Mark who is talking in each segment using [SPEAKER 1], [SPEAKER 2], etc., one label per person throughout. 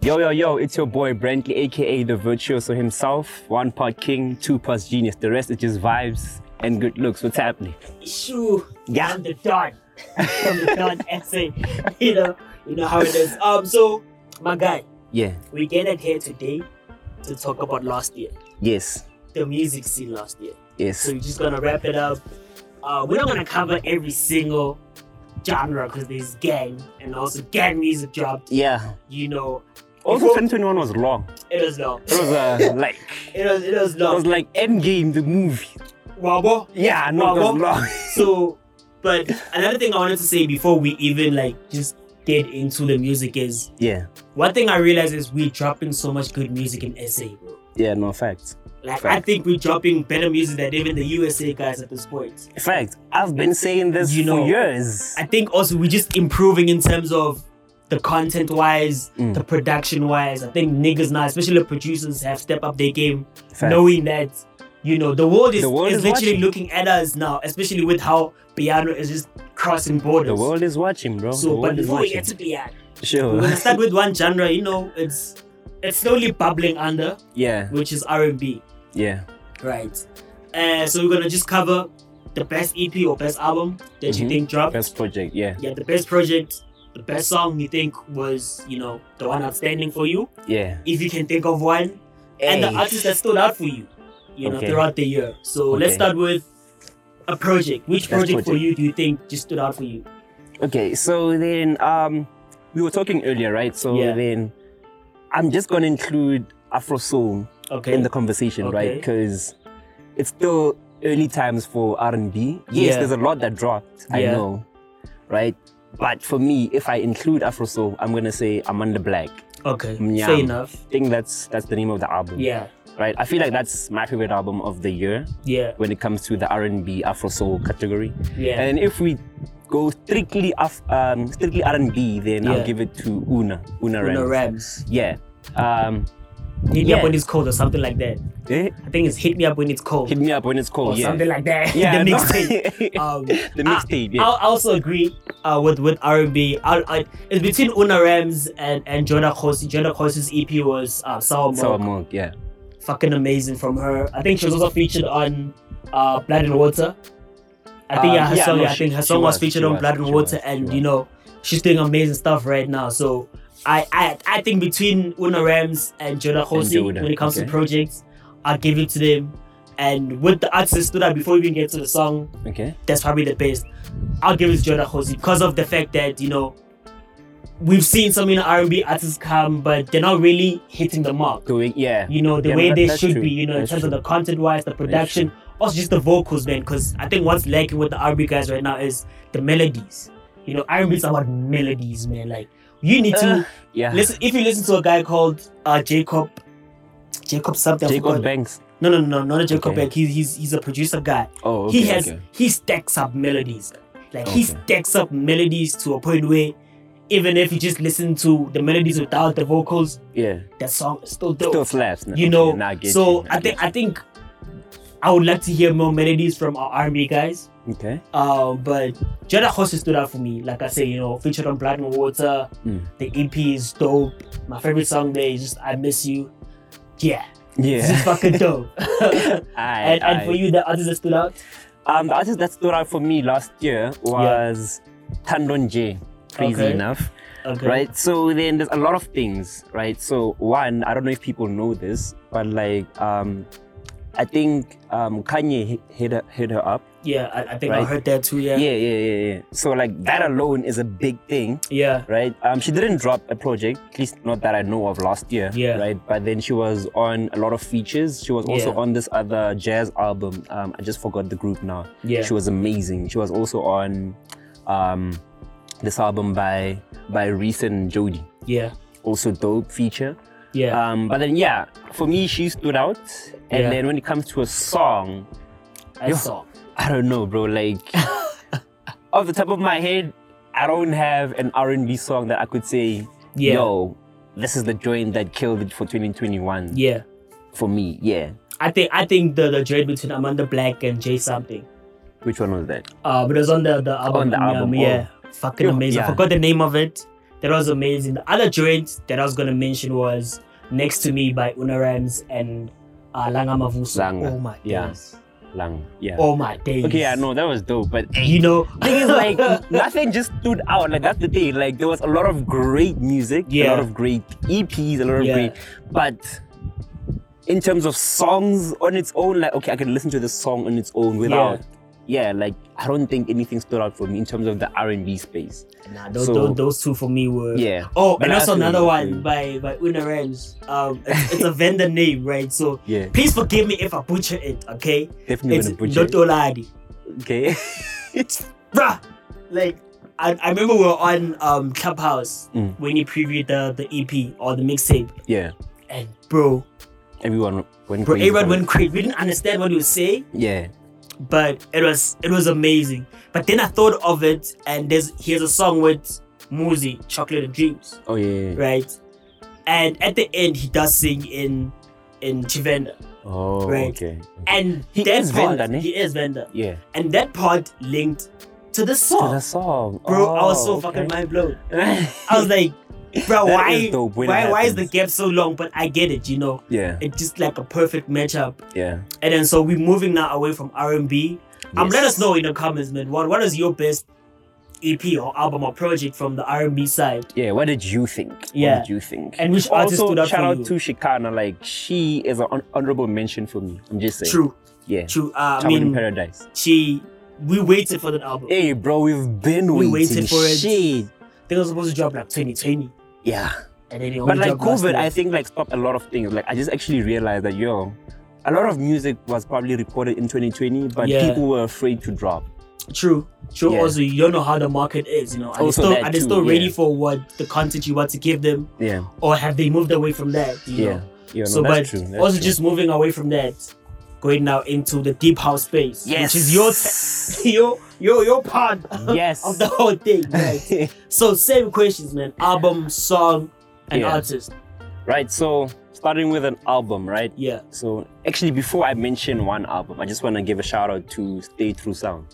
[SPEAKER 1] Yo, yo, yo, it's your boy Brantley, aka The Virtuoso himself. One part king, two parts genius. The rest is just vibes and good looks. What's happening?
[SPEAKER 2] Shoo,
[SPEAKER 1] Yeah.
[SPEAKER 2] from the Don, from the Don essay. You know, you know how it is. Um, so my guy,
[SPEAKER 1] Yeah,
[SPEAKER 2] we gathered here today to talk about last year,
[SPEAKER 1] yes,
[SPEAKER 2] the music scene last year. So
[SPEAKER 1] yes.
[SPEAKER 2] we're just gonna wrap it up. Uh, we're not gonna cover every single genre because there's gang and also gang music dropped.
[SPEAKER 1] Yeah.
[SPEAKER 2] You know,
[SPEAKER 1] Also,
[SPEAKER 2] Before-
[SPEAKER 1] 2021 Oh, was long.
[SPEAKER 2] it was long.
[SPEAKER 1] It was uh, like,
[SPEAKER 2] It was it was
[SPEAKER 1] it was
[SPEAKER 2] long.
[SPEAKER 1] like Endgame, the movie.
[SPEAKER 2] Wabo.
[SPEAKER 1] Yeah, no, it was
[SPEAKER 2] Wabo.
[SPEAKER 1] long.
[SPEAKER 2] So, but another thing I wanted to say before we even like just get into the music is
[SPEAKER 1] Yeah,
[SPEAKER 2] one thing I realized is we're dropping so much good music in SA, bro.
[SPEAKER 1] yeah, no, facts.
[SPEAKER 2] Like I
[SPEAKER 1] Fact.
[SPEAKER 2] think we're dropping better music than even the USA guys at this point.
[SPEAKER 1] Fact, I've been saying this
[SPEAKER 2] You
[SPEAKER 1] for
[SPEAKER 2] know,
[SPEAKER 1] years.
[SPEAKER 2] I think also we're just improving in terms of the content wise,
[SPEAKER 1] Mm.
[SPEAKER 2] the production wise. I think niggas now, especially the producers, have stepped up their game,
[SPEAKER 1] Fact.
[SPEAKER 2] knowing that you know the world is,
[SPEAKER 1] The world
[SPEAKER 2] is,
[SPEAKER 1] is
[SPEAKER 2] literally
[SPEAKER 1] watching.
[SPEAKER 2] looking at us now, especially with how piano is just crossing borders.
[SPEAKER 1] The world is watching, bro. the
[SPEAKER 2] So,
[SPEAKER 1] world
[SPEAKER 2] but
[SPEAKER 1] is
[SPEAKER 2] before we
[SPEAKER 1] watching.
[SPEAKER 2] get to piano, we're
[SPEAKER 1] Sure.
[SPEAKER 2] gonna start with one genre. You know, it's it's slowly bubbling under,
[SPEAKER 1] yeah,
[SPEAKER 2] which is R and B.
[SPEAKER 1] yeah,
[SPEAKER 2] Right. Uh, so we're gonna just cover the best EP or best album that you
[SPEAKER 1] Mhm.
[SPEAKER 2] think dropped.
[SPEAKER 1] best project. Yeah,
[SPEAKER 2] Yeah, the best project, the best song you think was, you know, the one outstanding for you,
[SPEAKER 1] yeah.
[SPEAKER 2] if you can think of one, and the
[SPEAKER 1] Hey.
[SPEAKER 2] artist that stood out for you, you know,
[SPEAKER 1] Okay.
[SPEAKER 2] throughout the year. So
[SPEAKER 1] Okay.
[SPEAKER 2] let's start with a project. Which
[SPEAKER 1] Best
[SPEAKER 2] project, for
[SPEAKER 1] project.
[SPEAKER 2] you do you think just stood out for you?
[SPEAKER 1] Okay, so then um, we were talking earlier, right? So
[SPEAKER 2] Yeah.
[SPEAKER 1] then I'm just gonna include Afro Soul
[SPEAKER 2] Okay.
[SPEAKER 1] in the conversation, right?
[SPEAKER 2] Okay.
[SPEAKER 1] Because it's still early times for R&B. Yes,
[SPEAKER 2] Yeah.
[SPEAKER 1] there's a lot that dropped. I
[SPEAKER 2] Yeah.
[SPEAKER 1] know, right? But for me, if I include Afro Soul, I'm gonna say Amanda Black.
[SPEAKER 2] okay.
[SPEAKER 1] Mm, Yeah.
[SPEAKER 2] Fair enough.
[SPEAKER 1] I think that's that's the name of the album,
[SPEAKER 2] Yeah.
[SPEAKER 1] right? I feel like that's my favorite album of the year
[SPEAKER 2] Yeah.
[SPEAKER 1] when it comes to the R&B Afro Soul category.
[SPEAKER 2] Yeah.
[SPEAKER 1] And if we go strictly af- um, strictly R&B, then I'll
[SPEAKER 2] Yeah.
[SPEAKER 1] give it to Una, Una,
[SPEAKER 2] Bruno
[SPEAKER 1] Rams.
[SPEAKER 2] Rams.
[SPEAKER 1] Yeah. Um,
[SPEAKER 2] Hit me
[SPEAKER 1] Yeah.
[SPEAKER 2] up when it's cold or something like that.
[SPEAKER 1] eh,
[SPEAKER 2] I think it's hit me up when it's cold.
[SPEAKER 1] hit me up when it's
[SPEAKER 2] or
[SPEAKER 1] cold. yeah.
[SPEAKER 2] something like that.
[SPEAKER 1] yeah,
[SPEAKER 2] the
[SPEAKER 1] no.
[SPEAKER 2] mixtape. Um,
[SPEAKER 1] the mixtape. Yeah.
[SPEAKER 2] I'll I'll also agree uh, with with R and B. It's between Una Rams and and Jonah Kosi. Jonah Kosi's EP was uh, Sour Milk.
[SPEAKER 1] Sour Milk, yeah.
[SPEAKER 2] Fucking amazing from her. I think she was also featured on uh, Blood and Water. I think
[SPEAKER 1] Um,
[SPEAKER 2] yeah, her
[SPEAKER 1] yeah,
[SPEAKER 2] song.
[SPEAKER 1] no,
[SPEAKER 2] yeah, I
[SPEAKER 1] she-
[SPEAKER 2] think her
[SPEAKER 1] she
[SPEAKER 2] song was,
[SPEAKER 1] was,
[SPEAKER 2] featured
[SPEAKER 1] she
[SPEAKER 2] on
[SPEAKER 1] was,
[SPEAKER 2] Blood and
[SPEAKER 1] she
[SPEAKER 2] Water,
[SPEAKER 1] was, she
[SPEAKER 2] and
[SPEAKER 1] was.
[SPEAKER 2] you know she's doing amazing stuff right now. So I I, I think between Una Rams and Jonah Kosi,
[SPEAKER 1] Jonah,
[SPEAKER 2] when it comes to
[SPEAKER 1] okay.
[SPEAKER 2] projects, I'll give it to them. And with the artist that before we even get to the song,
[SPEAKER 1] Okay.
[SPEAKER 2] that's probably the best. I'll give it to Jonah Jose because of the fact that you know we've seen so many R&B artists come, but they're not really hitting the mark.
[SPEAKER 1] Going, yeah.
[SPEAKER 2] You know the
[SPEAKER 1] Yeah, no,
[SPEAKER 2] way
[SPEAKER 1] that-
[SPEAKER 2] they
[SPEAKER 1] that's
[SPEAKER 2] should
[SPEAKER 1] true.
[SPEAKER 2] be. You know
[SPEAKER 1] That's
[SPEAKER 2] in terms of
[SPEAKER 1] true.
[SPEAKER 2] the content wise, the production, also just the vocals, man. Because I think what's lacking with the R&B guys right now is the melodies. You know R&B is about melodies, man. Like you need to
[SPEAKER 1] Uh, yeah.
[SPEAKER 2] listen. If you listen to a guy called uh, Jacob, Jacob something. I
[SPEAKER 1] Jacob
[SPEAKER 2] forgot.
[SPEAKER 1] Banks.
[SPEAKER 2] No, no, no, not a Jacob
[SPEAKER 1] Okay.
[SPEAKER 2] Beck. He's he's he's a producer guy
[SPEAKER 1] Oh, okay.
[SPEAKER 2] he has
[SPEAKER 1] okay.
[SPEAKER 2] he stacks up melodies like he
[SPEAKER 1] Okay.
[SPEAKER 2] stacks up melodies to a point where even if you just listen to the melodies without the vocals
[SPEAKER 1] Yeah.
[SPEAKER 2] that song is still dope
[SPEAKER 1] Still slaps.
[SPEAKER 2] you
[SPEAKER 1] okay,
[SPEAKER 2] know
[SPEAKER 1] Nah, I get
[SPEAKER 2] so
[SPEAKER 1] you,
[SPEAKER 2] i think i think i would like to hear more melodies from our army guys
[SPEAKER 1] get you. Okay.
[SPEAKER 2] uh, but Jada Horse stood out for me. Like I say, you know, featured on Blood and Water.
[SPEAKER 1] Mm.
[SPEAKER 2] The EP is dope. My favorite song there is just "I Miss You." Yeah, this is
[SPEAKER 1] Yeah.
[SPEAKER 2] fucking dope. and,
[SPEAKER 1] I,
[SPEAKER 2] and for you, the others that stood out.
[SPEAKER 1] Um, the artist that stood out for me last year was Tandon J. Crazy
[SPEAKER 2] Okay.
[SPEAKER 1] enough,
[SPEAKER 2] Okay.
[SPEAKER 1] right? So then there's a lot of things, right? So one, I don't know if people know this, but like, um, I think um, Kanye hit, hit, her, hit her up.
[SPEAKER 2] Yeah, I, I think I
[SPEAKER 1] Right.
[SPEAKER 2] heard that too.
[SPEAKER 1] Yeah, yeah, yeah, yeah. So like that alone is a big thing,
[SPEAKER 2] Yeah,
[SPEAKER 1] right? Um, she didn't drop a project, at least not that I know of last year,
[SPEAKER 2] Yeah.
[SPEAKER 1] right? But then she was on a lot of features. She was also
[SPEAKER 2] Yeah.
[SPEAKER 1] on this other jazz album. Um, I just forgot the group now.
[SPEAKER 2] yeah,
[SPEAKER 1] She was amazing. She was also on um, this album by by Reese and Jody.
[SPEAKER 2] yeah,
[SPEAKER 1] Also dope feature.
[SPEAKER 2] yeah.
[SPEAKER 1] Um, but then yeah, for me she stood out. And
[SPEAKER 2] Yeah.
[SPEAKER 1] then when it comes to a song,
[SPEAKER 2] I
[SPEAKER 1] yo.
[SPEAKER 2] saw.
[SPEAKER 1] I don't know, bro. Like off the top of my head, I don't have an R and B song that I could say,
[SPEAKER 2] Yeah,
[SPEAKER 1] yo, this is the joint that killed it for 2021
[SPEAKER 2] yeah.
[SPEAKER 1] for me. Yeah.
[SPEAKER 2] I think I think the the trade between Amanda Black and Jay something.
[SPEAKER 1] Which one was that?
[SPEAKER 2] Uh, but it was on the the album.
[SPEAKER 1] On the
[SPEAKER 2] yeah,
[SPEAKER 1] album, oh.
[SPEAKER 2] Yeah, fucking
[SPEAKER 1] Yo,
[SPEAKER 2] amazing. I
[SPEAKER 1] yeah.
[SPEAKER 2] forgot the name of it. That was amazing. The other joint that I was gonna mention was Next to Me by Una Rhymes and uh, Langa Mavuso.
[SPEAKER 1] Langa,
[SPEAKER 2] Oh my days.
[SPEAKER 1] yeah. Lang. Yeah.
[SPEAKER 2] Oh my days.
[SPEAKER 1] okay, yeah, no, that was dope. But
[SPEAKER 2] You know,
[SPEAKER 1] thing is like nothing just stood out. Like that's the thing. Like there was a lot of great music, a lot
[SPEAKER 2] Yeah.
[SPEAKER 1] of great EPs, a lot of
[SPEAKER 2] Yeah.
[SPEAKER 1] great but in terms of songs on its own, like okay, I can listen to the song on its own without yeah, like I don't think anything stood out for me in terms of the R and B space.
[SPEAKER 2] Nah, those,
[SPEAKER 1] So-
[SPEAKER 2] those, those two for me were.
[SPEAKER 1] Yeah.
[SPEAKER 2] Oh,
[SPEAKER 1] But
[SPEAKER 2] and
[SPEAKER 1] I
[SPEAKER 2] also
[SPEAKER 1] actually
[SPEAKER 2] another
[SPEAKER 1] like
[SPEAKER 2] one by by Una Rhymes. Um, it's, it's a vendor name, right? So
[SPEAKER 1] Yeah.
[SPEAKER 2] please forgive me if I butcher it. Okay,
[SPEAKER 1] Definitely
[SPEAKER 2] it's
[SPEAKER 1] gonna butcher it.
[SPEAKER 2] Dotoladi.
[SPEAKER 1] Okay.
[SPEAKER 2] bruh, like I, I remember we were on um Clubhouse
[SPEAKER 1] Mm.
[SPEAKER 2] when you previewed the, the EP or the mixtape,
[SPEAKER 1] yeah.
[SPEAKER 2] and bro,
[SPEAKER 1] Everyone went
[SPEAKER 2] bro,
[SPEAKER 1] crazy.
[SPEAKER 2] everyone
[SPEAKER 1] for it.
[SPEAKER 2] went crazy. We didn't understand what he was saying,
[SPEAKER 1] Yeah.
[SPEAKER 2] but it was it was amazing. But then I thought of it, and there's here's a song with Muzi, Chocolate and Dreams,
[SPEAKER 1] Oh yeah.
[SPEAKER 2] right? And at the end, he does sing in in Chivenda,
[SPEAKER 1] Oh
[SPEAKER 2] Right.
[SPEAKER 1] okay.
[SPEAKER 2] and
[SPEAKER 1] He
[SPEAKER 2] that
[SPEAKER 1] is
[SPEAKER 2] part,
[SPEAKER 1] Venda, ne?
[SPEAKER 2] he is Venda,
[SPEAKER 1] Yeah.
[SPEAKER 2] and that part linked to the
[SPEAKER 1] To
[SPEAKER 2] song.
[SPEAKER 1] the song.
[SPEAKER 2] Bro, I was so
[SPEAKER 1] Oh,
[SPEAKER 2] fucking
[SPEAKER 1] okay.
[SPEAKER 2] mind blown. I was like, bro,
[SPEAKER 1] That
[SPEAKER 2] why,
[SPEAKER 1] is dope when it
[SPEAKER 2] why, why is the
[SPEAKER 1] happens.
[SPEAKER 2] gap so long? But I get it, you know.
[SPEAKER 1] Yeah.
[SPEAKER 2] It's just like a perfect matchup.
[SPEAKER 1] Yeah.
[SPEAKER 2] And then so we're moving now away from R and B. Um, let
[SPEAKER 1] Yes.
[SPEAKER 2] us know in the comments, man. What what is your best EP or album or project from the R and B side?
[SPEAKER 1] Yeah, what did you think?
[SPEAKER 2] Yeah.
[SPEAKER 1] What did you think?
[SPEAKER 2] And which artist
[SPEAKER 1] also,
[SPEAKER 2] stood out
[SPEAKER 1] shout
[SPEAKER 2] for
[SPEAKER 1] out
[SPEAKER 2] you?
[SPEAKER 1] to Shikana. Like, she is an hon- honorable mention for me. I'm just saying.
[SPEAKER 2] True,
[SPEAKER 1] Yeah.
[SPEAKER 2] true. Uh, I
[SPEAKER 1] Trouble in
[SPEAKER 2] mean,
[SPEAKER 1] Paradise.
[SPEAKER 2] she we waited for that album.
[SPEAKER 1] Hey, bro, we've been
[SPEAKER 2] We
[SPEAKER 1] waiting.
[SPEAKER 2] waited for it.
[SPEAKER 1] Shit.
[SPEAKER 2] They were supposed to drop like 2020,
[SPEAKER 1] Yeah.
[SPEAKER 2] and then they only
[SPEAKER 1] But like
[SPEAKER 2] dropped last
[SPEAKER 1] COVID,
[SPEAKER 2] year.
[SPEAKER 1] I think like stopped a lot of things. Like I just actually realized that yo, a lot of music was probably recorded in 2020, but
[SPEAKER 2] Yeah.
[SPEAKER 1] people were afraid to drop.
[SPEAKER 2] True. True.
[SPEAKER 1] Yeah.
[SPEAKER 2] Also, you don't know how the market is. You know, are they
[SPEAKER 1] Also
[SPEAKER 2] still
[SPEAKER 1] that
[SPEAKER 2] are they
[SPEAKER 1] too,
[SPEAKER 2] still ready
[SPEAKER 1] yeah.
[SPEAKER 2] for what the content you want to give them,
[SPEAKER 1] Yeah.
[SPEAKER 2] or have they moved away from that? You
[SPEAKER 1] Yeah.
[SPEAKER 2] Know?
[SPEAKER 1] Yeah. No,
[SPEAKER 2] so, but
[SPEAKER 1] that's true. That's
[SPEAKER 2] also
[SPEAKER 1] true.
[SPEAKER 2] just moving away from that, going now into the deep house space,
[SPEAKER 1] yes.
[SPEAKER 2] which is your your your your part
[SPEAKER 1] yes.
[SPEAKER 2] of the whole thing. Right? so, same questions, man. Album, song, and
[SPEAKER 1] Yeah.
[SPEAKER 2] artist.
[SPEAKER 1] right. So starting with an album, right?
[SPEAKER 2] Yeah.
[SPEAKER 1] So actually, before I mention one album, I just want to give a shout out to Stay True Sound.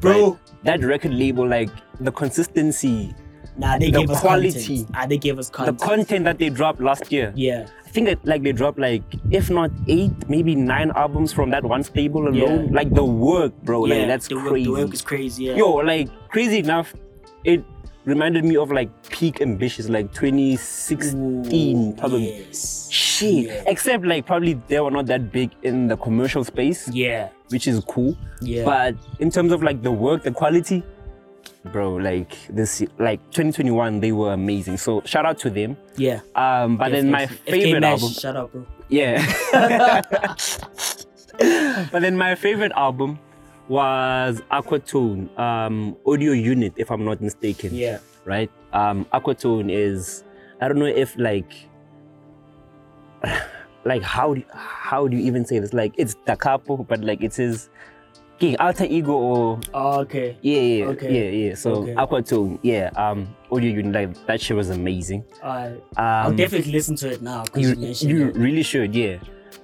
[SPEAKER 2] Bro,
[SPEAKER 1] Right? that record label, like the consistency,
[SPEAKER 2] nah, they
[SPEAKER 1] The
[SPEAKER 2] gave us
[SPEAKER 1] quality.
[SPEAKER 2] Content. Ah, they gave us
[SPEAKER 1] the
[SPEAKER 2] content.
[SPEAKER 1] content that they dropped last year.
[SPEAKER 2] yeah.
[SPEAKER 1] I think that like they dropped like if not eight, maybe nine albums from that one stable alone. Like the work, bro.
[SPEAKER 2] yeah,
[SPEAKER 1] like Oh, that's
[SPEAKER 2] the work,
[SPEAKER 1] crazy.
[SPEAKER 2] The work is crazy. Yeah.
[SPEAKER 1] Yo, like crazy enough, it reminded me of like peak ambitious, like 2016 probably.
[SPEAKER 2] Yes.
[SPEAKER 1] Shit.
[SPEAKER 2] Yeah.
[SPEAKER 1] Except like probably they were not that big in the commercial space,
[SPEAKER 2] Yeah.
[SPEAKER 1] which is cool.
[SPEAKER 2] Yeah.
[SPEAKER 1] But in terms of like the work, the quality, bro, like this, like 2021, they were amazing. So shout out to them.
[SPEAKER 2] yeah.
[SPEAKER 1] Um, but then my
[SPEAKER 2] FK
[SPEAKER 1] favorite
[SPEAKER 2] Mesh,
[SPEAKER 1] album,
[SPEAKER 2] Shut up, bro.
[SPEAKER 1] yeah. but then my favorite album was Aquatone, um, Audio Unit, if I'm not mistaken.
[SPEAKER 2] Yeah.
[SPEAKER 1] Right. Um, Aquatone is, I don't know if like, like how do, how do you even say this? Like it's Da Capo, but like it's his king alter ego or
[SPEAKER 2] Oh, okay.
[SPEAKER 1] yeah, yeah,
[SPEAKER 2] Okay.
[SPEAKER 1] yeah, yeah. So
[SPEAKER 2] Okay.
[SPEAKER 1] Aquatone, yeah. Um, Audio Unit, like that shit was amazing.
[SPEAKER 2] Alright. I'll
[SPEAKER 1] Um,
[SPEAKER 2] definitely listen to it now. 'cause
[SPEAKER 1] you,
[SPEAKER 2] you mentioned
[SPEAKER 1] you
[SPEAKER 2] it.
[SPEAKER 1] really should, yeah.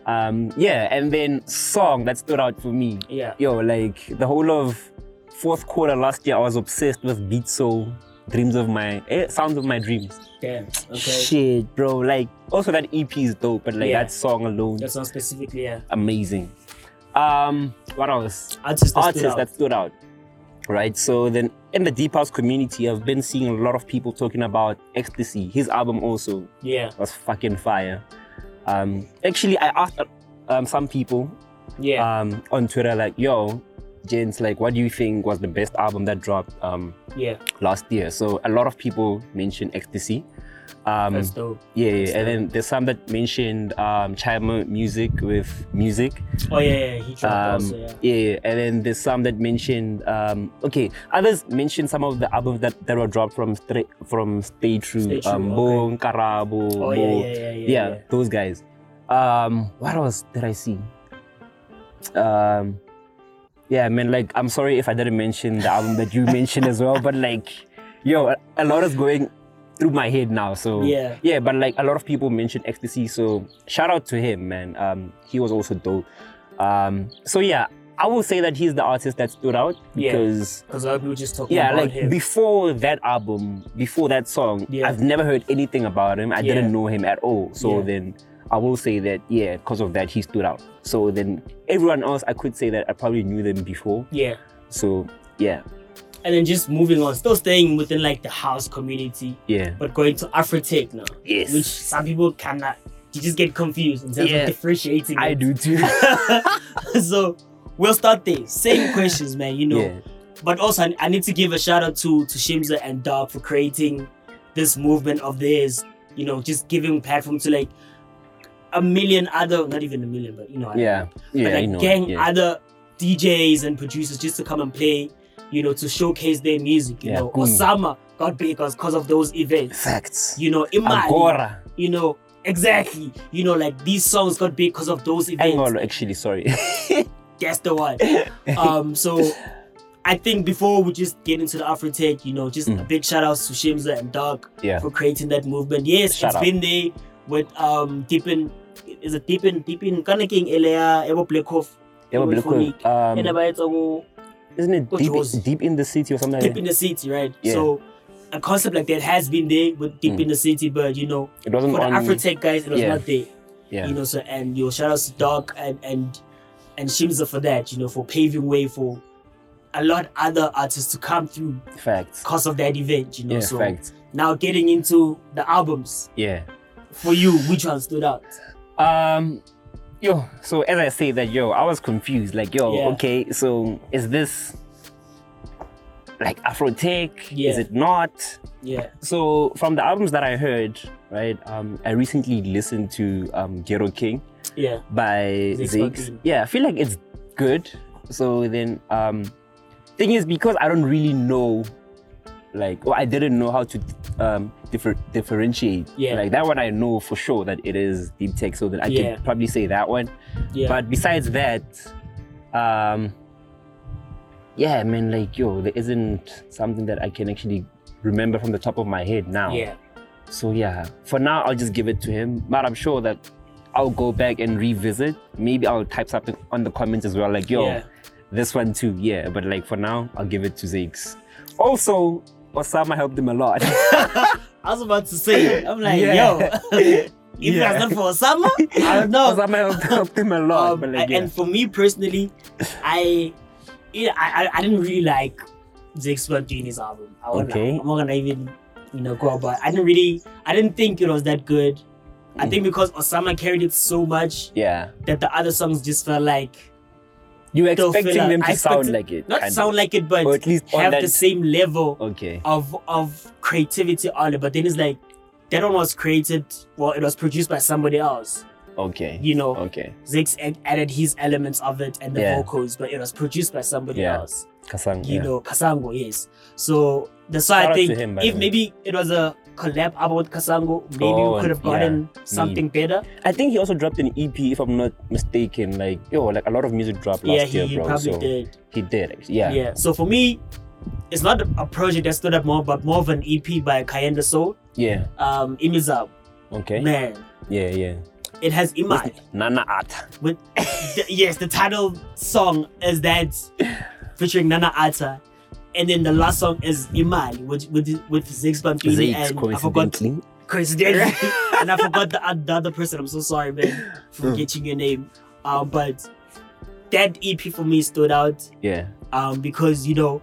[SPEAKER 1] Um, yeah, and then song that stood out for me.
[SPEAKER 2] Yeah.
[SPEAKER 1] Yo, like the whole of fourth quarter last year, I was obsessed with Beat Soul, Dreams of My, eh, Sounds of My Dreams.
[SPEAKER 2] Damn. Okay.
[SPEAKER 1] Shit, bro. Like, also that EP is dope, but like
[SPEAKER 2] Yeah.
[SPEAKER 1] that song alone,
[SPEAKER 2] That sounds specifically, yeah.
[SPEAKER 1] amazing. Um, what else?
[SPEAKER 2] Artist that stood
[SPEAKER 1] Artists
[SPEAKER 2] out.
[SPEAKER 1] that stood out, right? So then in the Deep House community, I've been seeing a lot of people talking about Ecstasy, his album also
[SPEAKER 2] Yeah.
[SPEAKER 1] was fucking fire. Um, actually, I asked uh, um, some people
[SPEAKER 2] Yeah.
[SPEAKER 1] um, on Twitter, like, yo, gents, like, what do you think was the best album that dropped um,
[SPEAKER 2] yeah.
[SPEAKER 1] last year? So a lot of people mentioned Ecstasy. Um,
[SPEAKER 2] That's dope.
[SPEAKER 1] yeah, yeah,
[SPEAKER 2] that's
[SPEAKER 1] and
[SPEAKER 2] dope.
[SPEAKER 1] then there's some that mentioned um, Chima Music with music.
[SPEAKER 2] Oh yeah, yeah. He dropped
[SPEAKER 1] Um,
[SPEAKER 2] also, yeah.
[SPEAKER 1] yeah, yeah, and then there's some that mentioned. Um, okay, others mentioned some of the albums that, that were dropped from Stra- from Stay True,
[SPEAKER 2] Stay True,
[SPEAKER 1] um,
[SPEAKER 2] okay.
[SPEAKER 1] Bone, Karabo,
[SPEAKER 2] Oh yeah,
[SPEAKER 1] Bo-
[SPEAKER 2] yeah, yeah, yeah.
[SPEAKER 1] yeah, those guys. Um, what else did I see? Um, yeah, I mean, like, I'm sorry if I didn't mention the album that you mentioned as well, but like, yo, a, a lot is going through my head now. So
[SPEAKER 2] Yeah.
[SPEAKER 1] yeah, but like a lot of people mentioned ecstasy, so shout out to him, man. Um, he was also dope. Um, so yeah, I will say that he's the artist that stood out
[SPEAKER 2] Yeah.
[SPEAKER 1] because
[SPEAKER 2] Because other people just talking
[SPEAKER 1] yeah,
[SPEAKER 2] about
[SPEAKER 1] like
[SPEAKER 2] him.
[SPEAKER 1] before that album, before that song,
[SPEAKER 2] Yeah.
[SPEAKER 1] I've never heard anything about him. I
[SPEAKER 2] Yeah.
[SPEAKER 1] didn't know him at all. So
[SPEAKER 2] Yeah.
[SPEAKER 1] then I will say that yeah, because of that he stood out. So then everyone else, I could say that I probably knew them before.
[SPEAKER 2] yeah.
[SPEAKER 1] So yeah,
[SPEAKER 2] And then just moving on, still staying within like the house community,
[SPEAKER 1] yeah,
[SPEAKER 2] but going to Afrotech now,
[SPEAKER 1] yes,
[SPEAKER 2] which some people cannot. You just get confused in terms
[SPEAKER 1] Yeah.
[SPEAKER 2] of differentiating.
[SPEAKER 1] I
[SPEAKER 2] it.
[SPEAKER 1] do too.
[SPEAKER 2] so we'll start there. Same questions, man. You know.
[SPEAKER 1] yeah,
[SPEAKER 2] But also, I, I need to give a shout out to to Shimza and Dog for creating this movement of theirs. You know, just giving platform to like a million other, not even a million, but you know, I-
[SPEAKER 1] yeah, yeah.
[SPEAKER 2] but like
[SPEAKER 1] I know.
[SPEAKER 2] gang
[SPEAKER 1] yeah.
[SPEAKER 2] other DJs and producers just to come and play, you know, to showcase their music. You
[SPEAKER 1] Yeah,
[SPEAKER 2] know,
[SPEAKER 1] cool.
[SPEAKER 2] Osama got big because of those events.
[SPEAKER 1] Facts.
[SPEAKER 2] You know, Imani.
[SPEAKER 1] Agora,
[SPEAKER 2] You know, exactly. You know, like these songs got big because of those events.
[SPEAKER 1] Angolo, actually, sorry.
[SPEAKER 2] That's the one. um, so I think before we just get into the Afrotech, you know, just a
[SPEAKER 1] Mm.
[SPEAKER 2] big shout outs to Shimza and Doug
[SPEAKER 1] yeah,
[SPEAKER 2] for creating that movement. Yes,
[SPEAKER 1] Shout
[SPEAKER 2] it's
[SPEAKER 1] out.
[SPEAKER 2] been there with um Deepin is it Deepin Deepin Kanaking Elea Ebo Blackhoff
[SPEAKER 1] yeah, but
[SPEAKER 2] Even
[SPEAKER 1] look,
[SPEAKER 2] for me, and
[SPEAKER 1] um,
[SPEAKER 2] about um,
[SPEAKER 1] isn't it
[SPEAKER 2] Coach
[SPEAKER 1] deep,
[SPEAKER 2] was-
[SPEAKER 1] deep in the city or something? Like
[SPEAKER 2] Deep
[SPEAKER 1] that?
[SPEAKER 2] in the City, right?
[SPEAKER 1] Yeah.
[SPEAKER 2] So a concept like that has been there with Deep
[SPEAKER 1] Mm.
[SPEAKER 2] in the City, but you know,
[SPEAKER 1] It wasn't
[SPEAKER 2] for the
[SPEAKER 1] on.
[SPEAKER 2] Afrotech guys, it was
[SPEAKER 1] Yeah.
[SPEAKER 2] not there.
[SPEAKER 1] yeah,
[SPEAKER 2] You know, so and you know, shout outs to Doc and and and Shimza for that, you know, for paving way for a lot other artists to come through
[SPEAKER 1] facts.
[SPEAKER 2] because of that event, you know.
[SPEAKER 1] Yeah,
[SPEAKER 2] so
[SPEAKER 1] facts.
[SPEAKER 2] now getting into the albums
[SPEAKER 1] Yeah.
[SPEAKER 2] for you, which one stood out?
[SPEAKER 1] Um, yo. So as I say that, yo, I was confused. Like, yo,
[SPEAKER 2] Yeah.
[SPEAKER 1] okay, so is this like Afro tech?
[SPEAKER 2] Yeah.
[SPEAKER 1] Is it not?
[SPEAKER 2] Yeah,
[SPEAKER 1] So from the albums that I heard, right? Um, I recently listened to um Ghetto King
[SPEAKER 2] yeah,
[SPEAKER 1] by
[SPEAKER 2] Ziggs
[SPEAKER 1] Ziggs.
[SPEAKER 2] Martin.
[SPEAKER 1] Yeah, I feel like it's good. So then, um, thing is because I don't really know, like, or I didn't know how to um differ- differentiate.
[SPEAKER 2] Yeah.
[SPEAKER 1] Like that one, I know for sure that it is deep tech. So that I
[SPEAKER 2] Yeah.
[SPEAKER 1] can probably say that one.
[SPEAKER 2] yeah.
[SPEAKER 1] But besides that, um, yeah, I mean, like, yo, there isn't something that I can actually remember from the top of my head now.
[SPEAKER 2] yeah,
[SPEAKER 1] So yeah, for now I'll just give it to him. But I'm sure that I'll go back and revisit. Maybe I'll type something on the comments as well, like yo,
[SPEAKER 2] Yeah.
[SPEAKER 1] this one too. Yeah, but like for now, I'll give it to Zakes. Also, Osama helped him a lot.
[SPEAKER 2] I was about to say, I'm like,
[SPEAKER 1] Yeah.
[SPEAKER 2] yo, if
[SPEAKER 1] Yeah.
[SPEAKER 2] it's not for summer, I don't know.
[SPEAKER 1] Osama helped, helped him a lot.
[SPEAKER 2] Um,
[SPEAKER 1] but
[SPEAKER 2] a-
[SPEAKER 1] like, yeah.
[SPEAKER 2] And for me personally, I, yeah, I, I, I didn't really like Ziggs Blood doing his album. I won't lie.
[SPEAKER 1] Okay.
[SPEAKER 2] I'm not gonna even, you know, go about. it. I didn't really, I didn't think it was that good. I think
[SPEAKER 1] Mm.
[SPEAKER 2] because Osama carried it so much
[SPEAKER 1] yeah,
[SPEAKER 2] that the other songs just felt like
[SPEAKER 1] you were
[SPEAKER 2] Don't feel
[SPEAKER 1] expecting
[SPEAKER 2] like-
[SPEAKER 1] them
[SPEAKER 2] I
[SPEAKER 1] to sound
[SPEAKER 2] expected-
[SPEAKER 1] like it,
[SPEAKER 2] not
[SPEAKER 1] kind of.
[SPEAKER 2] sound like it, but
[SPEAKER 1] or at least on
[SPEAKER 2] have
[SPEAKER 1] that.
[SPEAKER 2] the same level
[SPEAKER 1] okay.
[SPEAKER 2] of of creativity on it. But then it's like that one was created, well, it was produced by somebody else.
[SPEAKER 1] Okay.
[SPEAKER 2] You know,
[SPEAKER 1] Okay.
[SPEAKER 2] Ziggs ad- added his elements of it and the
[SPEAKER 1] Yeah.
[SPEAKER 2] vocals, but it was produced by somebody
[SPEAKER 1] Yeah.
[SPEAKER 2] else.
[SPEAKER 1] Kasang.
[SPEAKER 2] You
[SPEAKER 1] yeah.
[SPEAKER 2] know, Kasango, yes. So that's why
[SPEAKER 1] Shout
[SPEAKER 2] I
[SPEAKER 1] out to
[SPEAKER 2] think
[SPEAKER 1] him, by
[SPEAKER 2] if
[SPEAKER 1] the way.
[SPEAKER 2] maybe it was a collab album with Kasango, maybe
[SPEAKER 1] Oh,
[SPEAKER 2] we could have
[SPEAKER 1] yeah.
[SPEAKER 2] gotten something better.
[SPEAKER 1] I think he also dropped an EP, if I'm not mistaken. Like yo, like a lot of music dropped
[SPEAKER 2] Yeah,
[SPEAKER 1] last
[SPEAKER 2] he,
[SPEAKER 1] year, bro.
[SPEAKER 2] probably
[SPEAKER 1] so
[SPEAKER 2] did.
[SPEAKER 1] he did. Actually.
[SPEAKER 2] Yeah. So for me, it's not a project that stood up more, but more of an EP by Kayenda Soul.
[SPEAKER 1] Yeah.
[SPEAKER 2] Um, Imizab,
[SPEAKER 1] Okay.
[SPEAKER 2] man,
[SPEAKER 1] Yeah, yeah.
[SPEAKER 2] it has Imai.
[SPEAKER 1] Nana Ata.
[SPEAKER 2] with the, yes, the title song is that featuring Nana Atta, and then the last song is Imali with with with Ziggs Bantini
[SPEAKER 1] Zaid,
[SPEAKER 2] and I forgot
[SPEAKER 1] coincidentally.
[SPEAKER 2] coincidentally, and I forgot the, the other person. I'm so sorry, man,
[SPEAKER 1] Hmm.
[SPEAKER 2] for forgetting your name. Um, but that EP for me stood out
[SPEAKER 1] Yeah.
[SPEAKER 2] um, because you know,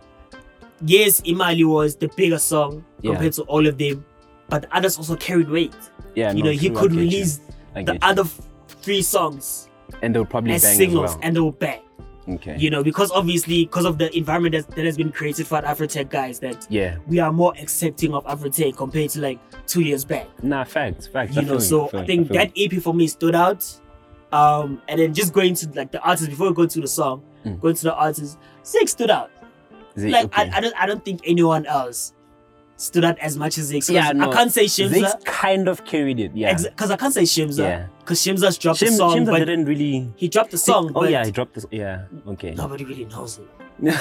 [SPEAKER 2] yes, Imali was the bigger song
[SPEAKER 1] Yeah.
[SPEAKER 2] compared to all of them, but the others also carried weight.
[SPEAKER 1] Yeah.
[SPEAKER 2] you
[SPEAKER 1] no,
[SPEAKER 2] know, he
[SPEAKER 1] true, I
[SPEAKER 2] could
[SPEAKER 1] get you.
[SPEAKER 2] release
[SPEAKER 1] I
[SPEAKER 2] the
[SPEAKER 1] get you.
[SPEAKER 2] other f- three songs
[SPEAKER 1] and they'll probably
[SPEAKER 2] as
[SPEAKER 1] bang
[SPEAKER 2] singles,
[SPEAKER 1] as well.
[SPEAKER 2] and they were back
[SPEAKER 1] okay.
[SPEAKER 2] you know, because obviously, because of the environment that, that has been created for Afrotech guys, that
[SPEAKER 1] yeah.
[SPEAKER 2] we are more accepting of Afrotech compared to like two years back.
[SPEAKER 1] Nah, facts, facts.
[SPEAKER 2] You know, so I think that EP for me stood out. Um, and then just going to like the artist before we go to the song,
[SPEAKER 1] Mm.
[SPEAKER 2] going to the artist, six stood out. Like I, I don't, I don't think anyone else stood out as much as Zix.
[SPEAKER 1] Yeah, no.
[SPEAKER 2] I can't say Shimza
[SPEAKER 1] Ziggs kind of carried it. Yeah.
[SPEAKER 2] because I can't say Shimza
[SPEAKER 1] Yeah.
[SPEAKER 2] because Shimza's dropped
[SPEAKER 1] Shim,
[SPEAKER 2] the song,
[SPEAKER 1] Shimza
[SPEAKER 2] but
[SPEAKER 1] didn't really.
[SPEAKER 2] he dropped the song.
[SPEAKER 1] Oh
[SPEAKER 2] but
[SPEAKER 1] yeah, he dropped this. Yeah. Okay.
[SPEAKER 2] nobody really knows it.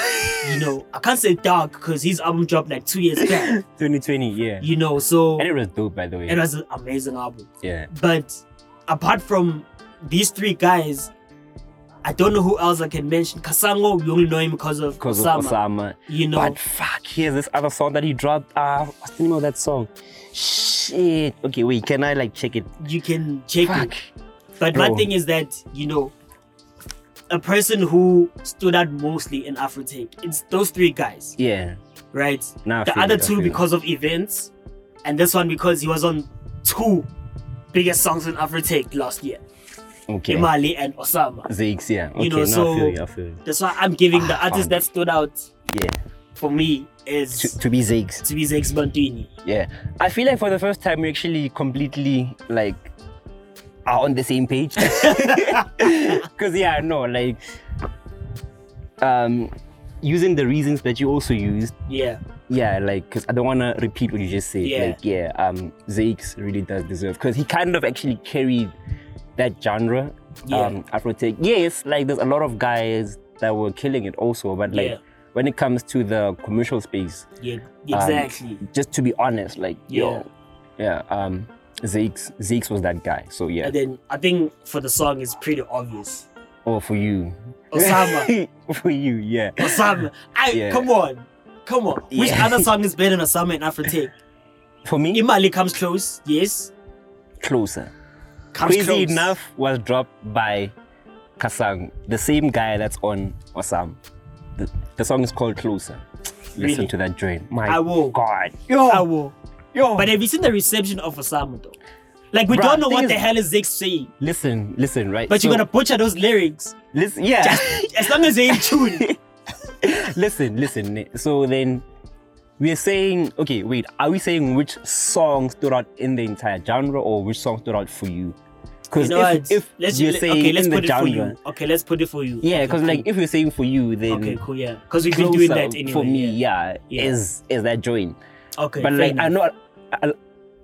[SPEAKER 2] you know, I can't say dark because his album dropped like two years back.
[SPEAKER 1] 2020. Yeah.
[SPEAKER 2] You know, so
[SPEAKER 1] And it was dope, by the way.
[SPEAKER 2] it was an amazing album.
[SPEAKER 1] yeah.
[SPEAKER 2] But apart from these three guys, I don't know who else I can mention. Kasango, we only know him because of
[SPEAKER 1] because
[SPEAKER 2] Osama.
[SPEAKER 1] of Osama.
[SPEAKER 2] You know,
[SPEAKER 1] But fuck, here's this other song that he dropped. Ah, what's the name of that song? Shit. Okay, wait, can I like check it?
[SPEAKER 2] you can check
[SPEAKER 1] Fuck.
[SPEAKER 2] it. But my
[SPEAKER 1] Bro.
[SPEAKER 2] thing is that, you know, a person who stood out mostly in Afrotech, it's those three guys,
[SPEAKER 1] Yeah.
[SPEAKER 2] right?
[SPEAKER 1] Now
[SPEAKER 2] the other two because of events, and this one because he was on two biggest songs in Afrotech last year,
[SPEAKER 1] okay.
[SPEAKER 2] Imali and Osama.
[SPEAKER 1] Ziggs, yeah. Okay,
[SPEAKER 2] You know,
[SPEAKER 1] now
[SPEAKER 2] so-
[SPEAKER 1] I feel you, I feel you.
[SPEAKER 2] That's why I'm giving the
[SPEAKER 1] Ah,
[SPEAKER 2] artist
[SPEAKER 1] fun.
[SPEAKER 2] that stood out
[SPEAKER 1] Yeah.
[SPEAKER 2] for me is
[SPEAKER 1] To, to be Ziggs.
[SPEAKER 2] to be Zex Bantini.
[SPEAKER 1] Yeah. I feel like for the first time we actually completely like are on the same page. Cause yeah, no, like um using the reasons that you also used.
[SPEAKER 2] Yeah,
[SPEAKER 1] Yeah, like because I don't want to repeat what you just said.
[SPEAKER 2] Yeah.
[SPEAKER 1] Like, yeah, um, Zakes really does deserve because he kind of actually carried that genre.
[SPEAKER 2] Yeah.
[SPEAKER 1] Um, Afrotech. Yes, like there's a lot of guys that were killing it also, but like
[SPEAKER 2] Yeah.
[SPEAKER 1] when it comes to the commercial space,
[SPEAKER 2] yeah,
[SPEAKER 1] um,
[SPEAKER 2] exactly.
[SPEAKER 1] just to be honest, like
[SPEAKER 2] Yeah.
[SPEAKER 1] yo, yeah, um, Zakes, Zakes was that guy. So yeah,
[SPEAKER 2] and then I think for the song it's pretty obvious.
[SPEAKER 1] or Oh, for you,
[SPEAKER 2] Osama,
[SPEAKER 1] for you, yeah.
[SPEAKER 2] Osama. I
[SPEAKER 1] Yeah.
[SPEAKER 2] come on, come on. Which
[SPEAKER 1] Yeah.
[SPEAKER 2] other song is better than Osama in Afrotech?
[SPEAKER 1] For me,
[SPEAKER 2] Imali comes close, yes.
[SPEAKER 1] closer.
[SPEAKER 2] Comes
[SPEAKER 1] Crazy
[SPEAKER 2] close.
[SPEAKER 1] Enough was dropped by Kasang, the same guy that's on Osam. The, the song is called Closer.
[SPEAKER 2] Really?
[SPEAKER 1] Listen to that joint. My
[SPEAKER 2] I will.
[SPEAKER 1] God.
[SPEAKER 2] I will.
[SPEAKER 1] Yo.
[SPEAKER 2] But have you seen the reception of Osama though? Like we
[SPEAKER 1] Bruh,
[SPEAKER 2] don't know
[SPEAKER 1] thing
[SPEAKER 2] what
[SPEAKER 1] is-
[SPEAKER 2] the hell is Zex saying,
[SPEAKER 1] listen, listen, right?
[SPEAKER 2] but you're
[SPEAKER 1] So,
[SPEAKER 2] gonna butcher those lyrics
[SPEAKER 1] listen, yeah.
[SPEAKER 2] as long as they're in tune.
[SPEAKER 1] listen, listen. So then we're saying, okay, wait, are we saying which song stood out in the entire genre or which song stood out for you?
[SPEAKER 2] You
[SPEAKER 1] Because
[SPEAKER 2] know
[SPEAKER 1] if,
[SPEAKER 2] what?
[SPEAKER 1] if
[SPEAKER 2] let's
[SPEAKER 1] you're
[SPEAKER 2] let-
[SPEAKER 1] saying
[SPEAKER 2] okay, let's
[SPEAKER 1] in
[SPEAKER 2] put
[SPEAKER 1] the
[SPEAKER 2] it
[SPEAKER 1] genre,
[SPEAKER 2] for you. Okay, let's put it for you.
[SPEAKER 1] yeah,
[SPEAKER 2] Okay,
[SPEAKER 1] because
[SPEAKER 2] cool.
[SPEAKER 1] like if you're saying for you, then
[SPEAKER 2] Okay, cool, yeah. Because we've been
[SPEAKER 1] closer
[SPEAKER 2] doing that anyway.
[SPEAKER 1] for me,
[SPEAKER 2] yeah.
[SPEAKER 1] yeah,
[SPEAKER 2] Yeah.
[SPEAKER 1] is is that joint.
[SPEAKER 2] Okay,
[SPEAKER 1] but
[SPEAKER 2] fair
[SPEAKER 1] like I
[SPEAKER 2] enough.
[SPEAKER 1] know a, a,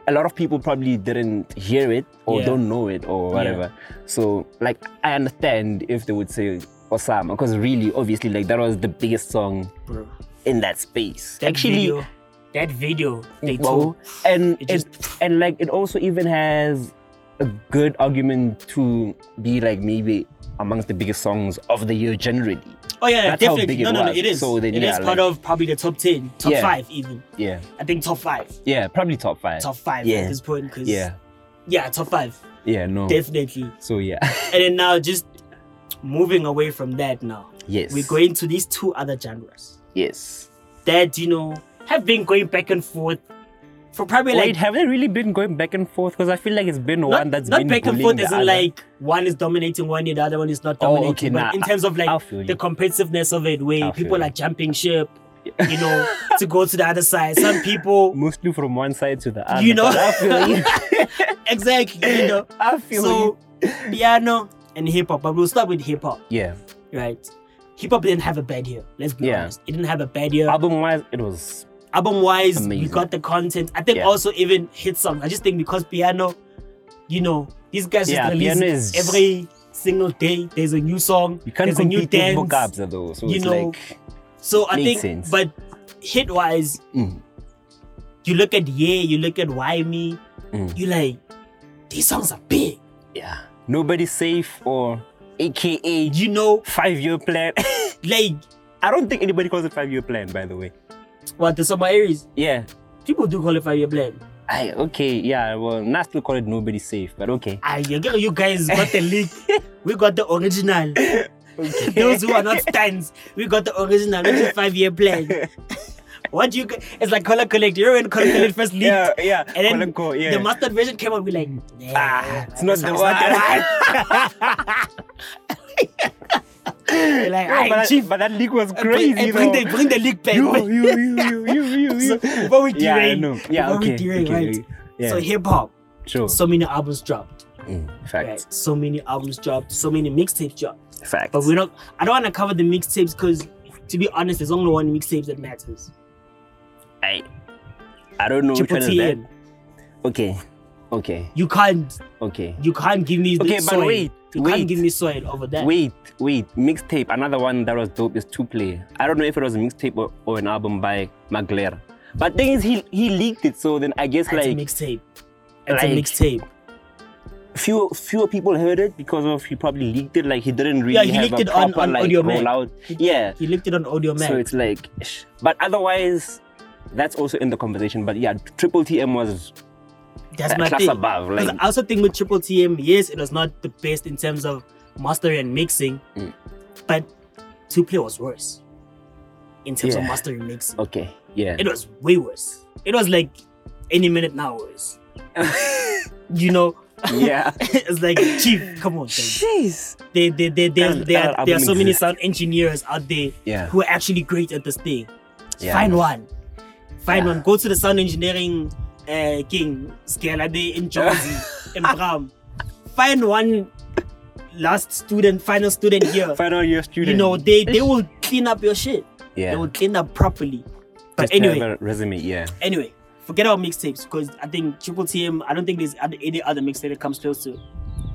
[SPEAKER 1] a lot of people probably didn't hear it or
[SPEAKER 2] Yeah.
[SPEAKER 1] don't know it or whatever. So like I understand if they would say Osama because really, obviously, like that was the biggest song
[SPEAKER 2] Bro,
[SPEAKER 1] in that space.
[SPEAKER 2] that
[SPEAKER 1] Actually,
[SPEAKER 2] video, that video they
[SPEAKER 1] well,
[SPEAKER 2] told.
[SPEAKER 1] and
[SPEAKER 2] It
[SPEAKER 1] it
[SPEAKER 2] just-
[SPEAKER 1] and like it also even has a good argument to be like maybe amongst the biggest songs of the year generally.
[SPEAKER 2] Oh yeah,
[SPEAKER 1] that's how
[SPEAKER 2] definitely.
[SPEAKER 1] big it
[SPEAKER 2] no, no, no,
[SPEAKER 1] was.
[SPEAKER 2] it is.
[SPEAKER 1] So then,
[SPEAKER 2] It
[SPEAKER 1] yeah,
[SPEAKER 2] is
[SPEAKER 1] like-
[SPEAKER 2] part of probably the top ten, top
[SPEAKER 1] Yeah.
[SPEAKER 2] five even.
[SPEAKER 1] Yeah,
[SPEAKER 2] I think top five,
[SPEAKER 1] yeah, probably top five.
[SPEAKER 2] top five
[SPEAKER 1] Yeah.
[SPEAKER 2] at this point. 'cause-
[SPEAKER 1] yeah,
[SPEAKER 2] yeah, top five,
[SPEAKER 1] yeah, no.
[SPEAKER 2] definitely.
[SPEAKER 1] so yeah,
[SPEAKER 2] And then now just moving away from that now,
[SPEAKER 1] yes,
[SPEAKER 2] we're going to these two other genres
[SPEAKER 1] yes.
[SPEAKER 2] that you know have been going back and forth for probably like
[SPEAKER 1] Wait, have they really been going back and forth? Because I feel like it's been one that's
[SPEAKER 2] not
[SPEAKER 1] been
[SPEAKER 2] back and
[SPEAKER 1] bullying
[SPEAKER 2] forth
[SPEAKER 1] the
[SPEAKER 2] isn't
[SPEAKER 1] other.
[SPEAKER 2] like one is dominating one and the other one is not
[SPEAKER 1] Oh,
[SPEAKER 2] dominating
[SPEAKER 1] okay,
[SPEAKER 2] but
[SPEAKER 1] nah,
[SPEAKER 2] in
[SPEAKER 1] I-
[SPEAKER 2] terms of like
[SPEAKER 1] I feel you.
[SPEAKER 2] the competitiveness of it where
[SPEAKER 1] I feel
[SPEAKER 2] people
[SPEAKER 1] you.
[SPEAKER 2] are jumping ship you know to go to the other side some people
[SPEAKER 1] mostly from one side to the other.
[SPEAKER 2] You know?
[SPEAKER 1] but I feel you.
[SPEAKER 2] exactly you know
[SPEAKER 1] I feel
[SPEAKER 2] so
[SPEAKER 1] you.
[SPEAKER 2] piano and hip-hop but we'll start with hip-hop
[SPEAKER 1] Yeah,
[SPEAKER 2] right hip-hop didn't have a bad year let's be
[SPEAKER 1] Yeah.
[SPEAKER 2] honest it didn't have a bad year
[SPEAKER 1] album wise, it was
[SPEAKER 2] album wise, we
[SPEAKER 1] Amazing.
[SPEAKER 2] got the content. I think
[SPEAKER 1] Yeah.
[SPEAKER 2] also even hit songs. I just think because piano, you know, these guys
[SPEAKER 1] Yeah,
[SPEAKER 2] just release
[SPEAKER 1] Piano is-
[SPEAKER 2] every single day. There's a new song.
[SPEAKER 1] you can't
[SPEAKER 2] there's a new
[SPEAKER 1] compete with
[SPEAKER 2] dance.
[SPEAKER 1] vocabs though. So
[SPEAKER 2] you
[SPEAKER 1] it's
[SPEAKER 2] know,
[SPEAKER 1] like
[SPEAKER 2] So I
[SPEAKER 1] Makes
[SPEAKER 2] think,
[SPEAKER 1] sense.
[SPEAKER 2] but hit wise,
[SPEAKER 1] Mm.
[SPEAKER 2] you look at yeah, you look at why me,
[SPEAKER 1] Mm.
[SPEAKER 2] you like these songs are big.
[SPEAKER 1] yeah, nobody's safe or AKA
[SPEAKER 2] You know,
[SPEAKER 1] five year plan.
[SPEAKER 2] like
[SPEAKER 1] I don't think anybody calls it five year plan, by the way.
[SPEAKER 2] what the summer Aries
[SPEAKER 1] Yeah.
[SPEAKER 2] people do qualify your blend.
[SPEAKER 1] I, okay, yeah, well, not to call it nobody's safe, but okay.
[SPEAKER 2] Ah, you, you guys got the leak. we got the original.
[SPEAKER 1] okay.
[SPEAKER 2] Those who are not stands, we got the original, which is five year plan. what do you? g- It's like color collect. You know when color collect first leaked,
[SPEAKER 1] yeah, yeah,
[SPEAKER 2] and then
[SPEAKER 1] Koloko, yeah.
[SPEAKER 2] the mastered version came out. We like, nah,
[SPEAKER 1] Ah, it's not
[SPEAKER 2] this
[SPEAKER 1] the
[SPEAKER 2] one's the one. We're like,
[SPEAKER 1] Yeah,
[SPEAKER 2] "Aight,
[SPEAKER 1] but,
[SPEAKER 2] chief,
[SPEAKER 1] that, but that leak was
[SPEAKER 2] bring, eh,
[SPEAKER 1] crazy.
[SPEAKER 2] bring
[SPEAKER 1] though.
[SPEAKER 2] the bring the leak back.
[SPEAKER 1] you, you, you, you, you,
[SPEAKER 2] so,
[SPEAKER 1] you.
[SPEAKER 2] before we
[SPEAKER 1] yeah, I
[SPEAKER 2] derail,
[SPEAKER 1] know. Yeah,
[SPEAKER 2] before we
[SPEAKER 1] okay.
[SPEAKER 2] derail,
[SPEAKER 1] okay,
[SPEAKER 2] right?
[SPEAKER 1] okay. Yeah,
[SPEAKER 2] So hip hop,
[SPEAKER 1] sure.
[SPEAKER 2] so many albums dropped,
[SPEAKER 1] Mm, facts.
[SPEAKER 2] right? So many albums dropped, so many mixtapes dropped.
[SPEAKER 1] Facts.
[SPEAKER 2] But we don't. I don't want to cover the mixtapes because, to be honest, there's only one mixtape that matters.
[SPEAKER 1] I, I don't know which
[SPEAKER 2] Triple
[SPEAKER 1] one is
[SPEAKER 2] T
[SPEAKER 1] that.
[SPEAKER 2] in.
[SPEAKER 1] Okay, okay,
[SPEAKER 2] You can't.
[SPEAKER 1] okay.
[SPEAKER 2] You can't give me.
[SPEAKER 1] Okay,
[SPEAKER 2] the
[SPEAKER 1] but
[SPEAKER 2] soil.
[SPEAKER 1] wait,
[SPEAKER 2] You
[SPEAKER 1] wait.
[SPEAKER 2] can't give me soil over that.
[SPEAKER 1] Wait, wait. Mixtape. Another one that was dope is Two Play. I don't know if it was a mixtape or, or an album by Magler. But thing is, he he leaked it, so then I guess
[SPEAKER 2] That's a
[SPEAKER 1] like
[SPEAKER 2] mixtape. That's a
[SPEAKER 1] like-
[SPEAKER 2] mixtape.
[SPEAKER 1] few fewer people heard it because of he probably leaked it. Like he didn't really
[SPEAKER 2] he
[SPEAKER 1] have
[SPEAKER 2] leaked
[SPEAKER 1] a
[SPEAKER 2] it on-
[SPEAKER 1] proper
[SPEAKER 2] on
[SPEAKER 1] like
[SPEAKER 2] Audio Mac.
[SPEAKER 1] rollout. Yeah,
[SPEAKER 2] He licked it on Audio Mac.
[SPEAKER 1] so it's like, sh- but otherwise, that's also in the conversation. But yeah, Triple TM was
[SPEAKER 2] That's
[SPEAKER 1] a
[SPEAKER 2] my
[SPEAKER 1] class
[SPEAKER 2] thing.
[SPEAKER 1] above, like-
[SPEAKER 2] 'Cause I also think with Triple TM, yes, it was not the best in terms of mastering and mixing,
[SPEAKER 1] Mm.
[SPEAKER 2] but Two Play was worse in terms of
[SPEAKER 1] Yeah.
[SPEAKER 2] mastering and mixing.
[SPEAKER 1] okay. Yeah,
[SPEAKER 2] It was way worse. It was like any minute now worse. you know,
[SPEAKER 1] yeah.
[SPEAKER 2] it's like chief, come on. guys.
[SPEAKER 1] Jeez.
[SPEAKER 2] They, they, they, they,
[SPEAKER 1] And
[SPEAKER 2] there
[SPEAKER 1] that
[SPEAKER 2] are, there are so
[SPEAKER 1] album
[SPEAKER 2] many
[SPEAKER 1] exists.
[SPEAKER 2] sound engineers out there
[SPEAKER 1] Yeah.
[SPEAKER 2] who are actually great at this thing.
[SPEAKER 1] Yeah.
[SPEAKER 2] Find one. Find
[SPEAKER 1] Yeah.
[SPEAKER 2] one. Go to the sound engineering uh, king, Scalade in Jersey, in Bram. Find one last student, final student here.
[SPEAKER 1] Final year student.
[SPEAKER 2] You know, they, they will clean up your shit.
[SPEAKER 1] Yeah.
[SPEAKER 2] They will clean up properly. But
[SPEAKER 1] Just to
[SPEAKER 2] anyway,
[SPEAKER 1] have a resume. Yeah.
[SPEAKER 2] anyway, forget about mixtapes because I think Triple TM, I don't think there's other- any other mixtape that comes close to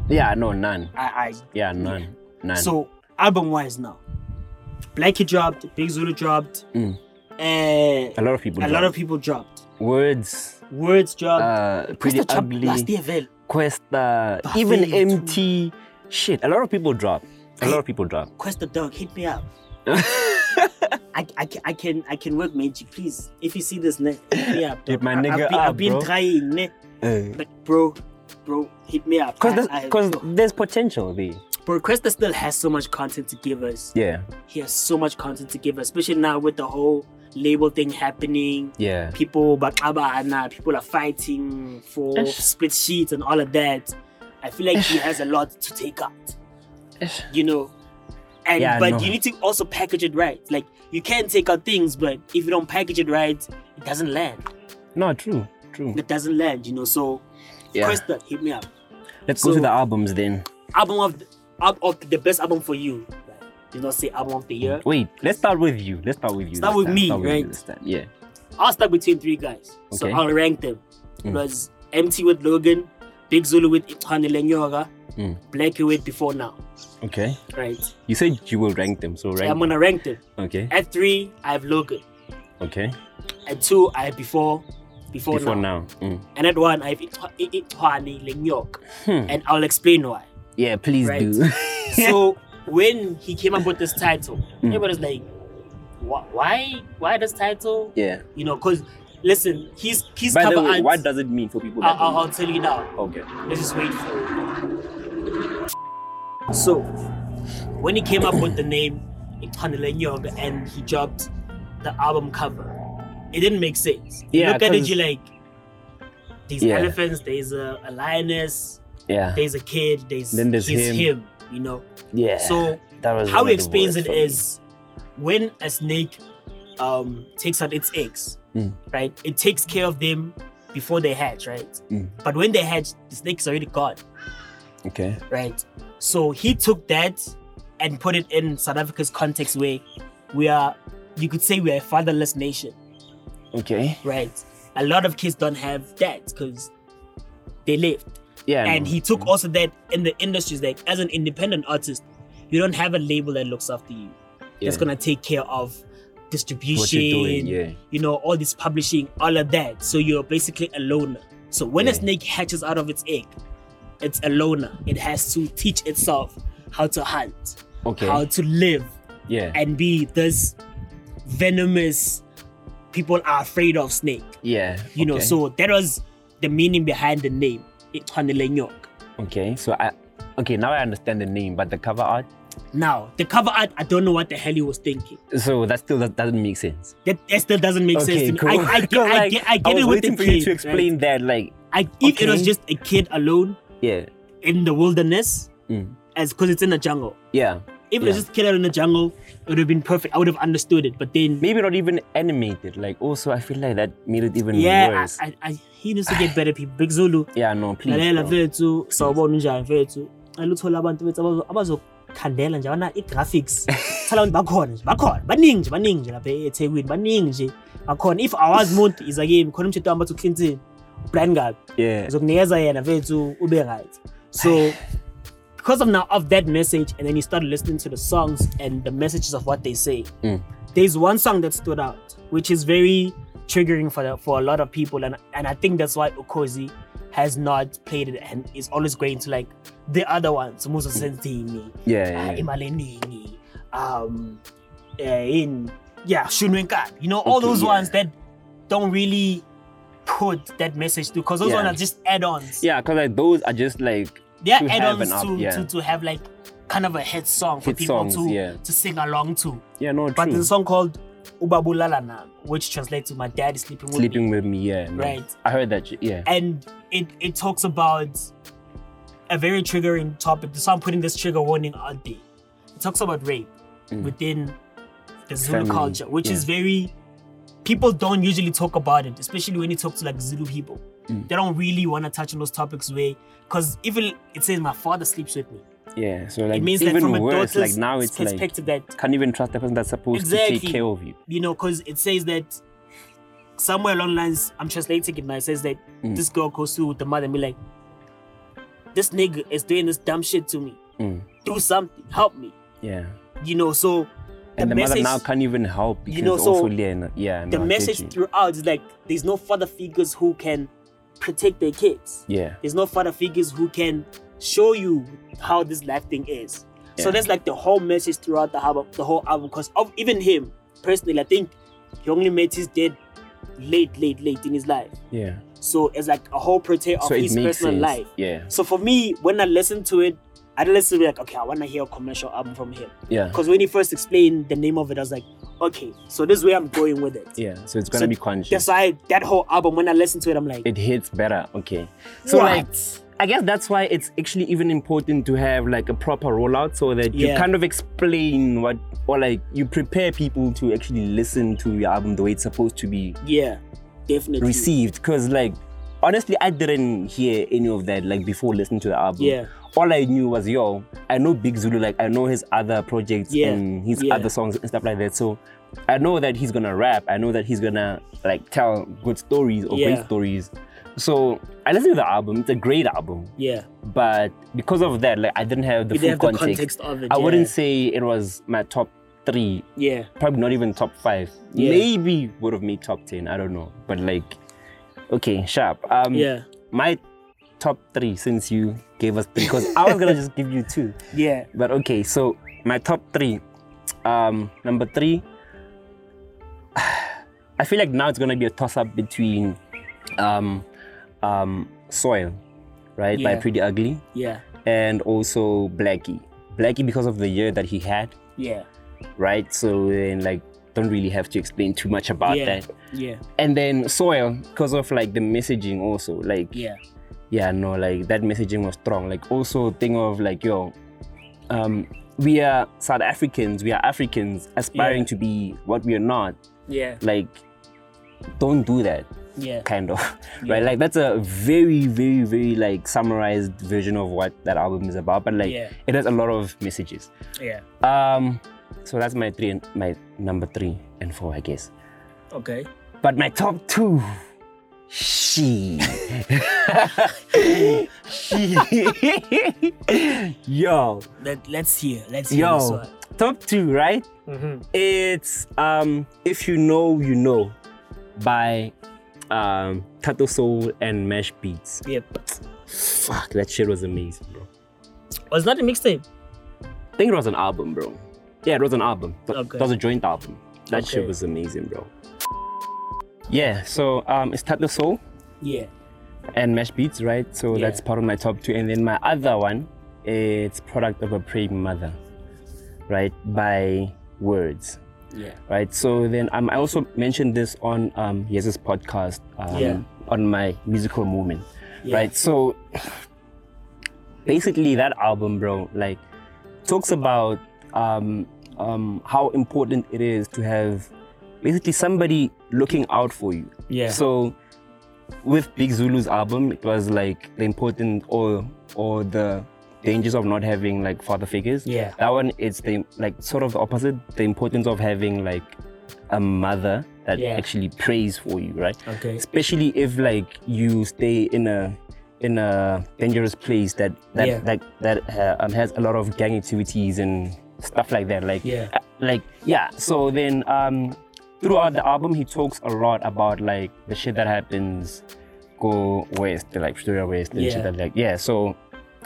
[SPEAKER 1] Yeah. No. None.
[SPEAKER 2] I,
[SPEAKER 1] Yeah. None.
[SPEAKER 2] I.
[SPEAKER 1] None.
[SPEAKER 2] So, album wise now, Blackie dropped, Big Zulu dropped,
[SPEAKER 1] Mm.
[SPEAKER 2] eh,
[SPEAKER 1] a lot of people.
[SPEAKER 2] a lot
[SPEAKER 1] dropped.
[SPEAKER 2] of people dropped.
[SPEAKER 1] words.
[SPEAKER 2] Words dropped.
[SPEAKER 1] Uh, pretty
[SPEAKER 2] Costa dropped
[SPEAKER 1] ugly.
[SPEAKER 2] Last year, Vel.
[SPEAKER 1] Questa, even
[SPEAKER 2] Buffet too.
[SPEAKER 1] MT. Shit, a lot of people drop. A lot of people drop.
[SPEAKER 2] Quest the dog, hit me up. I, I, ca- I can I can work magic, please. If you see this, ne, hit me up.
[SPEAKER 1] Hit
[SPEAKER 2] dog.
[SPEAKER 1] my
[SPEAKER 2] I-
[SPEAKER 1] nigga
[SPEAKER 2] I've been,
[SPEAKER 1] up,
[SPEAKER 2] I've been
[SPEAKER 1] bro.
[SPEAKER 2] trying, ne, but bro, bro, hit me up. I-
[SPEAKER 1] Because
[SPEAKER 2] I-
[SPEAKER 1] there's, potential there.
[SPEAKER 2] bro, Questa still has so much content to give us.
[SPEAKER 1] Yeah,
[SPEAKER 2] He has so much content to give us, especially now with the whole label thing happening.
[SPEAKER 1] yeah,
[SPEAKER 2] People, bakabana, people are fighting for
[SPEAKER 1] Ish.
[SPEAKER 2] split sheets and all of that. I feel like he has a lot to take out.
[SPEAKER 1] Ish.
[SPEAKER 2] you know. And
[SPEAKER 1] Yeah,
[SPEAKER 2] but
[SPEAKER 1] no.
[SPEAKER 2] you need to also package it right. Like you can take out things, but if you don't package it right, it doesn't land.
[SPEAKER 1] No, true, true.
[SPEAKER 2] It doesn't land, you know. So
[SPEAKER 1] Yeah.
[SPEAKER 2] Cresta, hit me up.
[SPEAKER 1] Let's
[SPEAKER 2] so-
[SPEAKER 1] go to the albums then.
[SPEAKER 2] Album of the, up of the best album for you. Did not say album of the year.
[SPEAKER 1] Wait, let's start with you. Let's start with you.
[SPEAKER 2] Start
[SPEAKER 1] this
[SPEAKER 2] with
[SPEAKER 1] time.
[SPEAKER 2] me,
[SPEAKER 1] you
[SPEAKER 2] right?
[SPEAKER 1] this time. Yeah.
[SPEAKER 2] I'll start between three guys. So
[SPEAKER 1] Okay. Mm.
[SPEAKER 2] I'll rank them. It was MT with Logan, Big Zulu with Ipani Lenyoga,
[SPEAKER 1] Mm.
[SPEAKER 2] Blackie with Before Now.
[SPEAKER 1] Okay.
[SPEAKER 2] Right.
[SPEAKER 1] You said you will rank them, so rank.
[SPEAKER 2] I'm gonna rank them.
[SPEAKER 1] okay.
[SPEAKER 2] At three, I have Logan.
[SPEAKER 1] Okay.
[SPEAKER 2] At two, I have Before Before,
[SPEAKER 1] Before
[SPEAKER 2] now.
[SPEAKER 1] now. Mm.
[SPEAKER 2] and that one I've Itwani Lenyok,
[SPEAKER 1] Hmm.
[SPEAKER 2] and I'll explain why.
[SPEAKER 1] Yeah, please
[SPEAKER 2] Right.
[SPEAKER 1] do.
[SPEAKER 2] So when he came up with this title,
[SPEAKER 1] Hmm.
[SPEAKER 2] everybody's like, "Wh- "Why? Why this title?"
[SPEAKER 1] yeah.
[SPEAKER 2] You know, because listen, he's he's
[SPEAKER 1] By the
[SPEAKER 2] cover
[SPEAKER 1] way,
[SPEAKER 2] art. Uh,
[SPEAKER 1] what does it mean for people?
[SPEAKER 2] I,
[SPEAKER 1] That
[SPEAKER 2] I,
[SPEAKER 1] don't
[SPEAKER 2] I'll tell you now.
[SPEAKER 1] know? okay.
[SPEAKER 2] Let's just wait for it. So, when he came up with the name Ikhanelenyog and he dropped the album cover, it didn't make sense. You
[SPEAKER 1] Yeah,
[SPEAKER 2] Look at it,
[SPEAKER 1] 'cause-
[SPEAKER 2] you're like, there's
[SPEAKER 1] Yeah.
[SPEAKER 2] elephants, there's a, a lioness,
[SPEAKER 1] Yeah.
[SPEAKER 2] there's a kid, there's,
[SPEAKER 1] Then there's
[SPEAKER 2] he's
[SPEAKER 1] him.
[SPEAKER 2] him, you know?
[SPEAKER 1] Yeah.
[SPEAKER 2] So,
[SPEAKER 1] that was
[SPEAKER 2] how
[SPEAKER 1] one
[SPEAKER 2] he
[SPEAKER 1] of the
[SPEAKER 2] explains
[SPEAKER 1] words
[SPEAKER 2] it
[SPEAKER 1] for me.
[SPEAKER 2] is when a snake um, takes out its eggs,
[SPEAKER 1] Mm.
[SPEAKER 2] right? It takes care of them before they hatch, right?
[SPEAKER 1] Mm.
[SPEAKER 2] But when they hatch, the snake's already gone,
[SPEAKER 1] Okay.
[SPEAKER 2] right? So he took that and put it in South Africa's context where we are, you could say we are a fatherless nation,
[SPEAKER 1] Okay.
[SPEAKER 2] right? A lot of kids don't have dads because they left
[SPEAKER 1] Yeah.
[SPEAKER 2] and
[SPEAKER 1] no.
[SPEAKER 2] he took also that in the industries like as an independent artist you don't have a label that looks after you
[SPEAKER 1] Yeah.
[SPEAKER 2] that's gonna take care of distribution
[SPEAKER 1] what you're doing. Yeah.
[SPEAKER 2] you know all this publishing all of that so you're basically a loner so when a
[SPEAKER 1] Yeah.
[SPEAKER 2] snake hatches out of its egg it's a loner it has to teach itself how to hunt
[SPEAKER 1] Okay.
[SPEAKER 2] how to live
[SPEAKER 1] yeah.
[SPEAKER 2] and be this venomous people are afraid of snake
[SPEAKER 1] yeah.
[SPEAKER 2] you know
[SPEAKER 1] okay.
[SPEAKER 2] so that was the meaning behind the name Ikhanelenyok.
[SPEAKER 1] Okay, so I okay now I understand the name, but the cover art.
[SPEAKER 2] Now, the cover art, I don't know what the hell he was thinking.
[SPEAKER 1] So that still does- doesn't make sense.
[SPEAKER 2] That, that still doesn't make sense to me. I, I, get,
[SPEAKER 1] 'Cause,
[SPEAKER 2] I
[SPEAKER 1] like,
[SPEAKER 2] get, I get
[SPEAKER 1] was
[SPEAKER 2] it with the
[SPEAKER 1] waiting
[SPEAKER 2] kid.
[SPEAKER 1] for you to
[SPEAKER 2] right?
[SPEAKER 1] explain that. Like,
[SPEAKER 2] I, if it was
[SPEAKER 1] okay.
[SPEAKER 2] just a kid alone
[SPEAKER 1] yeah,
[SPEAKER 2] in the wilderness,
[SPEAKER 1] Mm.
[SPEAKER 2] as because it's in the jungle.
[SPEAKER 1] yeah,
[SPEAKER 2] If it was
[SPEAKER 1] Yeah.
[SPEAKER 2] just a kid out in the jungle, it would have been perfect. I would have understood it. But then,
[SPEAKER 1] maybe not even animated. Like, also I feel like that made it even
[SPEAKER 2] yeah,
[SPEAKER 1] worse.
[SPEAKER 2] I, I, I, he needs to get better people. Big Zulu,
[SPEAKER 1] yeah, no, please.
[SPEAKER 2] lalela
[SPEAKER 1] Mm, bro.
[SPEAKER 2] vethu sawubona unjani vethu aluthola abantu bethu abazo- abazokhandela nje abana i-graphics thola abantu bakhona nje bakhona baningi nje baningi nje lapha ethekwini baningi nje bakhona if awazi umuntu iza kimi khona umthetho wami bathi uclinton brian gabi
[SPEAKER 1] Yeah,
[SPEAKER 2] ngizokunikeza yena vethu ube right so because of now of that message and then you start listening to the songs and the messages of what they say
[SPEAKER 1] Mm.
[SPEAKER 2] there's one song that stood out which is very triggering for the, for a lot of people and and i think that's why okozi has not played it and is always going to like the other ones muzo
[SPEAKER 1] Mm.
[SPEAKER 2] senzini
[SPEAKER 1] yeah,
[SPEAKER 2] uh,
[SPEAKER 1] yeah, yeah.
[SPEAKER 2] imali eningi um uh, in yeah shunwe nkabi you know all
[SPEAKER 1] Okay,
[SPEAKER 2] those
[SPEAKER 1] yeah.
[SPEAKER 2] ones that don't really put that message through because those
[SPEAKER 1] Yeah.
[SPEAKER 2] ones are just add-ons
[SPEAKER 1] Yeah, cause like those are just like
[SPEAKER 2] they are
[SPEAKER 1] to have
[SPEAKER 2] add-ons
[SPEAKER 1] an up,
[SPEAKER 2] to,
[SPEAKER 1] yeah.
[SPEAKER 2] to to have like kind of a hit song for
[SPEAKER 1] Hit
[SPEAKER 2] people
[SPEAKER 1] songs,
[SPEAKER 2] to
[SPEAKER 1] yeah.
[SPEAKER 2] to sing along to
[SPEAKER 1] yeah, no,
[SPEAKER 2] but
[SPEAKER 1] true.
[SPEAKER 2] there's a song called ubabulalana which translates to my dad is sleeping with me.
[SPEAKER 1] Sleeping with me, yeah, no.
[SPEAKER 2] Right.
[SPEAKER 1] I heard that. shit, Yeah,
[SPEAKER 2] and it it talks about a very triggering topic. So I'm putting this trigger warning out there. It talks about rape
[SPEAKER 1] Mm.
[SPEAKER 2] within the Zulu
[SPEAKER 1] Family,
[SPEAKER 2] culture, which is
[SPEAKER 1] yeah.
[SPEAKER 2] very people don't usually talk about it, especially when you talk to like Zulu people.
[SPEAKER 1] Mm.
[SPEAKER 2] They don't really want to touch on those topics where, because even it says my father sleeps with me.
[SPEAKER 1] yeah. So like
[SPEAKER 2] it means
[SPEAKER 1] even
[SPEAKER 2] that from a
[SPEAKER 1] worse,
[SPEAKER 2] daughter's
[SPEAKER 1] like now it's like
[SPEAKER 2] perspective that
[SPEAKER 1] can't even trust the person that's supposed to
[SPEAKER 2] Exactly.
[SPEAKER 1] take care of you.
[SPEAKER 2] you know, because it says that somewhere along the lines, I'm translating it now. It says that
[SPEAKER 1] Mm.
[SPEAKER 2] this girl goes through with the mother and be like, "This nigga is doing this dumb shit to me.
[SPEAKER 1] Mm.
[SPEAKER 2] Do something. Help me."
[SPEAKER 1] Yeah,
[SPEAKER 2] You know, so
[SPEAKER 1] and the,
[SPEAKER 2] message,
[SPEAKER 1] mother now can't even help because
[SPEAKER 2] You know, so
[SPEAKER 1] also Leah, yeah, no,
[SPEAKER 2] the
[SPEAKER 1] I get
[SPEAKER 2] message
[SPEAKER 1] you.
[SPEAKER 2] throughout is like, there's no father figures who can protect their kids.
[SPEAKER 1] yeah,
[SPEAKER 2] There's no father figures who can show you how this life thing is. So
[SPEAKER 1] Yeah.
[SPEAKER 2] that's like the whole message throughout the album, the whole album. Because of even him personally, I think he only met his dad late, late, late in his life.
[SPEAKER 1] yeah.
[SPEAKER 2] So it's like a whole portray of
[SPEAKER 1] so it
[SPEAKER 2] his personal
[SPEAKER 1] makes sense.
[SPEAKER 2] life.
[SPEAKER 1] Yeah,
[SPEAKER 2] So for me, when I listen to it, I didn't listen to it like, okay, I want to hear a commercial album from him.
[SPEAKER 1] yeah,
[SPEAKER 2] Because when he first explained the name of it, I was like, okay, so this is where I'm going with it.
[SPEAKER 1] yeah. So it's gonna
[SPEAKER 2] So
[SPEAKER 1] be conscious.
[SPEAKER 2] That's why that whole album, when I listen to it, I'm like,
[SPEAKER 1] it hits better. Okay. So
[SPEAKER 2] What?
[SPEAKER 1] like I guess that's why it's actually even important to have like a proper rollout so that you
[SPEAKER 2] Yeah.
[SPEAKER 1] kind of explain what or like you prepare people to actually listen to your album the way it's supposed to be
[SPEAKER 2] yeah, definitely.
[SPEAKER 1] received. Because like honestly I didn't hear any of that like before listening to the album.
[SPEAKER 2] Yeah.
[SPEAKER 1] All I knew was yo, I know Big Zulu, like I know his other projects
[SPEAKER 2] Yeah.
[SPEAKER 1] and his
[SPEAKER 2] Yeah.
[SPEAKER 1] other songs and stuff like that. So I know that he's gonna rap. I know that he's gonna like tell good stories or
[SPEAKER 2] Yeah.
[SPEAKER 1] great stories. So I listened to the album. It's a great album,
[SPEAKER 2] Yeah.
[SPEAKER 1] but because of that, like I didn't have the
[SPEAKER 2] You
[SPEAKER 1] full
[SPEAKER 2] didn't have the
[SPEAKER 1] context.
[SPEAKER 2] context of it.
[SPEAKER 1] I
[SPEAKER 2] yeah.
[SPEAKER 1] wouldn't say it was my top three.
[SPEAKER 2] Yeah.
[SPEAKER 1] Probably not even top five.
[SPEAKER 2] Yeah.
[SPEAKER 1] Maybe would have made top ten. I don't know. But like, okay, sharp. Um,
[SPEAKER 2] Yeah.
[SPEAKER 1] My top three since you gave us three because I was gonna just give you two.
[SPEAKER 2] Yeah.
[SPEAKER 1] But okay, so my top three. Um, number three, I feel like now it's gonna be a toss-up between um, um, Soil, right, by
[SPEAKER 2] Yeah.
[SPEAKER 1] Pretty Ugly,
[SPEAKER 2] Yeah.
[SPEAKER 1] and also Blackie. Blackie because of the year that he had,
[SPEAKER 2] Yeah.
[SPEAKER 1] right? So then like don't really have to explain too much about
[SPEAKER 2] Yeah.
[SPEAKER 1] that.
[SPEAKER 2] Yeah.
[SPEAKER 1] And then Soil because of like the messaging also, like
[SPEAKER 2] Yeah.
[SPEAKER 1] yeah no like that messaging was strong like also thing of like yo um we are south africans we are africans aspiring
[SPEAKER 2] Yeah.
[SPEAKER 1] to be what we are not
[SPEAKER 2] Yeah.
[SPEAKER 1] like don't do that
[SPEAKER 2] Yeah.
[SPEAKER 1] kind of
[SPEAKER 2] Yeah.
[SPEAKER 1] right like that's a very very very like summarized version of what that album is about but like
[SPEAKER 2] Yeah.
[SPEAKER 1] it has a lot of messages
[SPEAKER 2] Yeah.
[SPEAKER 1] um so that's my three and my number three and four i guess
[SPEAKER 2] Okay.
[SPEAKER 1] but my top two, she. yo,
[SPEAKER 2] Let, let's hear. Let's hear this
[SPEAKER 1] yo,
[SPEAKER 2] one.
[SPEAKER 1] top two, right?
[SPEAKER 2] Mm-hmm.
[SPEAKER 1] It's um, if you know, you know, by um, Tato Soul and Mesh Beats.
[SPEAKER 2] Yep.
[SPEAKER 1] Fuck, that shit was amazing, bro.
[SPEAKER 2] Was that a mixtape?
[SPEAKER 1] I think it was an album, bro. Yeah, it was an album. Th-
[SPEAKER 2] Okay.
[SPEAKER 1] That was a joint album. That
[SPEAKER 2] Okay.
[SPEAKER 1] shit was amazing, bro. Yeah, so um, it's Tato Soul.
[SPEAKER 2] Yeah.
[SPEAKER 1] and mash beats, right? So
[SPEAKER 2] Yeah.
[SPEAKER 1] that's part of my top two. And then my other one, it's product of a praying mother, right? By words,
[SPEAKER 2] Yeah.
[SPEAKER 1] right? So then um, I also mentioned this on um, Yes's podcast um,
[SPEAKER 2] Yeah.
[SPEAKER 1] on my musical movement,
[SPEAKER 2] Yeah.
[SPEAKER 1] right? So basically, that album, bro, like talks about um, um, how important it is to have basically somebody looking out for you.
[SPEAKER 2] Yeah.
[SPEAKER 1] So with Big Zulu's album, it was like the important or or the dangers of not having like father figures.
[SPEAKER 2] Yeah.
[SPEAKER 1] That one it's the like sort of the opposite, the importance of having like a mother that
[SPEAKER 2] Yeah.
[SPEAKER 1] actually prays for you, right?
[SPEAKER 2] Okay.
[SPEAKER 1] Especially if like you stay in a in a dangerous place that that
[SPEAKER 2] Yeah.
[SPEAKER 1] that, that uh, um, has a lot of gang activities and stuff like that. Like
[SPEAKER 2] Yeah.
[SPEAKER 1] uh, like yeah so then um throughout the album he talks a lot about like the shit that happens go west, like Pretoria West and shit
[SPEAKER 2] Yeah.
[SPEAKER 1] like that. Yeah, so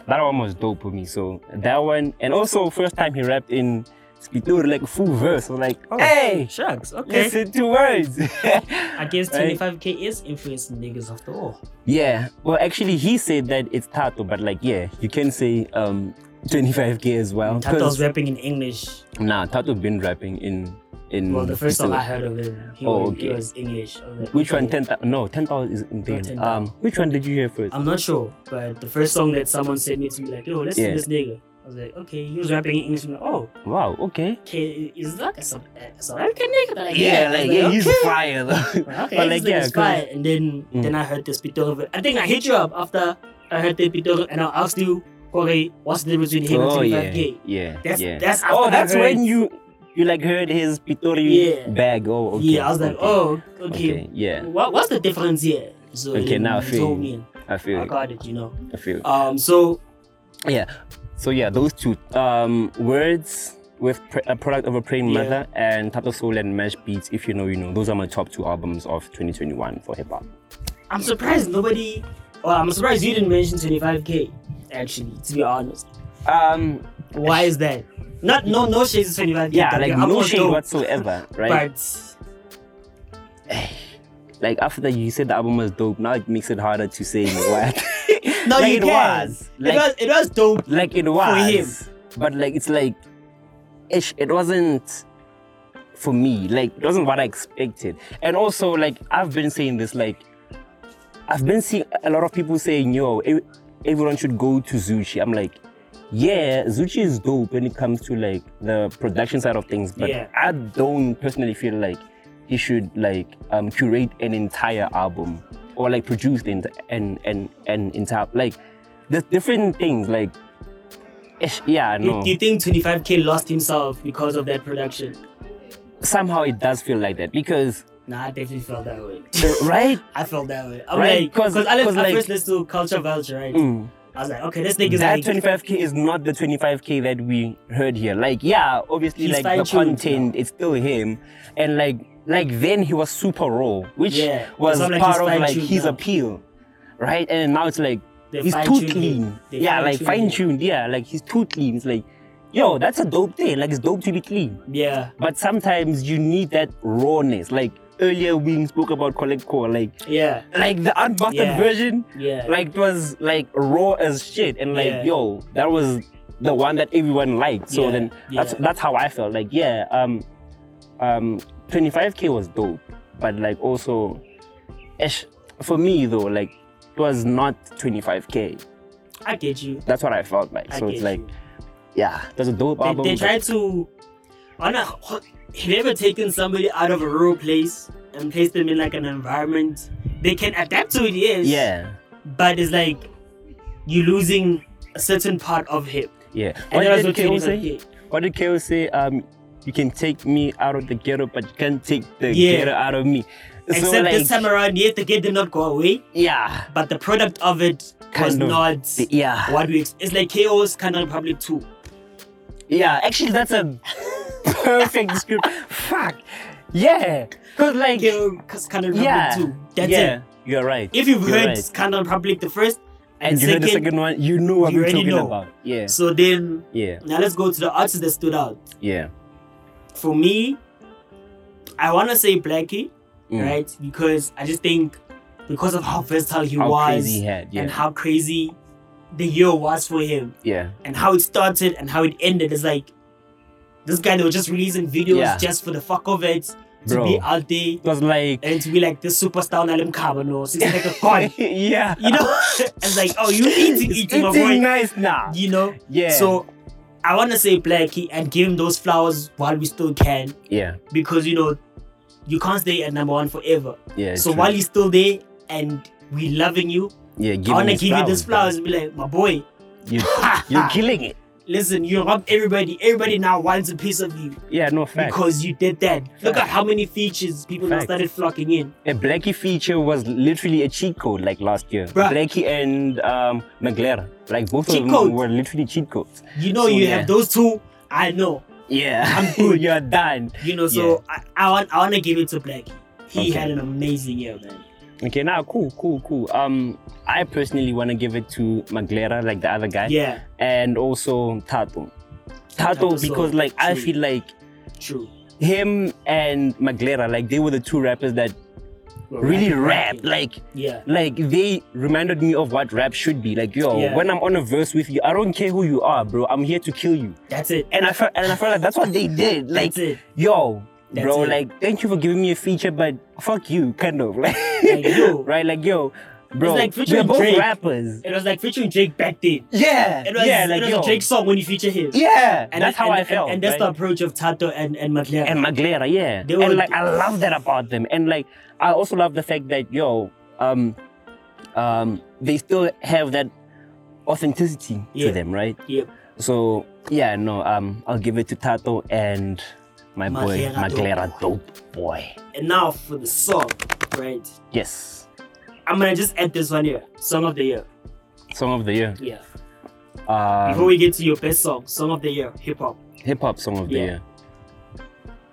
[SPEAKER 1] that one was dope for me. So that one, and also first time he rapped in Spitur, like full verse. So like, Oh. hey,
[SPEAKER 2] shucks. Oh. Okay.
[SPEAKER 1] listen to words.
[SPEAKER 2] I guess
[SPEAKER 1] Hey.
[SPEAKER 2] 25k is influencing niggas after all.
[SPEAKER 1] yeah, well, actually, he said that it's Tato, but like, yeah, you can say um 25k as well.
[SPEAKER 2] Tato's
[SPEAKER 1] 'cause-
[SPEAKER 2] rapping in English.
[SPEAKER 1] Nah, Tato been rapping in in.
[SPEAKER 2] Well, the first
[SPEAKER 1] Pretoria.
[SPEAKER 2] time I heard of him, he,
[SPEAKER 1] Oh,
[SPEAKER 2] was, he
[SPEAKER 1] okay.
[SPEAKER 2] was English. I was like,
[SPEAKER 1] Which one?
[SPEAKER 2] okay.
[SPEAKER 1] Ten thousand? No, ten thousand is in
[SPEAKER 2] ten
[SPEAKER 1] Tato. Um,
[SPEAKER 2] thousand. Um,
[SPEAKER 1] which one did you hear first?
[SPEAKER 2] I'm not sure, but the first song that someone sent me to be like, yo, let's
[SPEAKER 1] Yeah.
[SPEAKER 2] see this nigga. I was like, okay, he was rapping in English. I'm like, oh,
[SPEAKER 1] wow. Okay.
[SPEAKER 2] okay, is that a South a South African nigga? They're Like, I was like,
[SPEAKER 1] fire though.
[SPEAKER 2] Like, Okay,
[SPEAKER 1] But, like,
[SPEAKER 2] like,
[SPEAKER 1] yeah,
[SPEAKER 2] yeah, fire. And then
[SPEAKER 1] Mm.
[SPEAKER 2] then I heard the Pitoro. ver- I think I hit you up after I heard the Pitoro, and I asked you, Corey, what's the difference between him
[SPEAKER 1] oh
[SPEAKER 2] and
[SPEAKER 1] yeah,
[SPEAKER 2] 25k?
[SPEAKER 1] yeah,
[SPEAKER 2] That's-
[SPEAKER 1] yeah.
[SPEAKER 2] that's
[SPEAKER 1] oh,
[SPEAKER 2] after I
[SPEAKER 1] that's
[SPEAKER 2] heard-
[SPEAKER 1] when you you like heard his Pitori
[SPEAKER 2] Yeah.
[SPEAKER 1] bag. Oh, okay.
[SPEAKER 2] Yeah, I was like,
[SPEAKER 1] okay,
[SPEAKER 2] oh, okay.
[SPEAKER 1] okay, yeah.
[SPEAKER 2] What, what's the difference here? So
[SPEAKER 1] Okay,
[SPEAKER 2] then
[SPEAKER 1] now I
[SPEAKER 2] you
[SPEAKER 1] feel
[SPEAKER 2] told
[SPEAKER 1] you.
[SPEAKER 2] me,
[SPEAKER 1] I
[SPEAKER 2] and
[SPEAKER 1] feel,
[SPEAKER 2] I
[SPEAKER 1] it,
[SPEAKER 2] got it, you know.
[SPEAKER 1] I feel. it.
[SPEAKER 2] Um, so
[SPEAKER 1] Yeah. So yeah, those two um words with pr- a product of a praying
[SPEAKER 2] Yeah.
[SPEAKER 1] mother and Tato Soul and Mesh Beats. If you know, you know. Those are my top two albums of 2021 for hip hop.
[SPEAKER 2] I'm surprised nobody. Well, I'm surprised you didn't mention 25k. Actually, to be honest,
[SPEAKER 1] Um,
[SPEAKER 2] why is that? Not no no shades to 25k.
[SPEAKER 1] yeah,
[SPEAKER 2] but
[SPEAKER 1] like
[SPEAKER 2] I'm
[SPEAKER 1] no
[SPEAKER 2] not
[SPEAKER 1] shade
[SPEAKER 2] dope,
[SPEAKER 1] whatsoever, right?
[SPEAKER 2] But
[SPEAKER 1] like after that you said the album was dope now it makes it harder to say what
[SPEAKER 2] no,
[SPEAKER 1] Like
[SPEAKER 2] you
[SPEAKER 1] it
[SPEAKER 2] can.
[SPEAKER 1] was.
[SPEAKER 2] it
[SPEAKER 1] Like-
[SPEAKER 2] was it was dope.
[SPEAKER 1] like it was but like it's like ish it wasn't for me like it wasn't what i expected and also like i've been saying this like i've been seeing a lot of people saying yo ev- everyone should go to zuchi i'm like yeah zuchi is dope when it comes to like the production side of things but
[SPEAKER 2] Yeah.
[SPEAKER 1] i don't personally feel like he should like um curate an entire album or like produce an an an, an entire like there's different things like ish, yeah
[SPEAKER 2] You-
[SPEAKER 1] no
[SPEAKER 2] You, think 25k lost himself because of that production?
[SPEAKER 1] somehow it does feel like that because
[SPEAKER 2] Nah, I definitely felt that way.
[SPEAKER 1] right
[SPEAKER 2] I felt that way. I'm
[SPEAKER 1] Right,
[SPEAKER 2] like,
[SPEAKER 1] 'cause-
[SPEAKER 2] because I, left-
[SPEAKER 1] 'cause,
[SPEAKER 2] I
[SPEAKER 1] like-
[SPEAKER 2] first listened to Culture Vulture, right?
[SPEAKER 1] Mm.
[SPEAKER 2] I was like, okay, this nigga's
[SPEAKER 1] that
[SPEAKER 2] like,
[SPEAKER 1] 25k is not the 25k that we heard here like yeah obviously like
[SPEAKER 2] He's
[SPEAKER 1] the
[SPEAKER 2] fine-tuned
[SPEAKER 1] content it's still him and like like then he was super raw which
[SPEAKER 2] Yeah,
[SPEAKER 1] was
[SPEAKER 2] it's not like
[SPEAKER 1] part
[SPEAKER 2] he's
[SPEAKER 1] of like
[SPEAKER 2] fine-tuned
[SPEAKER 1] his
[SPEAKER 2] now.
[SPEAKER 1] appeal right and now it's like
[SPEAKER 2] They
[SPEAKER 1] he's too
[SPEAKER 2] fine-tuned
[SPEAKER 1] clean
[SPEAKER 2] it. They
[SPEAKER 1] yeah like
[SPEAKER 2] fine-tuned it.
[SPEAKER 1] fine-tuned yeah like he's too clean it's like yo that's a dope thing like it's dope to be clean
[SPEAKER 2] yeah,
[SPEAKER 1] but sometimes you need that rawness like earlier we spoke about collect core like
[SPEAKER 2] yeah,
[SPEAKER 1] like the unbuttered
[SPEAKER 2] Yeah.
[SPEAKER 1] version
[SPEAKER 2] yeah.
[SPEAKER 1] like it was like raw as shit and like
[SPEAKER 2] Yeah.
[SPEAKER 1] yo that was the one that everyone liked so
[SPEAKER 2] Yeah,
[SPEAKER 1] then that's
[SPEAKER 2] yeah.
[SPEAKER 1] that's how i felt like yeah um um 25k was dope but like also ish, for me though like it was not 25k
[SPEAKER 2] I get you.
[SPEAKER 1] that's what i felt like
[SPEAKER 2] I
[SPEAKER 1] so
[SPEAKER 2] get
[SPEAKER 1] it's like
[SPEAKER 2] you.
[SPEAKER 1] yeah that's a dope
[SPEAKER 2] They,
[SPEAKER 1] album
[SPEAKER 2] they
[SPEAKER 1] but-
[SPEAKER 2] try to. On a, have you ever taken somebody out of a rural place and placed them in like an environment they can adapt to it? Yes.
[SPEAKER 1] yeah
[SPEAKER 2] But it's like you losing a certain part of him.
[SPEAKER 1] yeah
[SPEAKER 2] And
[SPEAKER 1] what
[SPEAKER 2] that
[SPEAKER 1] did
[SPEAKER 2] was
[SPEAKER 1] KO
[SPEAKER 2] okay.
[SPEAKER 1] say what did KO say um you can take me out of the ghetto but you can't take the
[SPEAKER 2] Yeah.
[SPEAKER 1] ghetto out of me So,
[SPEAKER 2] Except
[SPEAKER 1] like,
[SPEAKER 2] this time around, yes, the gate did not go away,
[SPEAKER 1] yeah
[SPEAKER 2] but the product of it was
[SPEAKER 1] Kind of
[SPEAKER 2] not
[SPEAKER 1] The- yeah
[SPEAKER 2] what we. Ex- it's like KO's Canal Republic 2.
[SPEAKER 1] yeah actually that's a perfect script fuck yeah because like
[SPEAKER 2] KO's Canal Republic
[SPEAKER 1] yeah
[SPEAKER 2] 2. That's
[SPEAKER 1] yeah
[SPEAKER 2] it.
[SPEAKER 1] you're right
[SPEAKER 2] If you've
[SPEAKER 1] You're
[SPEAKER 2] heard
[SPEAKER 1] right.
[SPEAKER 2] Canal Republic the first
[SPEAKER 1] and you heard the second one you know what
[SPEAKER 2] you
[SPEAKER 1] we're
[SPEAKER 2] already
[SPEAKER 1] talking
[SPEAKER 2] know.
[SPEAKER 1] about yeah
[SPEAKER 2] so then
[SPEAKER 1] yeah
[SPEAKER 2] now let's go to the artists that stood out.
[SPEAKER 1] yeah
[SPEAKER 2] for me, I want to say Blackie,
[SPEAKER 1] Mm.
[SPEAKER 2] right? Because I just think because of how versatile he
[SPEAKER 1] how
[SPEAKER 2] was
[SPEAKER 1] crazy he had yeah
[SPEAKER 2] and how crazy the year was for him
[SPEAKER 1] yeah
[SPEAKER 2] and how it started and how it ended. It's like this guy that was just releasing videos
[SPEAKER 1] Yeah.
[SPEAKER 2] just for the fuck of it to
[SPEAKER 1] Bro.
[SPEAKER 2] be out there
[SPEAKER 1] it was like
[SPEAKER 2] and to be like this superstar on Alim Carbon six like a god.
[SPEAKER 1] yeah
[SPEAKER 2] You know? it's like, oh, you eating,
[SPEAKER 1] It's
[SPEAKER 2] eating, my boy.
[SPEAKER 1] nice now
[SPEAKER 2] You know?
[SPEAKER 1] yeah
[SPEAKER 2] So I want to say Blackie and give him those flowers while we still can
[SPEAKER 1] yeah
[SPEAKER 2] because you know you can't stay at number one forever.
[SPEAKER 1] yeah
[SPEAKER 2] so
[SPEAKER 1] true.
[SPEAKER 2] while you're still there and we loving you,
[SPEAKER 1] yeah
[SPEAKER 2] I wanna
[SPEAKER 1] his
[SPEAKER 2] give you this Ah.
[SPEAKER 1] flowers,
[SPEAKER 2] flowers and be like, my boy,
[SPEAKER 1] bro. you, you're killing it
[SPEAKER 2] listen, you robbed everybody. Everybody now wants a piece of you
[SPEAKER 1] yeah no fact
[SPEAKER 2] because you did that. Look
[SPEAKER 1] Fact.
[SPEAKER 2] at how many features people now
[SPEAKER 1] Fact.
[SPEAKER 2] started flocking in.
[SPEAKER 1] A Blackie feature was literally a cheat code like last year.
[SPEAKER 2] Bruh.
[SPEAKER 1] Blackie and um, McLaren, like both
[SPEAKER 2] Cheat
[SPEAKER 1] of them
[SPEAKER 2] code.
[SPEAKER 1] were literally cheat codes.
[SPEAKER 2] You know,
[SPEAKER 1] So,
[SPEAKER 2] you
[SPEAKER 1] yeah.
[SPEAKER 2] have those two. I know.
[SPEAKER 1] Yeah,
[SPEAKER 2] I'm good.
[SPEAKER 1] You're done.
[SPEAKER 2] You know, so I, I want I want to give it to Blackie. He
[SPEAKER 1] Okay.
[SPEAKER 2] had an amazing year, man.
[SPEAKER 1] Okay, now cool, cool, cool. Um, I personally want to give it to Maglera, like the other guy,
[SPEAKER 2] Yeah,
[SPEAKER 1] and also Tato.
[SPEAKER 2] Tato
[SPEAKER 1] Tato,
[SPEAKER 2] Soul,
[SPEAKER 1] because like I
[SPEAKER 2] true.
[SPEAKER 1] feel like
[SPEAKER 2] true.
[SPEAKER 1] him and Maglera, like they were the two rappers that
[SPEAKER 2] We're
[SPEAKER 1] really
[SPEAKER 2] rapping,
[SPEAKER 1] rap.
[SPEAKER 2] rapping.
[SPEAKER 1] Like,
[SPEAKER 2] Yeah,
[SPEAKER 1] like they reminded me of what rap should be. Like, yo,
[SPEAKER 2] Yeah.
[SPEAKER 1] when I'm on a verse with you, I don't care who you are, bro. I'm here to kill you.
[SPEAKER 2] that's it.
[SPEAKER 1] And I felt, and I felt like that's what they did. Like,
[SPEAKER 2] That's it.
[SPEAKER 1] yo,
[SPEAKER 2] That's
[SPEAKER 1] bro,
[SPEAKER 2] it.
[SPEAKER 1] like, thank you for giving me a feature, but fuck you, kind of. Like,
[SPEAKER 2] Like, yo.
[SPEAKER 1] right? Like, yo, bro,
[SPEAKER 2] like
[SPEAKER 1] we're
[SPEAKER 2] featuring
[SPEAKER 1] both
[SPEAKER 2] Drake.
[SPEAKER 1] rappers.
[SPEAKER 2] It was like featuring Drake back then.
[SPEAKER 1] Yeah,
[SPEAKER 2] It was,
[SPEAKER 1] yeah, like
[SPEAKER 2] it was
[SPEAKER 1] yo,
[SPEAKER 2] a Drake song when you feature him.
[SPEAKER 1] yeah. And that's
[SPEAKER 2] that-
[SPEAKER 1] how
[SPEAKER 2] and,
[SPEAKER 1] I
[SPEAKER 2] and-
[SPEAKER 1] felt.
[SPEAKER 2] And, that's
[SPEAKER 1] right?
[SPEAKER 2] the approach of Tato and, and Maglera.
[SPEAKER 1] and Maglera, yeah.
[SPEAKER 2] They were-
[SPEAKER 1] and like I love that about them. And like I also love the fact that yo, um, um, they still have that authenticity
[SPEAKER 2] Yeah.
[SPEAKER 1] to them, right?
[SPEAKER 2] Yep.
[SPEAKER 1] So yeah, no, um, I'll give it to Tato and my boy
[SPEAKER 2] Maglera
[SPEAKER 1] Maglera, dope boy.
[SPEAKER 2] And now for the song, right?
[SPEAKER 1] Yes,
[SPEAKER 2] I'm gonna just add this one here. Song of the year.
[SPEAKER 1] song of the year.
[SPEAKER 2] Yeah. Before
[SPEAKER 1] Um,
[SPEAKER 2] we get to your best song, song of the year, hip hop.
[SPEAKER 1] hip hop song of the
[SPEAKER 2] Yeah.
[SPEAKER 1] year.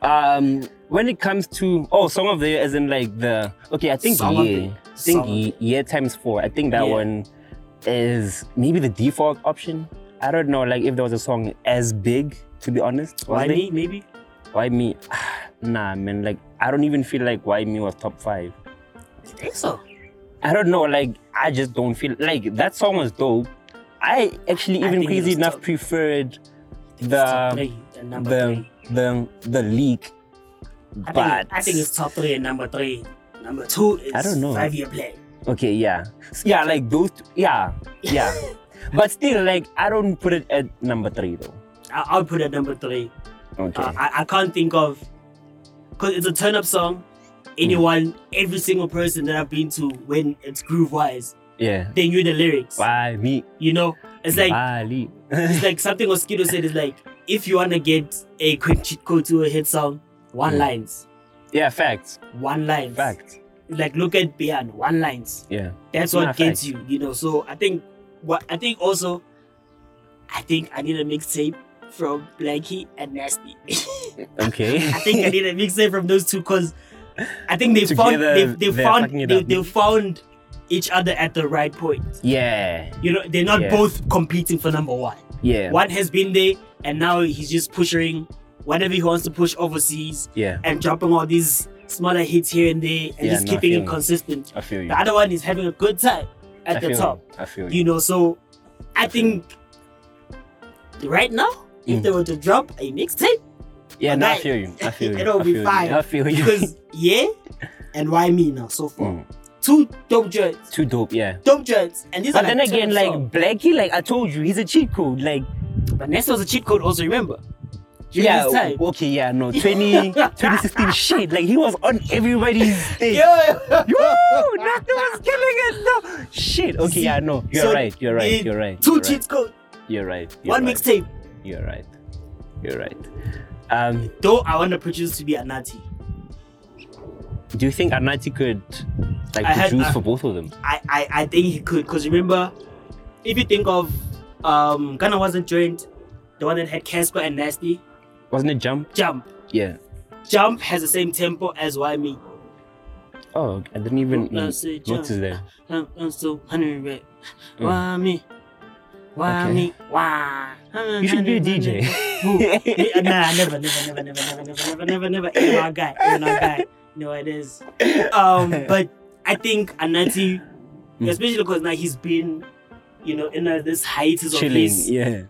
[SPEAKER 1] Um, when it comes to oh, song of the year, as in like the okay, I think
[SPEAKER 2] Song of the
[SPEAKER 1] yeah,
[SPEAKER 2] year.
[SPEAKER 1] I think
[SPEAKER 2] Song of
[SPEAKER 1] yeah, yeah times four. I think that
[SPEAKER 2] Yeah.
[SPEAKER 1] one is maybe the default option. I don't know, like if there was a song as big. To be honest, was
[SPEAKER 2] Why
[SPEAKER 1] there?
[SPEAKER 2] me? Maybe.
[SPEAKER 1] Why me? nah, man. Like I don't even feel like why me was top five.
[SPEAKER 2] I think so.
[SPEAKER 1] I don't know. Like I just don't feel like that song was dope. I actually
[SPEAKER 2] I
[SPEAKER 1] even
[SPEAKER 2] think it
[SPEAKER 1] crazy
[SPEAKER 2] was
[SPEAKER 1] enough
[SPEAKER 2] dope.
[SPEAKER 1] preferred
[SPEAKER 2] It's
[SPEAKER 1] The-
[SPEAKER 2] top three and number
[SPEAKER 1] the
[SPEAKER 2] three.
[SPEAKER 1] the the leak.
[SPEAKER 2] I
[SPEAKER 1] but
[SPEAKER 2] think, I think it's top three and number three. Number two is
[SPEAKER 1] I don't know.
[SPEAKER 2] five year plan.
[SPEAKER 1] okay, yeah, S- yeah, like those, t- yeah, yeah. but still, like I don't put it at number three though.
[SPEAKER 2] I, I'll put it at number three.
[SPEAKER 1] Okay,
[SPEAKER 2] Uh, I, I can't think of because it's a turn up song. Anyone, every single person that I've been to when it's groove wise,
[SPEAKER 1] yeah.
[SPEAKER 2] they knew the lyrics.
[SPEAKER 1] Why me?
[SPEAKER 2] You know, it's like
[SPEAKER 1] Why Lee?
[SPEAKER 2] it's like something Oskido said is like if you wanna get a quick cheat code to a hit song, one
[SPEAKER 1] Mm.
[SPEAKER 2] lines,
[SPEAKER 1] yeah, facts,
[SPEAKER 2] one lines.
[SPEAKER 1] facts.
[SPEAKER 2] Like look at Beyond, one lines.
[SPEAKER 1] Yeah,
[SPEAKER 2] That's what
[SPEAKER 1] Nah,
[SPEAKER 2] gets
[SPEAKER 1] facts.
[SPEAKER 2] you, you know. So I think what I think also, I think I need a mixtape from Blackie and Nasty.
[SPEAKER 1] okay.
[SPEAKER 2] I think I need a mixtape from those two because I think they found
[SPEAKER 1] Together,
[SPEAKER 2] they, they
[SPEAKER 1] they're
[SPEAKER 2] found
[SPEAKER 1] fucking it
[SPEAKER 2] they,
[SPEAKER 1] up.
[SPEAKER 2] they found each other at the right point.
[SPEAKER 1] yeah,
[SPEAKER 2] You know, they're not
[SPEAKER 1] Yeah.
[SPEAKER 2] both competing for number one.
[SPEAKER 1] yeah,
[SPEAKER 2] One has been there, and now he's just pushing whatever he wants to push overseas
[SPEAKER 1] yeah.
[SPEAKER 2] and dropping all these smaller hits here and there and
[SPEAKER 1] Yeah,
[SPEAKER 2] just
[SPEAKER 1] no, I
[SPEAKER 2] keeping
[SPEAKER 1] feel
[SPEAKER 2] it
[SPEAKER 1] you.
[SPEAKER 2] consistent.
[SPEAKER 1] I feel you.
[SPEAKER 2] The other one is having a good time at
[SPEAKER 1] I
[SPEAKER 2] the
[SPEAKER 1] feel
[SPEAKER 2] top,
[SPEAKER 1] You. I feel
[SPEAKER 2] you
[SPEAKER 1] you.
[SPEAKER 2] know. So I
[SPEAKER 1] feel you.
[SPEAKER 2] think right now, if
[SPEAKER 1] Mm.
[SPEAKER 2] they were to drop a mixtape,
[SPEAKER 1] Yeah, no, I
[SPEAKER 2] that-
[SPEAKER 1] feel you. I feel you.
[SPEAKER 2] it'll
[SPEAKER 1] I
[SPEAKER 2] be
[SPEAKER 1] feel you.
[SPEAKER 2] fine,
[SPEAKER 1] I feel you.
[SPEAKER 2] because yeah, and why me now? So far,
[SPEAKER 1] Mm,
[SPEAKER 2] two dope joints,
[SPEAKER 1] Too dope, yeah.
[SPEAKER 2] dope joints, and these
[SPEAKER 1] But
[SPEAKER 2] are
[SPEAKER 1] then
[SPEAKER 2] like
[SPEAKER 1] again,
[SPEAKER 2] turn-up
[SPEAKER 1] like
[SPEAKER 2] songs.
[SPEAKER 1] Blackie, like I told you, he's a cheat code. Like,
[SPEAKER 2] but next was a cheat code. Also remember, during
[SPEAKER 1] yeah,
[SPEAKER 2] this time.
[SPEAKER 1] okay, yeah, no, 20, 2016 shit. Like he was on everybody's thing.
[SPEAKER 2] Yeah.
[SPEAKER 1] Yo, that was killing it. No. Shit. Okay,
[SPEAKER 2] See,
[SPEAKER 1] yeah, no. You're
[SPEAKER 2] so
[SPEAKER 1] right. You're right.
[SPEAKER 2] the
[SPEAKER 1] You're right.
[SPEAKER 2] Two
[SPEAKER 1] you're
[SPEAKER 2] cheat code,
[SPEAKER 1] Right, you're right. You're
[SPEAKER 2] one
[SPEAKER 1] right,
[SPEAKER 2] mixtape.
[SPEAKER 1] You're right. You're right. Um,
[SPEAKER 2] Though I want the producer to be a natty.
[SPEAKER 1] do you think Anati could like
[SPEAKER 2] I had-
[SPEAKER 1] produce
[SPEAKER 2] I-
[SPEAKER 1] for both of them?
[SPEAKER 2] I, I, I think he could because remember, if you think of um Ghana wasn't joined, the one that had Casper and Nasty,
[SPEAKER 1] Wasn't it Jump?
[SPEAKER 2] Jump.
[SPEAKER 1] Yeah.
[SPEAKER 2] Jump has the same tempo as Why Me.
[SPEAKER 1] Oh, I didn't even
[SPEAKER 2] Uh,
[SPEAKER 1] notice
[SPEAKER 2] say Jump.
[SPEAKER 1] that.
[SPEAKER 2] I'm, I'm so hungry. right?
[SPEAKER 1] Mm.
[SPEAKER 2] Why me? Why
[SPEAKER 1] Okay.
[SPEAKER 2] me? Why?
[SPEAKER 1] You should be a DJ.
[SPEAKER 2] Yeah, nah, never, never, never, never, never, never, never, never, never. Even our guy, even our guy. No, it is. Um, but I think Anati,
[SPEAKER 1] Mm.
[SPEAKER 2] especially because now he's been, you know, in a, this hiatus of
[SPEAKER 1] Chilling.
[SPEAKER 2] his.
[SPEAKER 1] Yeah.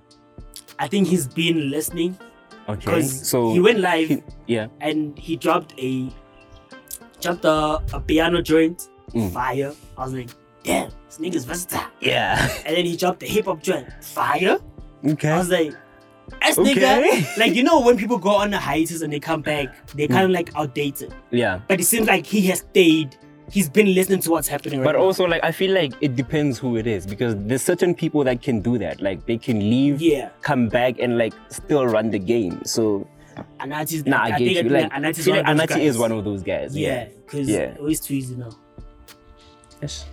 [SPEAKER 2] I think he's been listening
[SPEAKER 1] Okay.
[SPEAKER 2] because
[SPEAKER 1] So
[SPEAKER 2] he went live
[SPEAKER 1] he- yeah.
[SPEAKER 2] and he dropped a dropped a, a piano joint,
[SPEAKER 1] Mm.
[SPEAKER 2] fire. I was like, damn, this nigga's versatile.
[SPEAKER 1] yeah.
[SPEAKER 2] And then he dropped a hip hop joint, fire. I
[SPEAKER 1] Okay.
[SPEAKER 2] was like, as nigga,
[SPEAKER 1] Okay. Mm.
[SPEAKER 2] like you know when people go on a hiatus and they come back, they kind of like outdated.
[SPEAKER 1] Yeah.
[SPEAKER 2] But it seems like he has stayed. He's been listening to what's happening right
[SPEAKER 1] But
[SPEAKER 2] now.
[SPEAKER 1] also, like, I feel like it depends who it is because there's certain people that can do that. Like, they can leave,
[SPEAKER 2] yeah,
[SPEAKER 1] come back, and like still run the game. So,
[SPEAKER 2] Anati's.
[SPEAKER 1] nah, I, get
[SPEAKER 2] think
[SPEAKER 1] you. Like, I
[SPEAKER 2] Anati's
[SPEAKER 1] feel like
[SPEAKER 2] one of those
[SPEAKER 1] Anati is
[SPEAKER 2] guys.
[SPEAKER 1] one of those guys.
[SPEAKER 2] Yeah, because
[SPEAKER 1] Yeah.
[SPEAKER 2] always tweezy now.
[SPEAKER 1] Yes.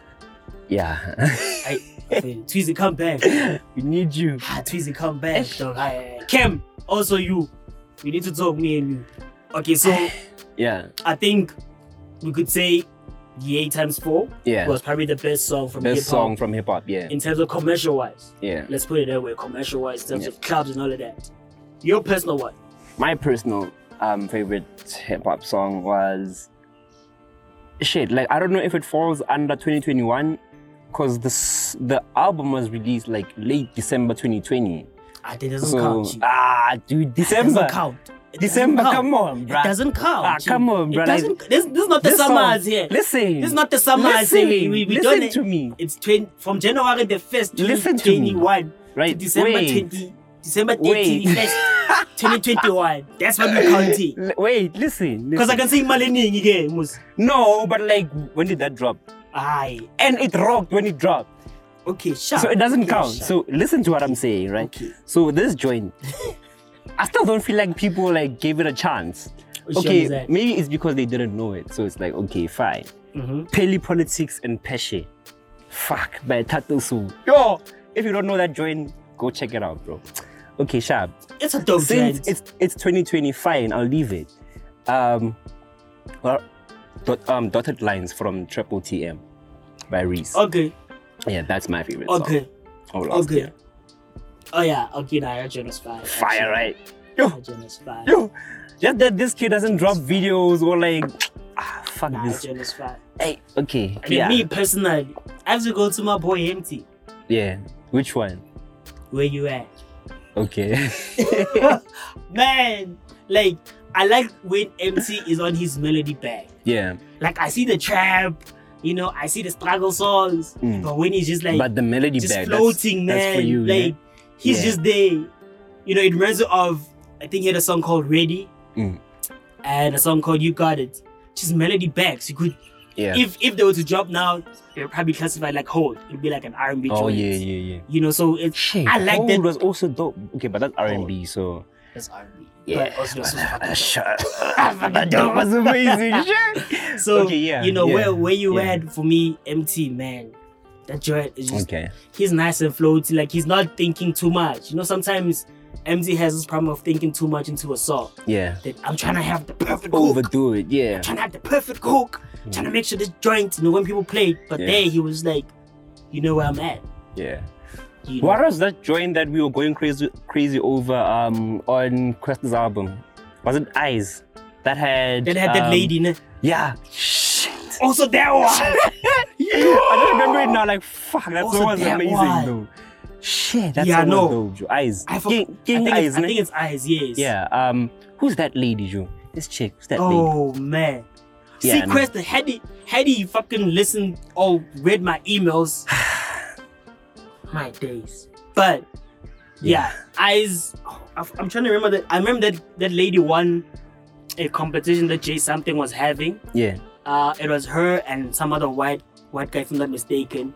[SPEAKER 1] Yeah.
[SPEAKER 2] I, Tweezy, come back.
[SPEAKER 1] we need you.
[SPEAKER 2] Ah, Tweezy, come back, dog. Aye, aye. Kim, also you. We need to talk, me and you. Okay, so
[SPEAKER 1] Yeah.
[SPEAKER 2] I think we could say Ye times four
[SPEAKER 1] Yeah.
[SPEAKER 2] was probably the best song from hip
[SPEAKER 1] Best song
[SPEAKER 2] hop
[SPEAKER 1] from hip hop. Yeah.
[SPEAKER 2] in terms of commercial wise.
[SPEAKER 1] Yeah.
[SPEAKER 2] Let's put it that way, commercial wise, in terms
[SPEAKER 1] Yeah.
[SPEAKER 2] of clubs and all of that. Your personal one.
[SPEAKER 1] My personal um favorite hip hop song was shit. Like I don't know if it falls under 2021 because the s- the album was released like late December 2020.
[SPEAKER 2] I think it doesn't
[SPEAKER 1] So
[SPEAKER 2] count. G.
[SPEAKER 1] ah, dude,
[SPEAKER 2] It
[SPEAKER 1] December.
[SPEAKER 2] doesn't count. It doesn't
[SPEAKER 1] December,
[SPEAKER 2] count.
[SPEAKER 1] come on,
[SPEAKER 2] It
[SPEAKER 1] bruh.
[SPEAKER 2] doesn't count.
[SPEAKER 1] Ah,
[SPEAKER 2] G.
[SPEAKER 1] come on, bruh,
[SPEAKER 2] It
[SPEAKER 1] like-
[SPEAKER 2] doesn't, this, this is not the
[SPEAKER 1] This
[SPEAKER 2] summers
[SPEAKER 1] song-
[SPEAKER 2] here.
[SPEAKER 1] Listen.
[SPEAKER 2] This is not the summers
[SPEAKER 1] Listen.
[SPEAKER 2] here. We, we
[SPEAKER 1] Listen
[SPEAKER 2] don't,
[SPEAKER 1] to me.
[SPEAKER 2] It's 20, from January the 1st,
[SPEAKER 1] Listen to me.
[SPEAKER 2] 2021
[SPEAKER 1] Right,
[SPEAKER 2] to December
[SPEAKER 1] wait.
[SPEAKER 2] 20, December
[SPEAKER 1] Wait.
[SPEAKER 2] 31st, 2021. That's what we count it.
[SPEAKER 1] L- wait, listen.
[SPEAKER 2] Because I
[SPEAKER 1] listen.
[SPEAKER 2] can sing Malening again, Mus.
[SPEAKER 1] No, but like when did that drop?
[SPEAKER 2] Aye.
[SPEAKER 1] And it rocked when it dropped.
[SPEAKER 2] Okay, sharp.
[SPEAKER 1] So it doesn't
[SPEAKER 2] Okay,
[SPEAKER 1] count.
[SPEAKER 2] sharp.
[SPEAKER 1] So listen to what I'm saying, right?
[SPEAKER 2] Okay.
[SPEAKER 1] So this joint, I still don't feel like people like gave it a chance.
[SPEAKER 2] Which joint
[SPEAKER 1] okay,
[SPEAKER 2] is that?
[SPEAKER 1] maybe it's because they didn't know it. So it's like okay, fine.
[SPEAKER 2] Mhm.
[SPEAKER 1] Pele politics and Peshe. Fuck, by Tato Su. Yo, if you don't know that joint, go check it out, bro. Okay, sharp.
[SPEAKER 2] It's a dope
[SPEAKER 1] Since
[SPEAKER 2] trend.
[SPEAKER 1] it's it's 2020, fine. I'll leave it. Um, well, dot, um, dotted lines from Triple TM by Reese.
[SPEAKER 2] Okay,
[SPEAKER 1] Yeah, that's my favorite song.
[SPEAKER 2] okay,
[SPEAKER 1] of last
[SPEAKER 2] okay.
[SPEAKER 1] year.
[SPEAKER 2] Oh yeah, okay, nah, your journal's fire.
[SPEAKER 1] Fire, right?
[SPEAKER 2] Your journal's fire.
[SPEAKER 1] Yo, just that this kid doesn't drop videos or like, ah, fuck
[SPEAKER 2] Nah, your
[SPEAKER 1] this.
[SPEAKER 2] journal's fire.
[SPEAKER 1] Hey, okay,
[SPEAKER 2] I mean,
[SPEAKER 1] yeah,
[SPEAKER 2] me personally, I have to go to my boy Empty.
[SPEAKER 1] yeah. Which one?
[SPEAKER 2] Where you at?
[SPEAKER 1] Okay.
[SPEAKER 2] Man, like I like when MC is on his melody bag.
[SPEAKER 1] yeah,
[SPEAKER 2] Like I see the trap, you know, I see the struggle songs,
[SPEAKER 1] Mm.
[SPEAKER 2] but when he's just like
[SPEAKER 1] but the melody
[SPEAKER 2] just
[SPEAKER 1] bag. that's-
[SPEAKER 2] floating,
[SPEAKER 1] that's,
[SPEAKER 2] man,
[SPEAKER 1] for you. yeah?
[SPEAKER 2] like he's
[SPEAKER 1] Yeah.
[SPEAKER 2] just there. You know, it reminds me of I think he had a song called Ready
[SPEAKER 1] Mm.
[SPEAKER 2] and a song called You Got It. Just melody bags. You could
[SPEAKER 1] yeah.
[SPEAKER 2] if if they were to drop now, they would probably classify like hold. It'd be like an R and B
[SPEAKER 1] oh
[SPEAKER 2] joint.
[SPEAKER 1] yeah, yeah, yeah.
[SPEAKER 2] You know, so it's
[SPEAKER 1] Shit,
[SPEAKER 2] I like that-
[SPEAKER 1] Hold was also dope. Okay, but that's R and B, so
[SPEAKER 2] that's R and B.
[SPEAKER 1] yeah.
[SPEAKER 2] But also, also
[SPEAKER 1] Uh,
[SPEAKER 2] fucking dope.
[SPEAKER 1] sure. that dope was amazing. Sure.
[SPEAKER 2] So
[SPEAKER 1] Okay, yeah,
[SPEAKER 2] you know
[SPEAKER 1] yeah,
[SPEAKER 2] where where you
[SPEAKER 1] yeah.
[SPEAKER 2] at for me, MT man. That joint is just
[SPEAKER 1] Okay.
[SPEAKER 2] he's nice and floaty, like he's not thinking too much. You know, sometimes MT has this problem of thinking too much into a song.
[SPEAKER 1] Yeah.
[SPEAKER 2] That I'm trying to have the perfect hook,
[SPEAKER 1] Overdo it. Yeah.
[SPEAKER 2] trying to have the perfect hook, trying to make sure this joint, you know, when people play it. But
[SPEAKER 1] Hmm. Yeah.
[SPEAKER 2] there he was like, you know where I'm at.
[SPEAKER 1] Yeah.
[SPEAKER 2] You know?
[SPEAKER 1] What was that joint that we were going crazy crazy over um on Quest's album? Was it Eyes? That had
[SPEAKER 2] Then had that
[SPEAKER 1] um,
[SPEAKER 2] lady, Oh, ne?
[SPEAKER 1] Yeah. Shit.
[SPEAKER 2] also that one.
[SPEAKER 1] I don't remember it now. Like fuck, that
[SPEAKER 2] Also
[SPEAKER 1] song was
[SPEAKER 2] that
[SPEAKER 1] amazing
[SPEAKER 2] one.
[SPEAKER 1] though. Shit, that
[SPEAKER 2] Yeah, I
[SPEAKER 1] song
[SPEAKER 2] know.
[SPEAKER 1] was dope, Joe. Eyes.
[SPEAKER 2] I, for-
[SPEAKER 1] Gang-
[SPEAKER 2] I,
[SPEAKER 1] gang
[SPEAKER 2] think
[SPEAKER 1] eyes,
[SPEAKER 2] it's, I
[SPEAKER 1] ne?
[SPEAKER 2] think it's eyes, yes.
[SPEAKER 1] Yeah. Um, who's that lady, Joe? This chick. Who's that lady?
[SPEAKER 2] Oh man.
[SPEAKER 1] Yeah, I
[SPEAKER 2] See,
[SPEAKER 1] know.
[SPEAKER 2] Chris, had he had he fucking listened or read my emails, my days. But yeah, eyes. oh, I've- I'm trying to remember that. I remember that that lady won a competition that Jay something was having.
[SPEAKER 1] Yeah.
[SPEAKER 2] Uh, it was her and some other white white guy, if I'm not mistaken.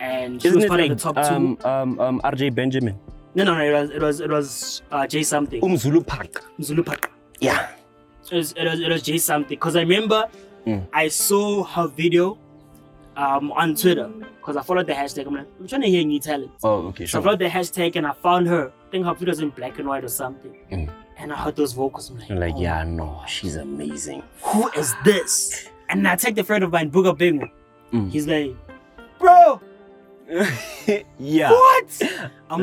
[SPEAKER 2] And she
[SPEAKER 1] Isn't
[SPEAKER 2] was
[SPEAKER 1] it
[SPEAKER 2] part
[SPEAKER 1] like
[SPEAKER 2] of the top
[SPEAKER 1] um,
[SPEAKER 2] two.
[SPEAKER 1] um um RJ Benjamin?
[SPEAKER 2] No, no, no. It was it was it was uh, Jay something.
[SPEAKER 1] Umzulu Park.
[SPEAKER 2] Zulu Park.
[SPEAKER 1] Yeah.
[SPEAKER 2] it was, it was, it was just something because I remember
[SPEAKER 1] Mm.
[SPEAKER 2] I saw her video um, on Twitter because I followed the hashtag. I'm like, I'm trying to hear new talent.
[SPEAKER 1] Oh, okay,
[SPEAKER 2] So I
[SPEAKER 1] sure.
[SPEAKER 2] followed the hashtag and I found her. I think her video's in black and white or something.
[SPEAKER 1] Mm.
[SPEAKER 2] And I heard those vocals. I'm like,
[SPEAKER 1] I'm like,
[SPEAKER 2] "Oh,
[SPEAKER 1] yeah, no, she's amazing.
[SPEAKER 2] Who is this? And I take the friend of mine, Booga Bingo.
[SPEAKER 1] Mm.
[SPEAKER 2] He's like, Bro,
[SPEAKER 1] yeah.
[SPEAKER 2] what? I'm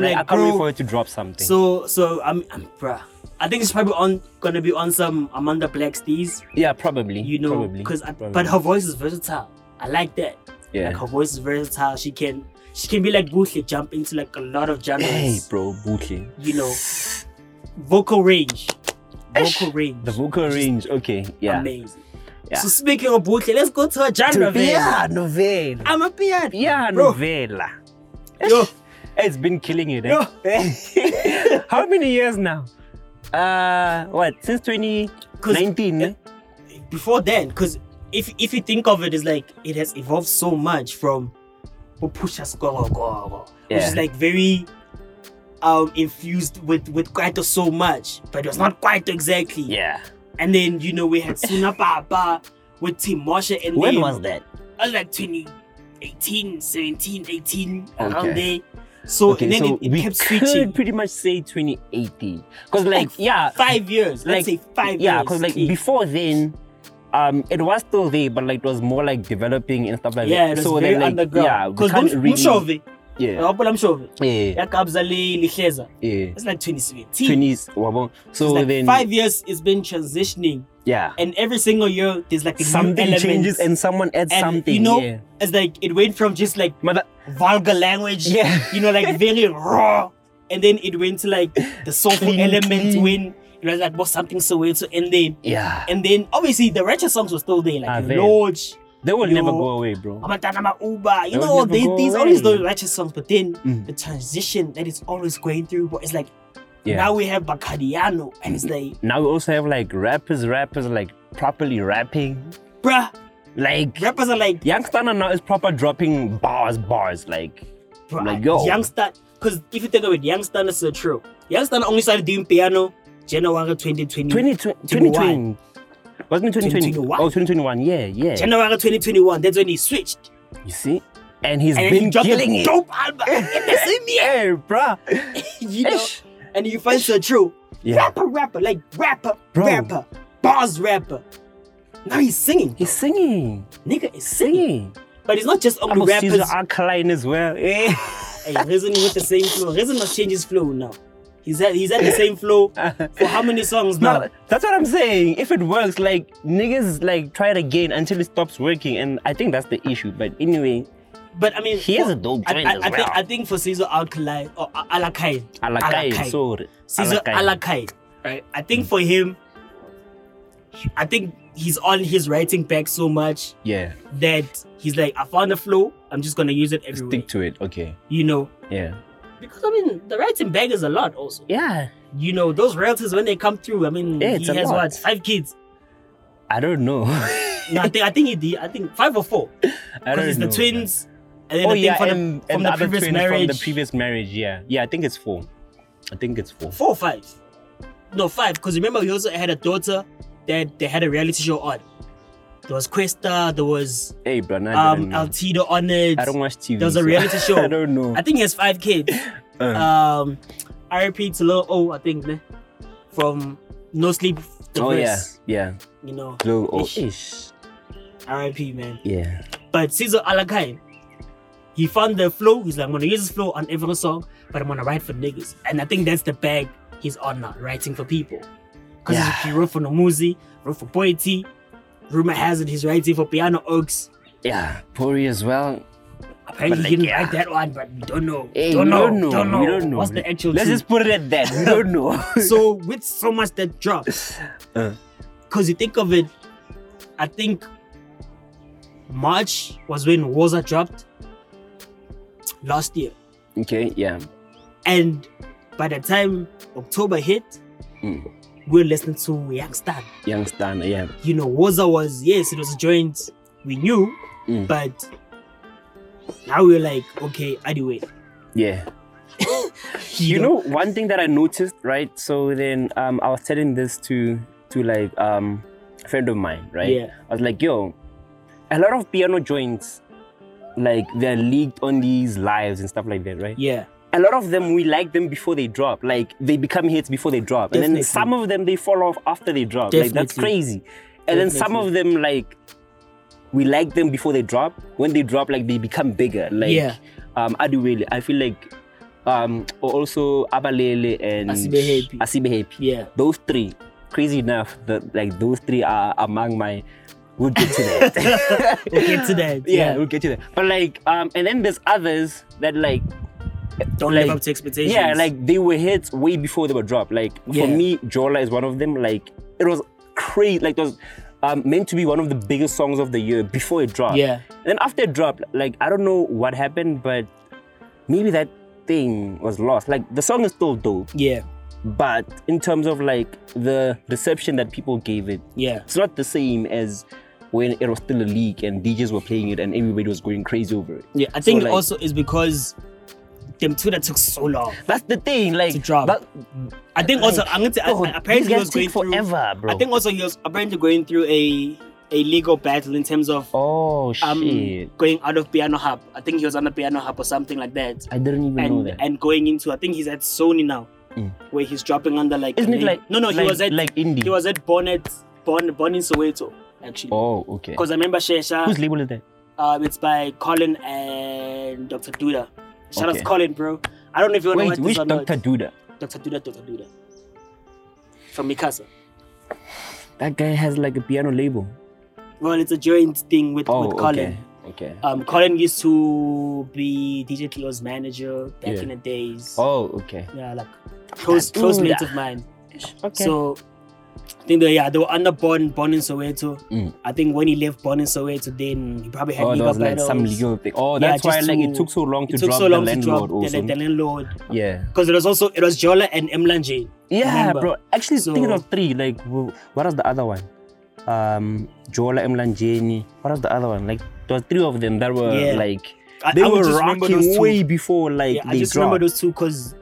[SPEAKER 1] Like,
[SPEAKER 2] like,
[SPEAKER 1] I can't wait
[SPEAKER 2] bro.
[SPEAKER 1] for her to drop something.
[SPEAKER 2] So, so I'm, I'm, bruh. I think she's probably on gonna be on some Amanda Black's these,
[SPEAKER 1] yeah, probably.
[SPEAKER 2] you know,
[SPEAKER 1] probably,
[SPEAKER 2] because but
[SPEAKER 1] probably.
[SPEAKER 2] her voice is versatile. I like that.
[SPEAKER 1] yeah.
[SPEAKER 2] Like her voice is versatile. She can she can be like Bootley, jump into like a lot of genres.
[SPEAKER 1] hey, bro, Booty.
[SPEAKER 2] You know, vocal range,
[SPEAKER 1] Ish.
[SPEAKER 2] vocal range,
[SPEAKER 1] The vocal range, okay, yeah.
[SPEAKER 2] amazing.
[SPEAKER 1] Yeah.
[SPEAKER 2] So speaking of Bootley, let's go to a genre. man.
[SPEAKER 1] novela.
[SPEAKER 2] I'm a piano.
[SPEAKER 1] Yeah,
[SPEAKER 2] Bro.
[SPEAKER 1] novela.
[SPEAKER 2] Yo,
[SPEAKER 1] It's been killing it. eh? How many years now? Uh, what? Since 2019? eh?
[SPEAKER 2] before then, because if if you think of it, it's like it has evolved so much from "Oh, Pusha Skoro, which
[SPEAKER 1] Yeah.
[SPEAKER 2] is like very um infused with with Kwaito so much, but it was not Kwaito exactly.
[SPEAKER 1] Yeah.
[SPEAKER 2] And then, you know, we had Suna Baba with Team Marsha. And
[SPEAKER 1] When
[SPEAKER 2] then,
[SPEAKER 1] was that?
[SPEAKER 2] I was like 2018, 17, 18, around there.
[SPEAKER 1] Okay.
[SPEAKER 2] So,
[SPEAKER 1] okay,
[SPEAKER 2] Oh, and then
[SPEAKER 1] so
[SPEAKER 2] it,
[SPEAKER 1] we
[SPEAKER 2] it kept
[SPEAKER 1] could
[SPEAKER 2] switching.
[SPEAKER 1] pretty much say 2018. Because, like, yeah,
[SPEAKER 2] Five years. Let's say five
[SPEAKER 1] uh, yeah,
[SPEAKER 2] years.
[SPEAKER 1] because like
[SPEAKER 2] Okay.
[SPEAKER 1] before then, um, it was still there, but like it was more like developing and stuff like
[SPEAKER 2] yeah,
[SPEAKER 1] that.
[SPEAKER 2] it was
[SPEAKER 1] so
[SPEAKER 2] very
[SPEAKER 1] then, like,
[SPEAKER 2] underground.
[SPEAKER 1] yeah, we
[SPEAKER 2] Because
[SPEAKER 1] can't really,
[SPEAKER 2] Mshove,
[SPEAKER 1] yeah,
[SPEAKER 2] Wabula Mshove,
[SPEAKER 1] yeah,
[SPEAKER 2] yakabza li- lihleza.
[SPEAKER 1] yeah.
[SPEAKER 2] oh, It's like 2017.
[SPEAKER 1] Chinese, wabo.
[SPEAKER 2] It's
[SPEAKER 1] so
[SPEAKER 2] like
[SPEAKER 1] then,
[SPEAKER 2] five years it's been transitioning,
[SPEAKER 1] yeah,
[SPEAKER 2] and every single year there's like a new
[SPEAKER 1] something
[SPEAKER 2] element.
[SPEAKER 1] changes and someone adds
[SPEAKER 2] And,
[SPEAKER 1] something.
[SPEAKER 2] You know,
[SPEAKER 1] yeah.
[SPEAKER 2] it's like it went from just like
[SPEAKER 1] Mother-
[SPEAKER 2] vulgar language,
[SPEAKER 1] Yeah.
[SPEAKER 2] you know, like very raw, and then it went to like the soulful
[SPEAKER 1] Clean,
[SPEAKER 2] element
[SPEAKER 1] clean.
[SPEAKER 2] when it was like was something so weird. So and then
[SPEAKER 1] yeah,
[SPEAKER 2] and then obviously the ratchet songs were still there,
[SPEAKER 1] Ah,
[SPEAKER 2] like
[SPEAKER 1] there.
[SPEAKER 2] Lodge,
[SPEAKER 1] they will never
[SPEAKER 2] you-
[SPEAKER 1] go away, bro.
[SPEAKER 2] Amatanama Uba, you
[SPEAKER 1] That
[SPEAKER 2] know,
[SPEAKER 1] would never
[SPEAKER 2] they,
[SPEAKER 1] go
[SPEAKER 2] these
[SPEAKER 1] away.
[SPEAKER 2] always those ratchet songs, but then
[SPEAKER 1] Mm.
[SPEAKER 2] the transition that it's always going through, but it's like
[SPEAKER 1] Yeah.
[SPEAKER 2] now we have Bacardiano, and it's like,
[SPEAKER 1] Now we also have like rappers, rappers like properly rapping,
[SPEAKER 2] bruh,
[SPEAKER 1] like
[SPEAKER 2] rappers are like,
[SPEAKER 1] Youngster now is proper dropping bars, bars like.
[SPEAKER 2] bruh,
[SPEAKER 1] Like, yo.
[SPEAKER 2] Youngster, because if you think of it, Youngster is so true. Youngster only started doing piano January 2020.
[SPEAKER 1] 2020,
[SPEAKER 2] 2021.
[SPEAKER 1] 2020. Wasn't it 2020?
[SPEAKER 2] 2021?
[SPEAKER 1] Oh, 2021. Yeah, yeah.
[SPEAKER 2] Eh. January 2021, that's when he switched.
[SPEAKER 1] you see? And he's
[SPEAKER 2] And then
[SPEAKER 1] been
[SPEAKER 2] he dropped
[SPEAKER 1] killing
[SPEAKER 2] a
[SPEAKER 1] it.
[SPEAKER 2] dope album in the same year.
[SPEAKER 1] Yeah, bruh.
[SPEAKER 2] You know?
[SPEAKER 1] Ish.
[SPEAKER 2] And you find so true.
[SPEAKER 1] Yeah.
[SPEAKER 2] Rapper, rapper, like rapper,
[SPEAKER 1] Bro.
[SPEAKER 2] rapper, bars rapper. Now he's singing.
[SPEAKER 1] He's singing.
[SPEAKER 2] Nigga is singing.
[SPEAKER 1] Singing.
[SPEAKER 2] But it's not just
[SPEAKER 1] I'm
[SPEAKER 2] only
[SPEAKER 1] a
[SPEAKER 2] rappers.
[SPEAKER 1] Caesar Alkaline as well. Eh.
[SPEAKER 2] Hey, Risen with the same flow. Risen must change his flow now. He's at, he's at the same flow for how many songs now?
[SPEAKER 1] No, that's what I'm saying. If it works, like niggas like try it again until it stops working. And I think that's the issue. But anyway,
[SPEAKER 2] But I mean,
[SPEAKER 1] he has
[SPEAKER 2] for-
[SPEAKER 1] a dope
[SPEAKER 2] I,
[SPEAKER 1] joint as
[SPEAKER 2] I- I
[SPEAKER 1] well.
[SPEAKER 2] think, I think for Caesar Alkali or A- Alakai,
[SPEAKER 1] Alakai, sorry.
[SPEAKER 2] Caesar
[SPEAKER 1] Alakai.
[SPEAKER 2] Alakai, right? I
[SPEAKER 1] Hmm.
[SPEAKER 2] think for him, I think he's on his writing back so much
[SPEAKER 1] Yeah.
[SPEAKER 2] that he's like, I found a flow. I'm just gonna use it everywhere.
[SPEAKER 1] Stick to it. Okay.
[SPEAKER 2] You know,
[SPEAKER 1] Yeah.
[SPEAKER 2] because I mean, the writing back is a lot also.
[SPEAKER 1] Yeah.
[SPEAKER 2] You know, those royalties when they come through. I mean,
[SPEAKER 1] Yeah,
[SPEAKER 2] he
[SPEAKER 1] it's a
[SPEAKER 2] has
[SPEAKER 1] lot.
[SPEAKER 2] what five kids.
[SPEAKER 1] I don't know.
[SPEAKER 2] No, I think I think he did. I think five or four.
[SPEAKER 1] I don't
[SPEAKER 2] Because it's
[SPEAKER 1] know.
[SPEAKER 2] the twins. And then
[SPEAKER 1] oh
[SPEAKER 2] I think
[SPEAKER 1] yeah,
[SPEAKER 2] from the,
[SPEAKER 1] and,
[SPEAKER 2] from
[SPEAKER 1] and
[SPEAKER 2] the
[SPEAKER 1] other
[SPEAKER 2] previous
[SPEAKER 1] twin
[SPEAKER 2] marriage.
[SPEAKER 1] from the previous marriage. Yeah, yeah. I think it's four. I think it's four.
[SPEAKER 2] four or five. No, five. Because remember, he also had a daughter that they had a reality show on. There was Questa, there was
[SPEAKER 1] Hey, bro, nah, I, don't
[SPEAKER 2] um,
[SPEAKER 1] know.
[SPEAKER 2] Altido on it.
[SPEAKER 1] I don't watch TV.
[SPEAKER 2] there was a
[SPEAKER 1] so-
[SPEAKER 2] reality show.
[SPEAKER 1] I don't know.
[SPEAKER 2] I think he has five kids.
[SPEAKER 1] Uh,
[SPEAKER 2] Um, RP to Lil O, I think, ne? from No Sleep. The
[SPEAKER 1] oh yeah,
[SPEAKER 2] Verse,
[SPEAKER 1] yeah.
[SPEAKER 2] You know,
[SPEAKER 1] Little oh,
[SPEAKER 2] Ish. RIP, man.
[SPEAKER 1] Yeah,
[SPEAKER 2] But Caesar Alakai, he found the flow. He's like, I'm gonna use this flow on every song, but I'm gonna write for niggas. And I think that's the bag he's on now, writing for people. Because
[SPEAKER 1] Yeah.
[SPEAKER 2] he wrote for Nomuzi, wrote for Poeti. Rumor has it he's writing for Piano Oaks.
[SPEAKER 1] yeah. Pori as well.
[SPEAKER 2] Apparently
[SPEAKER 1] But
[SPEAKER 2] he
[SPEAKER 1] like,
[SPEAKER 2] didn't
[SPEAKER 1] yeah.
[SPEAKER 2] write that one, but we don't know.
[SPEAKER 1] Hey,
[SPEAKER 2] don't,
[SPEAKER 1] we
[SPEAKER 2] know.
[SPEAKER 1] don't know.
[SPEAKER 2] Don't know.
[SPEAKER 1] We don't know.
[SPEAKER 2] What's the actual
[SPEAKER 1] Let's
[SPEAKER 2] truth?
[SPEAKER 1] just put it at that. We don't know.
[SPEAKER 2] so with so much that drops,
[SPEAKER 1] Uh.
[SPEAKER 2] because you think of it, I think March was when Waza dropped last year.
[SPEAKER 1] okay, yeah.
[SPEAKER 2] And by the time October hit,
[SPEAKER 1] Mm.
[SPEAKER 2] we were listening to Young Stan.
[SPEAKER 1] Young Stan, yeah.
[SPEAKER 2] You know, Woza was, yes, it was a joint we knew,
[SPEAKER 1] Mm.
[SPEAKER 2] but now we're like, okay, anyway.
[SPEAKER 1] Yeah. you know one thing that i noticed right so then um i was telling this to to like um a friend of mine right
[SPEAKER 2] Yeah.
[SPEAKER 1] i was like yo a lot of piano joints like they're leaked on these lives and stuff like that right
[SPEAKER 2] Yeah.
[SPEAKER 1] a lot of them we like them before they drop like they become hits before they drop and
[SPEAKER 2] Definitely.
[SPEAKER 1] then some of them they fall off after they drop like that's
[SPEAKER 2] Definitely.
[SPEAKER 1] crazy and then some of them like we like them before they drop when they drop like they become bigger like
[SPEAKER 2] Yeah.
[SPEAKER 1] um Aduwele I feel like um or also Abalele and
[SPEAKER 2] Asibe Happy.
[SPEAKER 1] Asibe Happy.
[SPEAKER 2] Yeah.
[SPEAKER 1] those three crazy enough that like those three are among my we'll get to that
[SPEAKER 2] We'll get to that.
[SPEAKER 1] yeah,
[SPEAKER 2] Yeah.
[SPEAKER 1] we'll get to that but like um and then there's others that like
[SPEAKER 2] Don't
[SPEAKER 1] like-
[SPEAKER 2] live up to expectations.
[SPEAKER 1] yeah, like they were hits way before they were dropped. Like
[SPEAKER 2] Yeah.
[SPEAKER 1] for me, Jola is one of them. Like it was crazy. Like it was um, meant to be one of the biggest songs of the year before it dropped.
[SPEAKER 2] Yeah.
[SPEAKER 1] And then after it dropped, like I don't know what happened, but maybe that thing was lost. Like the song is still dope,
[SPEAKER 2] Yeah.
[SPEAKER 1] but in terms of like the reception that people gave it,
[SPEAKER 2] Yeah.
[SPEAKER 1] it's not the same as when it was still a leak and DJs were playing it and everybody was going crazy over it.
[SPEAKER 2] Yeah. I think
[SPEAKER 1] like-
[SPEAKER 2] also is because them two that took so long.
[SPEAKER 1] That's the thing. Like
[SPEAKER 2] To drop.
[SPEAKER 1] that-
[SPEAKER 2] I think also I'm going to
[SPEAKER 1] God,
[SPEAKER 2] I, apparently
[SPEAKER 1] these
[SPEAKER 2] he
[SPEAKER 1] guys
[SPEAKER 2] was going
[SPEAKER 1] take forever,
[SPEAKER 2] through,
[SPEAKER 1] bro.
[SPEAKER 2] I think also he was apparently going through a a legal battle in terms of
[SPEAKER 1] Oh
[SPEAKER 2] um,
[SPEAKER 1] shit!
[SPEAKER 2] going out of Piano Hub. I think he was on the Piano Hub or something like that.
[SPEAKER 1] I didn't even know
[SPEAKER 2] And
[SPEAKER 1] that.
[SPEAKER 2] and going into I think he's at Sony now,
[SPEAKER 1] Mm.
[SPEAKER 2] where he's dropping under like
[SPEAKER 1] Isn't
[SPEAKER 2] a
[SPEAKER 1] it
[SPEAKER 2] name-
[SPEAKER 1] like
[SPEAKER 2] no no he
[SPEAKER 1] like-
[SPEAKER 2] was at
[SPEAKER 1] like indie?
[SPEAKER 2] he was at Bonnet Bon Bon in Soweto. actually.
[SPEAKER 1] Oh, okay.
[SPEAKER 2] Because I remember Shesha,
[SPEAKER 1] Whose label is that?
[SPEAKER 2] uh, it's by Colin and Dr. Duda. Shout out
[SPEAKER 1] Okay.
[SPEAKER 2] to Colin, bro. I don't know if you want to
[SPEAKER 1] Wait,
[SPEAKER 2] watch
[SPEAKER 1] which
[SPEAKER 2] this or not.
[SPEAKER 1] Dr. Duda?
[SPEAKER 2] Dr. Duda, Dr. Duda. From Mikasa.
[SPEAKER 1] That guy has like a piano label.
[SPEAKER 2] Well, it's a joint thing with,
[SPEAKER 1] Oh,
[SPEAKER 2] with Colin.
[SPEAKER 1] okay. Okay.
[SPEAKER 2] Um, Colin used to be DJ Cleo's manager back
[SPEAKER 1] Yeah.
[SPEAKER 2] in the days.
[SPEAKER 1] Oh, okay.
[SPEAKER 2] Yeah, like close,
[SPEAKER 1] Dr.
[SPEAKER 2] close
[SPEAKER 1] Duda.
[SPEAKER 2] mates of mine.
[SPEAKER 1] Okay.
[SPEAKER 2] So I think they yeah they were under born born in Soweto.
[SPEAKER 1] Mm.
[SPEAKER 2] I think when he left born in Soweto, then he probably had
[SPEAKER 1] oh, there
[SPEAKER 2] legal
[SPEAKER 1] was like some
[SPEAKER 2] battles.
[SPEAKER 1] legal thing. Oh,
[SPEAKER 2] Yeah,
[SPEAKER 1] that's why
[SPEAKER 2] just
[SPEAKER 1] like
[SPEAKER 2] to-
[SPEAKER 1] it took so long to
[SPEAKER 2] it took
[SPEAKER 1] drop
[SPEAKER 2] so long
[SPEAKER 1] the
[SPEAKER 2] to drop
[SPEAKER 1] landlord
[SPEAKER 2] the,
[SPEAKER 1] also.
[SPEAKER 2] the, the landlord
[SPEAKER 1] yeah.
[SPEAKER 2] because it was also it was Jola and Mlanje.
[SPEAKER 1] Yeah,
[SPEAKER 2] Remember?
[SPEAKER 1] bro. Actually,
[SPEAKER 2] So-
[SPEAKER 1] thinking of three, like, w- what was the other one? Um, Jola Mlanjeni. What was the other one? Like, there were three of them that were
[SPEAKER 2] Yeah.
[SPEAKER 1] like
[SPEAKER 2] I,
[SPEAKER 1] they
[SPEAKER 2] I would
[SPEAKER 1] were
[SPEAKER 2] just remember those
[SPEAKER 1] rocking
[SPEAKER 2] two.
[SPEAKER 1] way before like
[SPEAKER 2] yeah, I
[SPEAKER 1] they
[SPEAKER 2] just
[SPEAKER 1] dropped.
[SPEAKER 2] remember those two because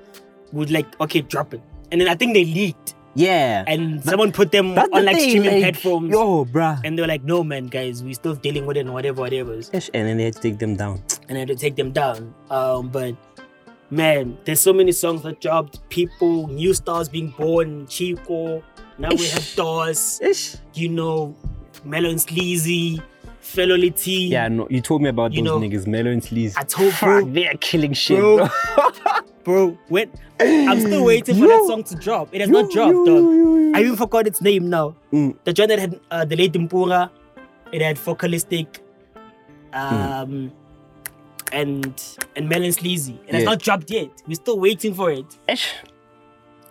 [SPEAKER 2] would like okay drop it, and then I think they leaked
[SPEAKER 1] yeah,
[SPEAKER 2] and someone put them
[SPEAKER 1] That's the
[SPEAKER 2] on like
[SPEAKER 1] thing,
[SPEAKER 2] streaming
[SPEAKER 1] like,
[SPEAKER 2] platforms.
[SPEAKER 1] Yo, bruh.
[SPEAKER 2] And they were like, no man, guys, we still dealing with it and whatever, whatever.
[SPEAKER 1] Ish, And then they had to take them down.
[SPEAKER 2] and I had to take them down. Um, but man, there's so many songs that dropped. People, new stars being born, Chico. Now we have Dawes,
[SPEAKER 1] Ish.
[SPEAKER 2] you know, Melon Sleazy, Fellow Liti.
[SPEAKER 1] Yeah, no, you told me about
[SPEAKER 2] You
[SPEAKER 1] those
[SPEAKER 2] know,
[SPEAKER 1] niggas, Melo and Sleaze.
[SPEAKER 2] I told
[SPEAKER 1] Fuck,
[SPEAKER 2] bro,
[SPEAKER 1] they are killing shit,
[SPEAKER 2] Bro,
[SPEAKER 1] bro.
[SPEAKER 2] bro, when I'm still waiting for that song to drop. It has not dropped,
[SPEAKER 1] yo,
[SPEAKER 2] dog.
[SPEAKER 1] yo, yo,
[SPEAKER 2] I even forgot its name now.
[SPEAKER 1] Mm.
[SPEAKER 2] The joint that had uh, the late Dimpura, it had Focalistic,
[SPEAKER 1] Hmm.
[SPEAKER 2] um, and and Melon Sleazy. It has
[SPEAKER 1] Yeah.
[SPEAKER 2] not dropped yet. We're still waiting for it.
[SPEAKER 1] Ish.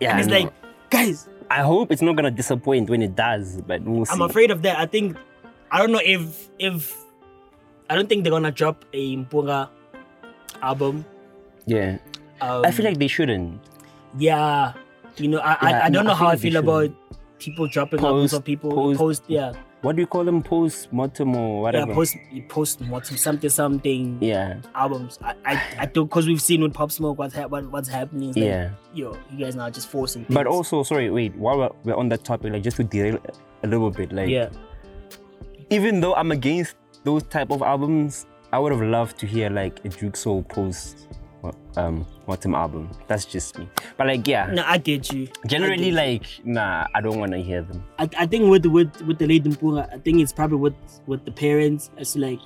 [SPEAKER 1] Yeah,
[SPEAKER 2] and
[SPEAKER 1] I
[SPEAKER 2] it's
[SPEAKER 1] know.
[SPEAKER 2] like, guys,
[SPEAKER 1] I hope it's not gonna disappoint when it does, but we'll see.
[SPEAKER 2] I'm afraid of that. I think I don't know if if I don't think they're gonna drop a Mpunga album.
[SPEAKER 1] yeah,
[SPEAKER 2] Um,
[SPEAKER 1] I feel like they shouldn't.
[SPEAKER 2] yeah, you know, I
[SPEAKER 1] Yeah,
[SPEAKER 2] I, I
[SPEAKER 1] no,
[SPEAKER 2] don't know
[SPEAKER 1] I
[SPEAKER 2] how I
[SPEAKER 1] think they
[SPEAKER 2] feel about people dropping albums
[SPEAKER 1] Post-
[SPEAKER 2] of people post,
[SPEAKER 1] post-
[SPEAKER 2] yeah
[SPEAKER 1] What do you call them? Post mortem or
[SPEAKER 2] yeah
[SPEAKER 1] whatever.
[SPEAKER 2] post post mortem something something
[SPEAKER 1] yeah,
[SPEAKER 2] albums. I I, I don't because we've seen with Pop Smoke what's hap- what, what's happening. It's like,
[SPEAKER 1] yeah.
[SPEAKER 2] yo, you guys now just forcing. Things.
[SPEAKER 1] But also, sorry, wait. While we're, we're on that topic, like just to derail a little bit, like
[SPEAKER 2] yeah,
[SPEAKER 1] even though I'm against those type of albums, I would have loved to hear like a Duke Soul post um Mortem album. That's just me. But like yeah,
[SPEAKER 2] no, I get you.
[SPEAKER 1] generally like nah, I don't want to hear them.
[SPEAKER 2] I, I think with with with the late Mpura, I think it's probably with with the parents. It's like,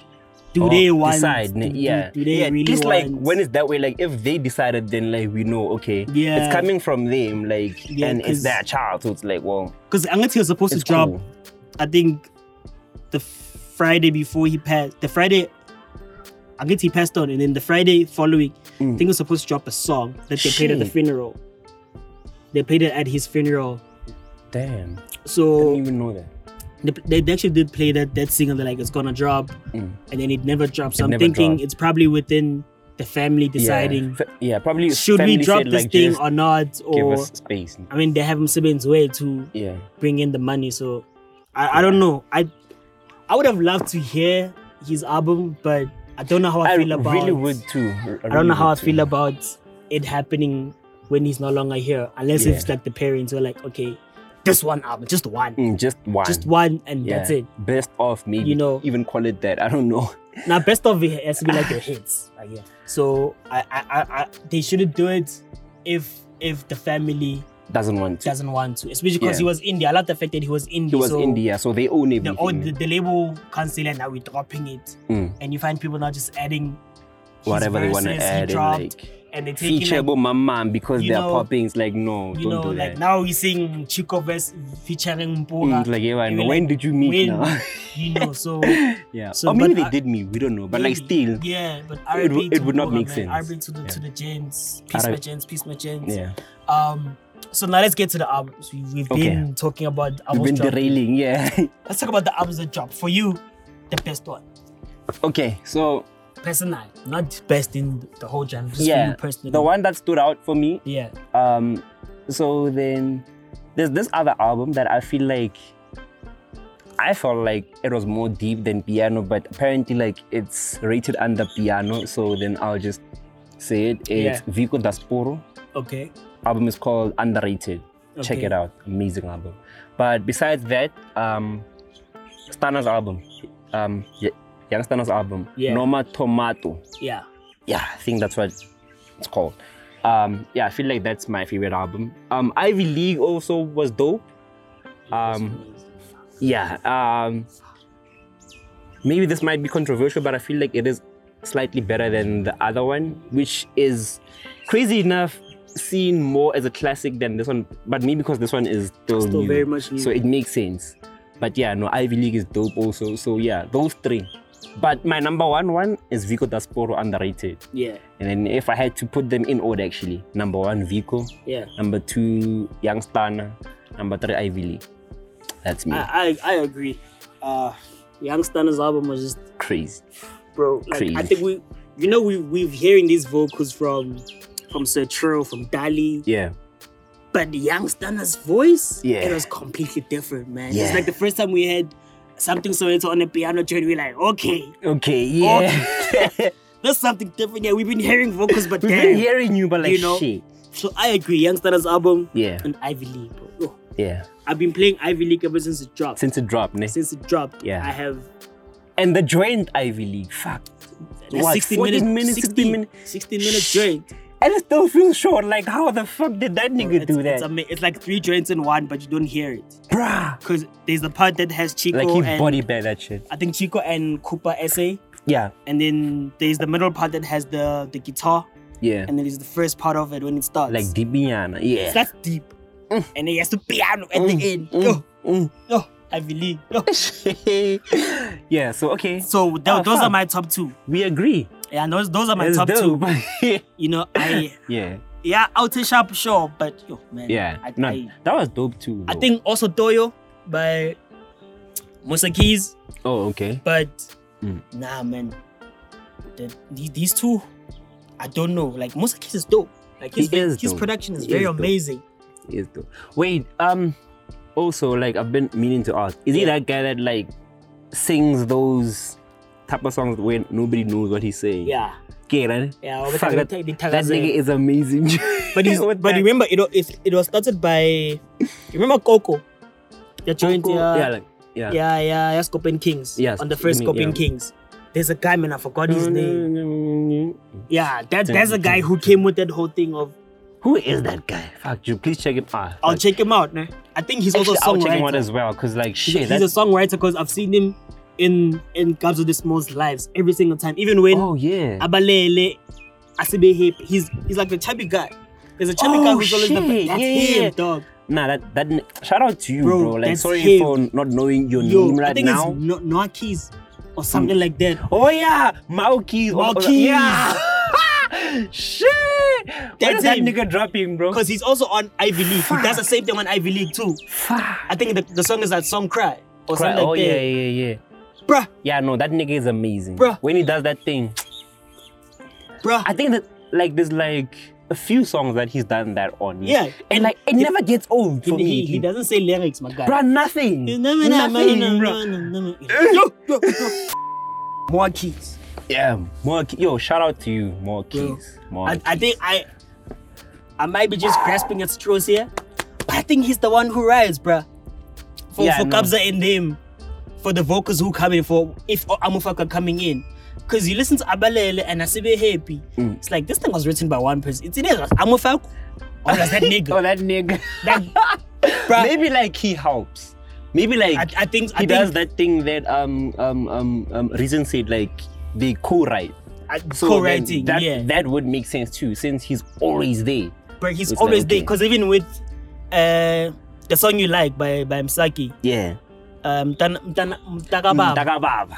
[SPEAKER 2] do
[SPEAKER 1] Or
[SPEAKER 2] they want?
[SPEAKER 1] Oh, decide?
[SPEAKER 2] do,
[SPEAKER 1] ne- yeah,
[SPEAKER 2] Do, do they
[SPEAKER 1] yeah.
[SPEAKER 2] really
[SPEAKER 1] it's like
[SPEAKER 2] want-
[SPEAKER 1] when it's that way. Like if they decided, then like we know. Okay,
[SPEAKER 2] Yeah.
[SPEAKER 1] it's coming from them. Like
[SPEAKER 2] Yeah,
[SPEAKER 1] and
[SPEAKER 2] 'cause-
[SPEAKER 1] it's their child, so it's like well,
[SPEAKER 2] because Angati was supposed
[SPEAKER 1] it's
[SPEAKER 2] to drop.
[SPEAKER 1] cool.
[SPEAKER 2] I think the Friday before he passed, the Friday. Angati passed on, and then the Friday following, I
[SPEAKER 1] Mm.
[SPEAKER 2] think he was supposed to drop a song that they played at the
[SPEAKER 1] Shit.
[SPEAKER 2] funeral. They played it at his funeral.
[SPEAKER 1] Damn, I
[SPEAKER 2] So
[SPEAKER 1] didn't even know that.
[SPEAKER 2] they, they they actually did play that that single. They're like, it's gonna drop,
[SPEAKER 1] Mm.
[SPEAKER 2] and then it never dropped. So
[SPEAKER 1] It
[SPEAKER 2] I'm
[SPEAKER 1] never
[SPEAKER 2] thinking
[SPEAKER 1] dropped.
[SPEAKER 2] it's probably within the family deciding.
[SPEAKER 1] Yeah, F- yeah probably.
[SPEAKER 2] Should we
[SPEAKER 1] family
[SPEAKER 2] drop
[SPEAKER 1] said,
[SPEAKER 2] this
[SPEAKER 1] like,
[SPEAKER 2] thing
[SPEAKER 1] just
[SPEAKER 2] or not?
[SPEAKER 1] give
[SPEAKER 2] Or
[SPEAKER 1] us space?
[SPEAKER 2] I mean, they have Mseben's way to
[SPEAKER 1] Yeah,
[SPEAKER 2] bring in the money. So I, I don't know. I I would have loved to hear his album, but I don't know how I,
[SPEAKER 1] I
[SPEAKER 2] feel about.
[SPEAKER 1] really would too.
[SPEAKER 2] I don't know how I feel
[SPEAKER 1] about.
[SPEAKER 2] about it happening when he's no longer here, unless
[SPEAKER 1] Yeah.
[SPEAKER 2] it's like the parents were like, okay, this one album, just one,
[SPEAKER 1] Mm, just one.
[SPEAKER 2] just one, and
[SPEAKER 1] Yeah.
[SPEAKER 2] that's it.
[SPEAKER 1] Best of maybe.
[SPEAKER 2] You know.
[SPEAKER 1] even call it that. I don't know.
[SPEAKER 2] Now, best of it has to be like your hits. Like, yeah. So I, I, I, I, they shouldn't do it if if the family
[SPEAKER 1] Doesn't want to.
[SPEAKER 2] doesn't want to, especially because
[SPEAKER 1] Yeah.
[SPEAKER 2] he was indie. I love the fact that he was indie.
[SPEAKER 1] he was
[SPEAKER 2] so
[SPEAKER 1] India, so they own
[SPEAKER 2] The,
[SPEAKER 1] everything.
[SPEAKER 2] all, the, the label cancel and now we're dropping it,
[SPEAKER 1] Mm.
[SPEAKER 2] and you find people now just adding his
[SPEAKER 1] Whatever they want to
[SPEAKER 2] verses he
[SPEAKER 1] add and
[SPEAKER 2] dropped,
[SPEAKER 1] like
[SPEAKER 2] and they taking like,
[SPEAKER 1] featureable mama because
[SPEAKER 2] you
[SPEAKER 1] they are
[SPEAKER 2] know-
[SPEAKER 1] popping. It's like no,
[SPEAKER 2] you
[SPEAKER 1] don't
[SPEAKER 2] know,
[SPEAKER 1] do
[SPEAKER 2] like
[SPEAKER 1] that.
[SPEAKER 2] now we sing Chico verse featuring
[SPEAKER 1] Mm,
[SPEAKER 2] Mpura,
[SPEAKER 1] it's like, yeah, and
[SPEAKER 2] were
[SPEAKER 1] when
[SPEAKER 2] like,
[SPEAKER 1] did you meet
[SPEAKER 2] when?
[SPEAKER 1] now?
[SPEAKER 2] you know. So
[SPEAKER 1] yeah.
[SPEAKER 2] So,
[SPEAKER 1] or maybe
[SPEAKER 2] but
[SPEAKER 1] they
[SPEAKER 2] I-
[SPEAKER 1] did me. We don't know. But like
[SPEAKER 2] maybe,
[SPEAKER 1] still,
[SPEAKER 2] yeah, but
[SPEAKER 1] it
[SPEAKER 2] RIP
[SPEAKER 1] would- it
[SPEAKER 2] to
[SPEAKER 1] would not
[SPEAKER 2] Mpura,
[SPEAKER 1] make
[SPEAKER 2] man.
[SPEAKER 1] sense.
[SPEAKER 2] RIP to the to
[SPEAKER 1] Yeah.
[SPEAKER 2] the gents, peace my
[SPEAKER 1] R.I.P.
[SPEAKER 2] gents, peace my gents.
[SPEAKER 1] yeah,
[SPEAKER 2] Um, so now let's get to the albums. We, we've
[SPEAKER 1] Okay.
[SPEAKER 2] been talking about
[SPEAKER 1] we've
[SPEAKER 2] albums.
[SPEAKER 1] been
[SPEAKER 2] dropped.
[SPEAKER 1] derailing. Yeah.
[SPEAKER 2] Let's talk about the albums that dropped. For you, the best one,
[SPEAKER 1] okay, so
[SPEAKER 2] personal, not best in the whole genre, just for
[SPEAKER 1] yeah,
[SPEAKER 2] you personally.
[SPEAKER 1] the one that stood out for me
[SPEAKER 2] yeah,
[SPEAKER 1] Um, so then there's this other album that I feel like I felt like it was more deep than piano, but apparently like it's rated under piano, so then I'll just say it. It's
[SPEAKER 2] Yeah.
[SPEAKER 1] Vico Dasporo.
[SPEAKER 2] okay,
[SPEAKER 1] Album is called Underrated. Check
[SPEAKER 2] Okay.
[SPEAKER 1] it out. Amazing album. But besides that, um Stana's album. Um Ye- Young Stana's album.
[SPEAKER 2] Yeah.
[SPEAKER 1] Norma Tomato
[SPEAKER 2] yeah,
[SPEAKER 1] yeah, I think that's what it's called. Um, yeah, I feel like that's my favorite album. Um, Mm-hmm. Ivy League also was dope. Um, Yeah, um, maybe this might be controversial, but I feel like it is slightly better than the other one, which is crazy enough seen more as a classic than this one. But maybe because this one is still,
[SPEAKER 2] Still
[SPEAKER 1] new,
[SPEAKER 2] very much new.
[SPEAKER 1] so it makes sense. But yeah, no, Ivy League is dope also. So yeah, those three. But my number one one is Vico Dasporo underrated.
[SPEAKER 2] yeah,
[SPEAKER 1] And then if I had to put them in order actually, number one Vico,
[SPEAKER 2] yeah.
[SPEAKER 1] number two Young Stana, number three Ivy League. That's me.
[SPEAKER 2] I, I I agree. Uh, Young Stunner's album was just
[SPEAKER 1] Crazy.
[SPEAKER 2] bro. Like I
[SPEAKER 1] Crazy.
[SPEAKER 2] think we, you know, we we've hearing these vocals from from Sir True, from Dali,
[SPEAKER 1] Yeah.
[SPEAKER 2] but the Young Stunner's voice,
[SPEAKER 1] Yeah.
[SPEAKER 2] it was completely different, man. It's
[SPEAKER 1] Yeah.
[SPEAKER 2] like the first time we had something so it's on a piano tune. We're like, okay,
[SPEAKER 1] Okay,
[SPEAKER 2] Oh,
[SPEAKER 1] yeah.
[SPEAKER 2] there's something different. Yeah, we've been hearing vocals, but
[SPEAKER 1] We've been
[SPEAKER 2] damn.
[SPEAKER 1] hearing you, but like
[SPEAKER 2] You know?
[SPEAKER 1] shit.
[SPEAKER 2] So I agree. Young Stunner's album
[SPEAKER 1] Yeah,
[SPEAKER 2] and Ivy League. Bro. Oh,
[SPEAKER 1] yeah.
[SPEAKER 2] I've been playing Ivy League ever since it dropped.
[SPEAKER 1] Since it dropped, ne?
[SPEAKER 2] Since it dropped,
[SPEAKER 1] Yeah.
[SPEAKER 2] I have
[SPEAKER 1] And the joint Ivy League. Fuck.
[SPEAKER 2] That's
[SPEAKER 1] What,
[SPEAKER 2] 16
[SPEAKER 1] 14
[SPEAKER 2] minutes,
[SPEAKER 1] minutes, 16
[SPEAKER 2] minutes, 16 minutes joint.
[SPEAKER 1] And it still feels short. Like, how the fuck did that nigga
[SPEAKER 2] it's,
[SPEAKER 1] do that?
[SPEAKER 2] It's, ama- it's like three joints in one, but you don't hear it
[SPEAKER 1] Bruh.
[SPEAKER 2] because there's the part that has Chico
[SPEAKER 1] Like, he
[SPEAKER 2] and
[SPEAKER 1] body bare that shit.
[SPEAKER 2] I think Chico and Cooper essay,
[SPEAKER 1] Yeah,
[SPEAKER 2] and then there's the middle part that has the the guitar,
[SPEAKER 1] yeah.
[SPEAKER 2] and then there's the first part of it when it starts.
[SPEAKER 1] Like, Dibiana. Yeah.
[SPEAKER 2] So that's deep, and then he has the piano at
[SPEAKER 1] Mm,
[SPEAKER 2] the end.
[SPEAKER 1] mm,
[SPEAKER 2] Yo,
[SPEAKER 1] mm.
[SPEAKER 2] yo, Ivy League. Yo.
[SPEAKER 1] yeah, so okay.
[SPEAKER 2] So tho-
[SPEAKER 1] Ah,
[SPEAKER 2] those are
[SPEAKER 1] fuck.
[SPEAKER 2] my top two.
[SPEAKER 1] We agree.
[SPEAKER 2] Yeah, and those those are my
[SPEAKER 1] It's
[SPEAKER 2] top two.
[SPEAKER 1] dope.
[SPEAKER 2] You know, I
[SPEAKER 1] yeah,
[SPEAKER 2] yeah, outer sharp sure, but yo man,
[SPEAKER 1] yeah.
[SPEAKER 2] I,
[SPEAKER 1] no,
[SPEAKER 2] I,
[SPEAKER 1] that was dope too.
[SPEAKER 2] I
[SPEAKER 1] though.
[SPEAKER 2] think also Toyo by Musa Keys,
[SPEAKER 1] Oh, okay.
[SPEAKER 2] but
[SPEAKER 1] Mm.
[SPEAKER 2] nah, man. The, the- these two, I don't know. Like Musa Keys is dope. Like his,
[SPEAKER 1] He is
[SPEAKER 2] his
[SPEAKER 1] dope.
[SPEAKER 2] production is
[SPEAKER 1] He
[SPEAKER 2] very
[SPEAKER 1] is dope.
[SPEAKER 2] amazing.
[SPEAKER 1] Yes, though. Wait, um, also like I've been meaning to ask, is he
[SPEAKER 2] Yeah.
[SPEAKER 1] that guy that like sings those type of songs where nobody knows what he's saying?
[SPEAKER 2] Yeah,
[SPEAKER 1] Okay, right?
[SPEAKER 2] yeah. but
[SPEAKER 1] Fuck,
[SPEAKER 2] they-
[SPEAKER 1] that,
[SPEAKER 2] they- they-
[SPEAKER 1] that nigga
[SPEAKER 2] eh.
[SPEAKER 1] is amazing.
[SPEAKER 2] But he's,
[SPEAKER 1] What
[SPEAKER 2] but
[SPEAKER 1] the-
[SPEAKER 2] remember, it, wa- it it was started by you remember Coco, the joint.
[SPEAKER 1] Coco-
[SPEAKER 2] uh,
[SPEAKER 1] yeah, like, yeah.
[SPEAKER 2] yeah, yeah, yeah, Scorpion Kings.
[SPEAKER 1] Yes,
[SPEAKER 2] on the first
[SPEAKER 1] yeah.
[SPEAKER 2] Scorpion Kings. There's a guy, man, I forgot his name. Yeah, that,
[SPEAKER 1] Ten-
[SPEAKER 2] there's a guy who came with that whole thing of
[SPEAKER 1] Who is that guy? Fuck you, please check him out.
[SPEAKER 2] I'll
[SPEAKER 1] Fuck.
[SPEAKER 2] check him out. Nah. I think he's also
[SPEAKER 1] Actually,
[SPEAKER 2] a
[SPEAKER 1] I'll check him out
[SPEAKER 2] songwriter.
[SPEAKER 1] as well, cause like
[SPEAKER 2] He's a-
[SPEAKER 1] shit.
[SPEAKER 2] he's
[SPEAKER 1] that-
[SPEAKER 2] a songwriter because I've seen him in in Gabs of the Small's lives every single time. Even when
[SPEAKER 1] oh yeah.
[SPEAKER 2] Abalele, Asibe Hip, he's he's like the chubby guy. There's a chubby
[SPEAKER 1] Oh,
[SPEAKER 2] guy who's always the
[SPEAKER 1] shit.
[SPEAKER 2] best. That's
[SPEAKER 1] Yeah,
[SPEAKER 2] him,
[SPEAKER 1] yeah.
[SPEAKER 2] dog.
[SPEAKER 1] Nah, that that n- shout out to you,
[SPEAKER 2] Bro,
[SPEAKER 1] bro. Like,
[SPEAKER 2] that's
[SPEAKER 1] sorry
[SPEAKER 2] him.
[SPEAKER 1] for not knowing your
[SPEAKER 2] Yo,
[SPEAKER 1] name
[SPEAKER 2] I
[SPEAKER 1] right
[SPEAKER 2] think
[SPEAKER 1] now.
[SPEAKER 2] it's no- Noah Keys or something like that.
[SPEAKER 1] Oh yeah, Maoki.
[SPEAKER 2] Maoki.
[SPEAKER 1] Yeah. Shit. When
[SPEAKER 2] That's
[SPEAKER 1] is that
[SPEAKER 2] him.
[SPEAKER 1] nigga dropping, bro?
[SPEAKER 2] Because he's also on Ivy League. He does the same thing on Ivy League too.
[SPEAKER 1] Fuck.
[SPEAKER 2] I think the, the song is that song cry or
[SPEAKER 1] Cry-
[SPEAKER 2] something
[SPEAKER 1] Oh
[SPEAKER 2] like
[SPEAKER 1] yeah,
[SPEAKER 2] that.
[SPEAKER 1] yeah, yeah.
[SPEAKER 2] Bruh,
[SPEAKER 1] Yeah, no, that nigga is amazing.
[SPEAKER 2] Bruh.
[SPEAKER 1] When he does that thing,
[SPEAKER 2] bruh.
[SPEAKER 1] I think that like there's like a few songs that he's done that on.
[SPEAKER 2] Yeah.
[SPEAKER 1] And like it never gets old
[SPEAKER 2] he,
[SPEAKER 1] for me.
[SPEAKER 2] he, he doesn't say lyrics, my guy.
[SPEAKER 1] Bruh, nothing.
[SPEAKER 2] No, no, no, no,
[SPEAKER 1] nothing,
[SPEAKER 2] no,
[SPEAKER 1] bruh.
[SPEAKER 2] no, no, no, no. Yo, yo, yo. More keys.
[SPEAKER 1] Yeah, more yo, shout out to you, more
[SPEAKER 2] Bro,
[SPEAKER 1] keys. More
[SPEAKER 2] I, I think I I might be just grasping at straws here, but I think he's the one who rides, bruh. For,
[SPEAKER 1] Yeah,
[SPEAKER 2] for
[SPEAKER 1] no.
[SPEAKER 2] Kabza and him, for the vocals who come in, for if Amufaka coming in. Because you listen to Abalele and Asibe Happy,
[SPEAKER 1] Mm.
[SPEAKER 2] it's like this thing was written by one person. It's in it, Amufaka. Or was that nigga?
[SPEAKER 1] oh, that nigga.
[SPEAKER 2] That- bruh,
[SPEAKER 1] Maybe like he helps. Maybe like
[SPEAKER 2] I, I think, I
[SPEAKER 1] he
[SPEAKER 2] think
[SPEAKER 1] does that thing that um um um, um Reason said like they co-write.
[SPEAKER 2] I,
[SPEAKER 1] So then
[SPEAKER 2] co-writing,
[SPEAKER 1] That
[SPEAKER 2] yeah.
[SPEAKER 1] that would make sense too, since he's always there.
[SPEAKER 2] but he's
[SPEAKER 1] it's
[SPEAKER 2] always
[SPEAKER 1] like,
[SPEAKER 2] there.
[SPEAKER 1] okay.
[SPEAKER 2] Because even with uh, the song you like by, by Msaki,
[SPEAKER 1] Yeah.
[SPEAKER 2] um, Mtana- Mtana-
[SPEAKER 1] Mm,
[SPEAKER 2] Mtakababa,
[SPEAKER 1] Mtakababa.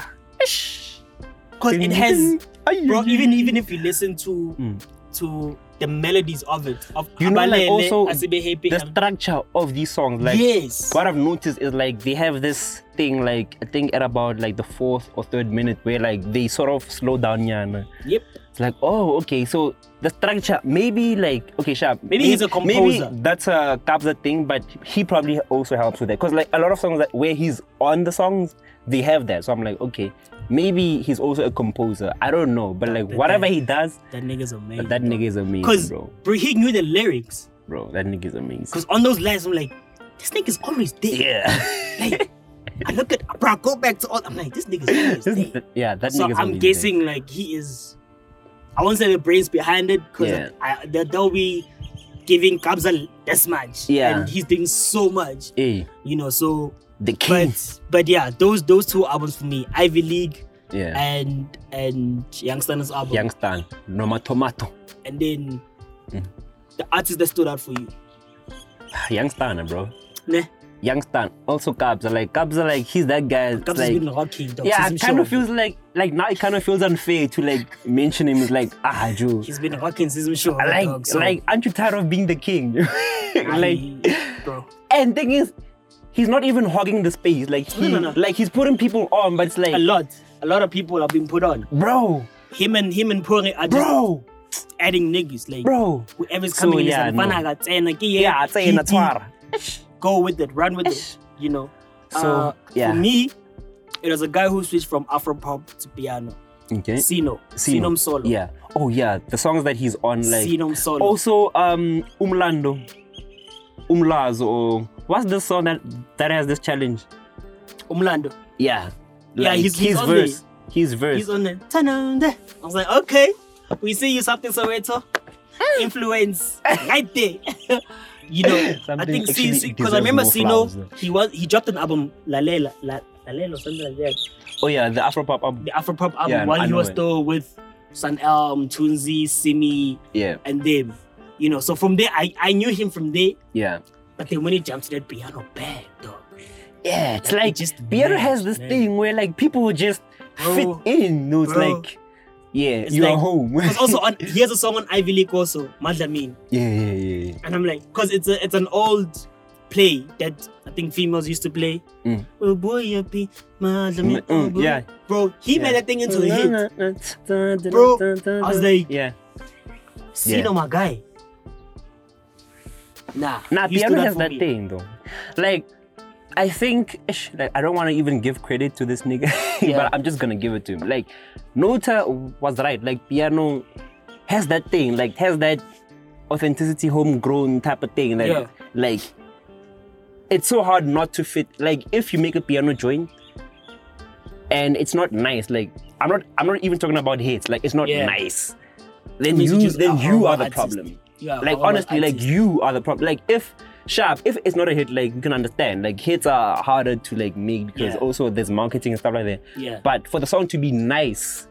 [SPEAKER 2] because it has bro even even if you listen to
[SPEAKER 1] Mm.
[SPEAKER 2] to the melodies of it of
[SPEAKER 1] You know, like,
[SPEAKER 2] Abalele,
[SPEAKER 1] also
[SPEAKER 2] Asibe Happy,
[SPEAKER 1] the
[SPEAKER 2] um,
[SPEAKER 1] structure of these songs, like
[SPEAKER 2] yes
[SPEAKER 1] what I've noticed is like they have this thing like I think at about like the fourth or third minute where like they sort of slow down Yana.
[SPEAKER 2] yep
[SPEAKER 1] It's like, oh, okay, so the structure, maybe like, okay, sharp.
[SPEAKER 2] Maybe he's a composer.
[SPEAKER 1] Maybe that's a Kabza thing, but he probably also helps with that. Because like a lot of songs that where he's on the songs, they have that. So I'm like, okay, maybe he's also a composer. I don't know, but like
[SPEAKER 2] But
[SPEAKER 1] whatever
[SPEAKER 2] that-
[SPEAKER 1] he does,
[SPEAKER 2] that nigga's amazing
[SPEAKER 1] that nigga is
[SPEAKER 2] because
[SPEAKER 1] amazing, bro.
[SPEAKER 2] he knew the lyrics
[SPEAKER 1] Bro, that nigga is amazing.
[SPEAKER 2] because on those lines I'm like this nigga's always there
[SPEAKER 1] Yeah.
[SPEAKER 2] like I look at bro I go back to all I'm like this nigga's always there
[SPEAKER 1] yeah, that
[SPEAKER 2] so
[SPEAKER 1] nigga's
[SPEAKER 2] I'm
[SPEAKER 1] amazing.
[SPEAKER 2] guessing like he is I won't say the brains behind it because
[SPEAKER 1] Yeah.
[SPEAKER 2] they'll be giving Kabza this much
[SPEAKER 1] Yeah.
[SPEAKER 2] and he's doing so much
[SPEAKER 1] Hey,
[SPEAKER 2] you know so
[SPEAKER 1] the king.
[SPEAKER 2] But but yeah, those those two albums for me, Ivy League
[SPEAKER 1] yeah.
[SPEAKER 2] and and Young Stunner's album.
[SPEAKER 1] Youngstown, Noma Tomato.
[SPEAKER 2] And then
[SPEAKER 1] Mm.
[SPEAKER 2] the artist that stood out for you.
[SPEAKER 1] Youngstown, bro.
[SPEAKER 2] Nah.
[SPEAKER 1] Youngstown. Also Cubs. Like Cubs are like he's that guy. it's
[SPEAKER 2] Cops
[SPEAKER 1] like,
[SPEAKER 2] has been rocking. Dog,
[SPEAKER 1] yeah,
[SPEAKER 2] since
[SPEAKER 1] it kind of
[SPEAKER 2] Mshomo.
[SPEAKER 1] feels like like now it kind of feels unfair to like mention him as like ah Joe.
[SPEAKER 2] He's been rocking since Mshomo,
[SPEAKER 1] I like
[SPEAKER 2] dog, so-
[SPEAKER 1] like aren't you tired of being the king? like
[SPEAKER 2] bro.
[SPEAKER 1] and thing is, he's not even hogging the space. Like he,
[SPEAKER 2] No, no, no.
[SPEAKER 1] like he's putting people on, but it's
[SPEAKER 2] A
[SPEAKER 1] like
[SPEAKER 2] lot, a lot of people have been put on.
[SPEAKER 1] bro,
[SPEAKER 2] Him and him and Pori are just
[SPEAKER 1] bro,
[SPEAKER 2] adding niggas. Like
[SPEAKER 1] bro.
[SPEAKER 2] whoever's
[SPEAKER 1] So,
[SPEAKER 2] coming in is
[SPEAKER 1] yeah,
[SPEAKER 2] like,
[SPEAKER 1] no.
[SPEAKER 2] "Fana ka tsena, ke ye,
[SPEAKER 1] Yeah, I'd say in
[SPEAKER 2] ke
[SPEAKER 1] a
[SPEAKER 2] di."
[SPEAKER 1] twar.
[SPEAKER 2] Go with it, run with it. You know.
[SPEAKER 1] So,
[SPEAKER 2] Uh,
[SPEAKER 1] yeah.
[SPEAKER 2] For me, it was a guy who switched from Afro pop to piano.
[SPEAKER 1] Okay.
[SPEAKER 2] Sino,
[SPEAKER 1] Eh, Sino.
[SPEAKER 2] Sinom solo.
[SPEAKER 1] Yeah. Oh yeah, the songs that he's on like
[SPEAKER 2] Sinom solo.
[SPEAKER 1] also um Umlando. Umlazo or what's the song that that has this challenge?
[SPEAKER 2] Umlando.
[SPEAKER 1] Yeah.
[SPEAKER 2] Yeah,
[SPEAKER 1] Like,
[SPEAKER 2] he's- he's
[SPEAKER 1] his
[SPEAKER 2] on
[SPEAKER 1] verse. His verse.
[SPEAKER 2] He's on there. Tananda. I was like, okay, we see you something Soweto. Influence right there. you know, I
[SPEAKER 1] Something
[SPEAKER 2] think
[SPEAKER 1] actually
[SPEAKER 2] because
[SPEAKER 1] deserves
[SPEAKER 2] I remember
[SPEAKER 1] more
[SPEAKER 2] Sino,
[SPEAKER 1] flowers, though.
[SPEAKER 2] he was he dropped an album Lalela La, Lalela or something like that,
[SPEAKER 1] oh yeah, the Afro pop album.
[SPEAKER 2] the Afropop album
[SPEAKER 1] Yeah,
[SPEAKER 2] while
[SPEAKER 1] I
[SPEAKER 2] he
[SPEAKER 1] know
[SPEAKER 2] was
[SPEAKER 1] it.
[SPEAKER 2] still with Sun Elm, Tunzi, Simi,
[SPEAKER 1] Yeah,
[SPEAKER 2] and them. You know, so from there I, I knew him from there,
[SPEAKER 1] yeah.
[SPEAKER 2] but then when he jumped to that piano bag, dog.
[SPEAKER 1] Yeah, it's
[SPEAKER 2] Like,
[SPEAKER 1] like
[SPEAKER 2] it just
[SPEAKER 1] Pierre has
[SPEAKER 2] meshed,
[SPEAKER 1] this
[SPEAKER 2] man.
[SPEAKER 1] thing where like people just
[SPEAKER 2] Bro,
[SPEAKER 1] fit in. No, it's
[SPEAKER 2] bro.
[SPEAKER 1] like yeah,
[SPEAKER 2] It's
[SPEAKER 1] you're
[SPEAKER 2] like-
[SPEAKER 1] home.
[SPEAKER 2] Because also on he has a song on Ivy League also, Madlamin.
[SPEAKER 1] yeah, yeah, yeah, yeah.
[SPEAKER 2] And I'm like, because it's a, it's an old play that I think females used to play.
[SPEAKER 1] Mm.
[SPEAKER 2] Oh boy, you be mad at me.
[SPEAKER 1] Mm,
[SPEAKER 2] Oh
[SPEAKER 1] mm,
[SPEAKER 2] boy.
[SPEAKER 1] yeah.
[SPEAKER 2] Bro, he
[SPEAKER 1] Yeah.
[SPEAKER 2] made that thing into a hit.
[SPEAKER 1] Bro,
[SPEAKER 2] I was like,
[SPEAKER 1] yeah.
[SPEAKER 2] see, no, my guy. Nah.
[SPEAKER 1] Nah,
[SPEAKER 2] he stood
[SPEAKER 1] Piano
[SPEAKER 2] up
[SPEAKER 1] has
[SPEAKER 2] for
[SPEAKER 1] that
[SPEAKER 2] me.
[SPEAKER 1] thing though. Like, I think ish, like I don't want to even give credit to this nigga,
[SPEAKER 2] Yeah.
[SPEAKER 1] but I'm just gonna give it to him. Like, Nota was right. Like, Piano has that thing. Like, has that authenticity, homegrown type of thing. Like,
[SPEAKER 2] Yeah.
[SPEAKER 1] like it's so hard not to fit. Like, if you make a piano joint, and it's not nice. Like, I'm not. I'm not even talking about hits. Like, it's not
[SPEAKER 2] Yeah.
[SPEAKER 1] nice. Then
[SPEAKER 2] means you
[SPEAKER 1] you,
[SPEAKER 2] just
[SPEAKER 1] then
[SPEAKER 2] are
[SPEAKER 1] you are
[SPEAKER 2] horrible
[SPEAKER 1] the
[SPEAKER 2] artist.
[SPEAKER 1] problem
[SPEAKER 2] You are a
[SPEAKER 1] like
[SPEAKER 2] horrible
[SPEAKER 1] honestly, like
[SPEAKER 2] artist.
[SPEAKER 1] you are the problem. Like if sharp, if it's not a hit, like we can understand. Like hits are harder to like make because
[SPEAKER 2] Yeah.
[SPEAKER 1] also there's marketing and stuff like that.
[SPEAKER 2] Yeah.
[SPEAKER 1] But for the song to be nice,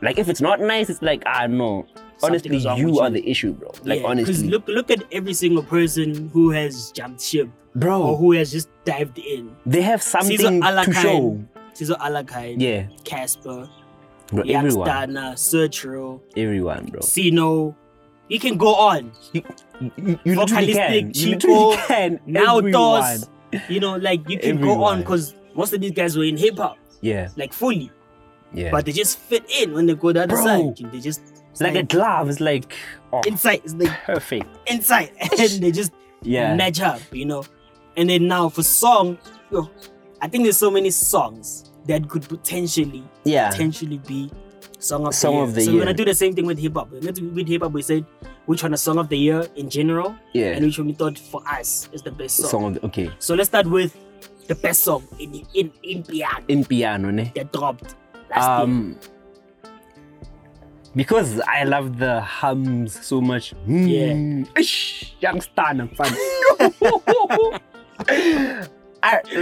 [SPEAKER 1] like if it's not nice, it's like ah no.
[SPEAKER 2] Something
[SPEAKER 1] honestly,
[SPEAKER 2] is wrong
[SPEAKER 1] you
[SPEAKER 2] with
[SPEAKER 1] are
[SPEAKER 2] you.
[SPEAKER 1] the issue, bro. Like
[SPEAKER 2] Yeah, 'cause
[SPEAKER 1] honestly,
[SPEAKER 2] look, look at every single person who has jumped ship or
[SPEAKER 1] bro,
[SPEAKER 2] who has just dived in.
[SPEAKER 1] they have Oh. something to show.
[SPEAKER 2] Cesar Alakai,
[SPEAKER 1] Yeah,
[SPEAKER 2] Casper,
[SPEAKER 1] bro, everyone, Oh.
[SPEAKER 2] Yakstana, Sertro,
[SPEAKER 1] everyone, bro.
[SPEAKER 2] Sino. You can go on.
[SPEAKER 1] You, you, you literally can.
[SPEAKER 2] Vocalistic,
[SPEAKER 1] You literally
[SPEAKER 2] Chico,
[SPEAKER 1] can.
[SPEAKER 2] Now
[SPEAKER 1] everyone.
[SPEAKER 2] Thos, you know, like you can go
[SPEAKER 1] Everyone.
[SPEAKER 2] on because most of these guys were in hip hop,
[SPEAKER 1] Yeah,
[SPEAKER 2] like fully,
[SPEAKER 1] yeah.
[SPEAKER 2] but they just fit in when they go the other
[SPEAKER 1] Bro.
[SPEAKER 2] side. They just
[SPEAKER 1] it's like a glove. It's like oh,
[SPEAKER 2] inside, it's like
[SPEAKER 1] perfect.
[SPEAKER 2] inside, and they just
[SPEAKER 1] Yeah.
[SPEAKER 2] match up, you know. And then now for song, yo, I think there's so many songs that could potentially,
[SPEAKER 1] Yeah.
[SPEAKER 2] potentially be song of
[SPEAKER 1] Song
[SPEAKER 2] the year.
[SPEAKER 1] of the
[SPEAKER 2] so we're
[SPEAKER 1] year.
[SPEAKER 2] gonna do the same thing with hip hop. With hip hop, we said which one is song of the year in general,
[SPEAKER 1] Yeah.
[SPEAKER 2] and which one we thought for us is the best song.
[SPEAKER 1] song of the, okay
[SPEAKER 2] So let's start with the best song in in in piano
[SPEAKER 1] in piano ne?
[SPEAKER 2] that dropped last year.
[SPEAKER 1] um because i love the hums so much mm, ish, youngster and fun I,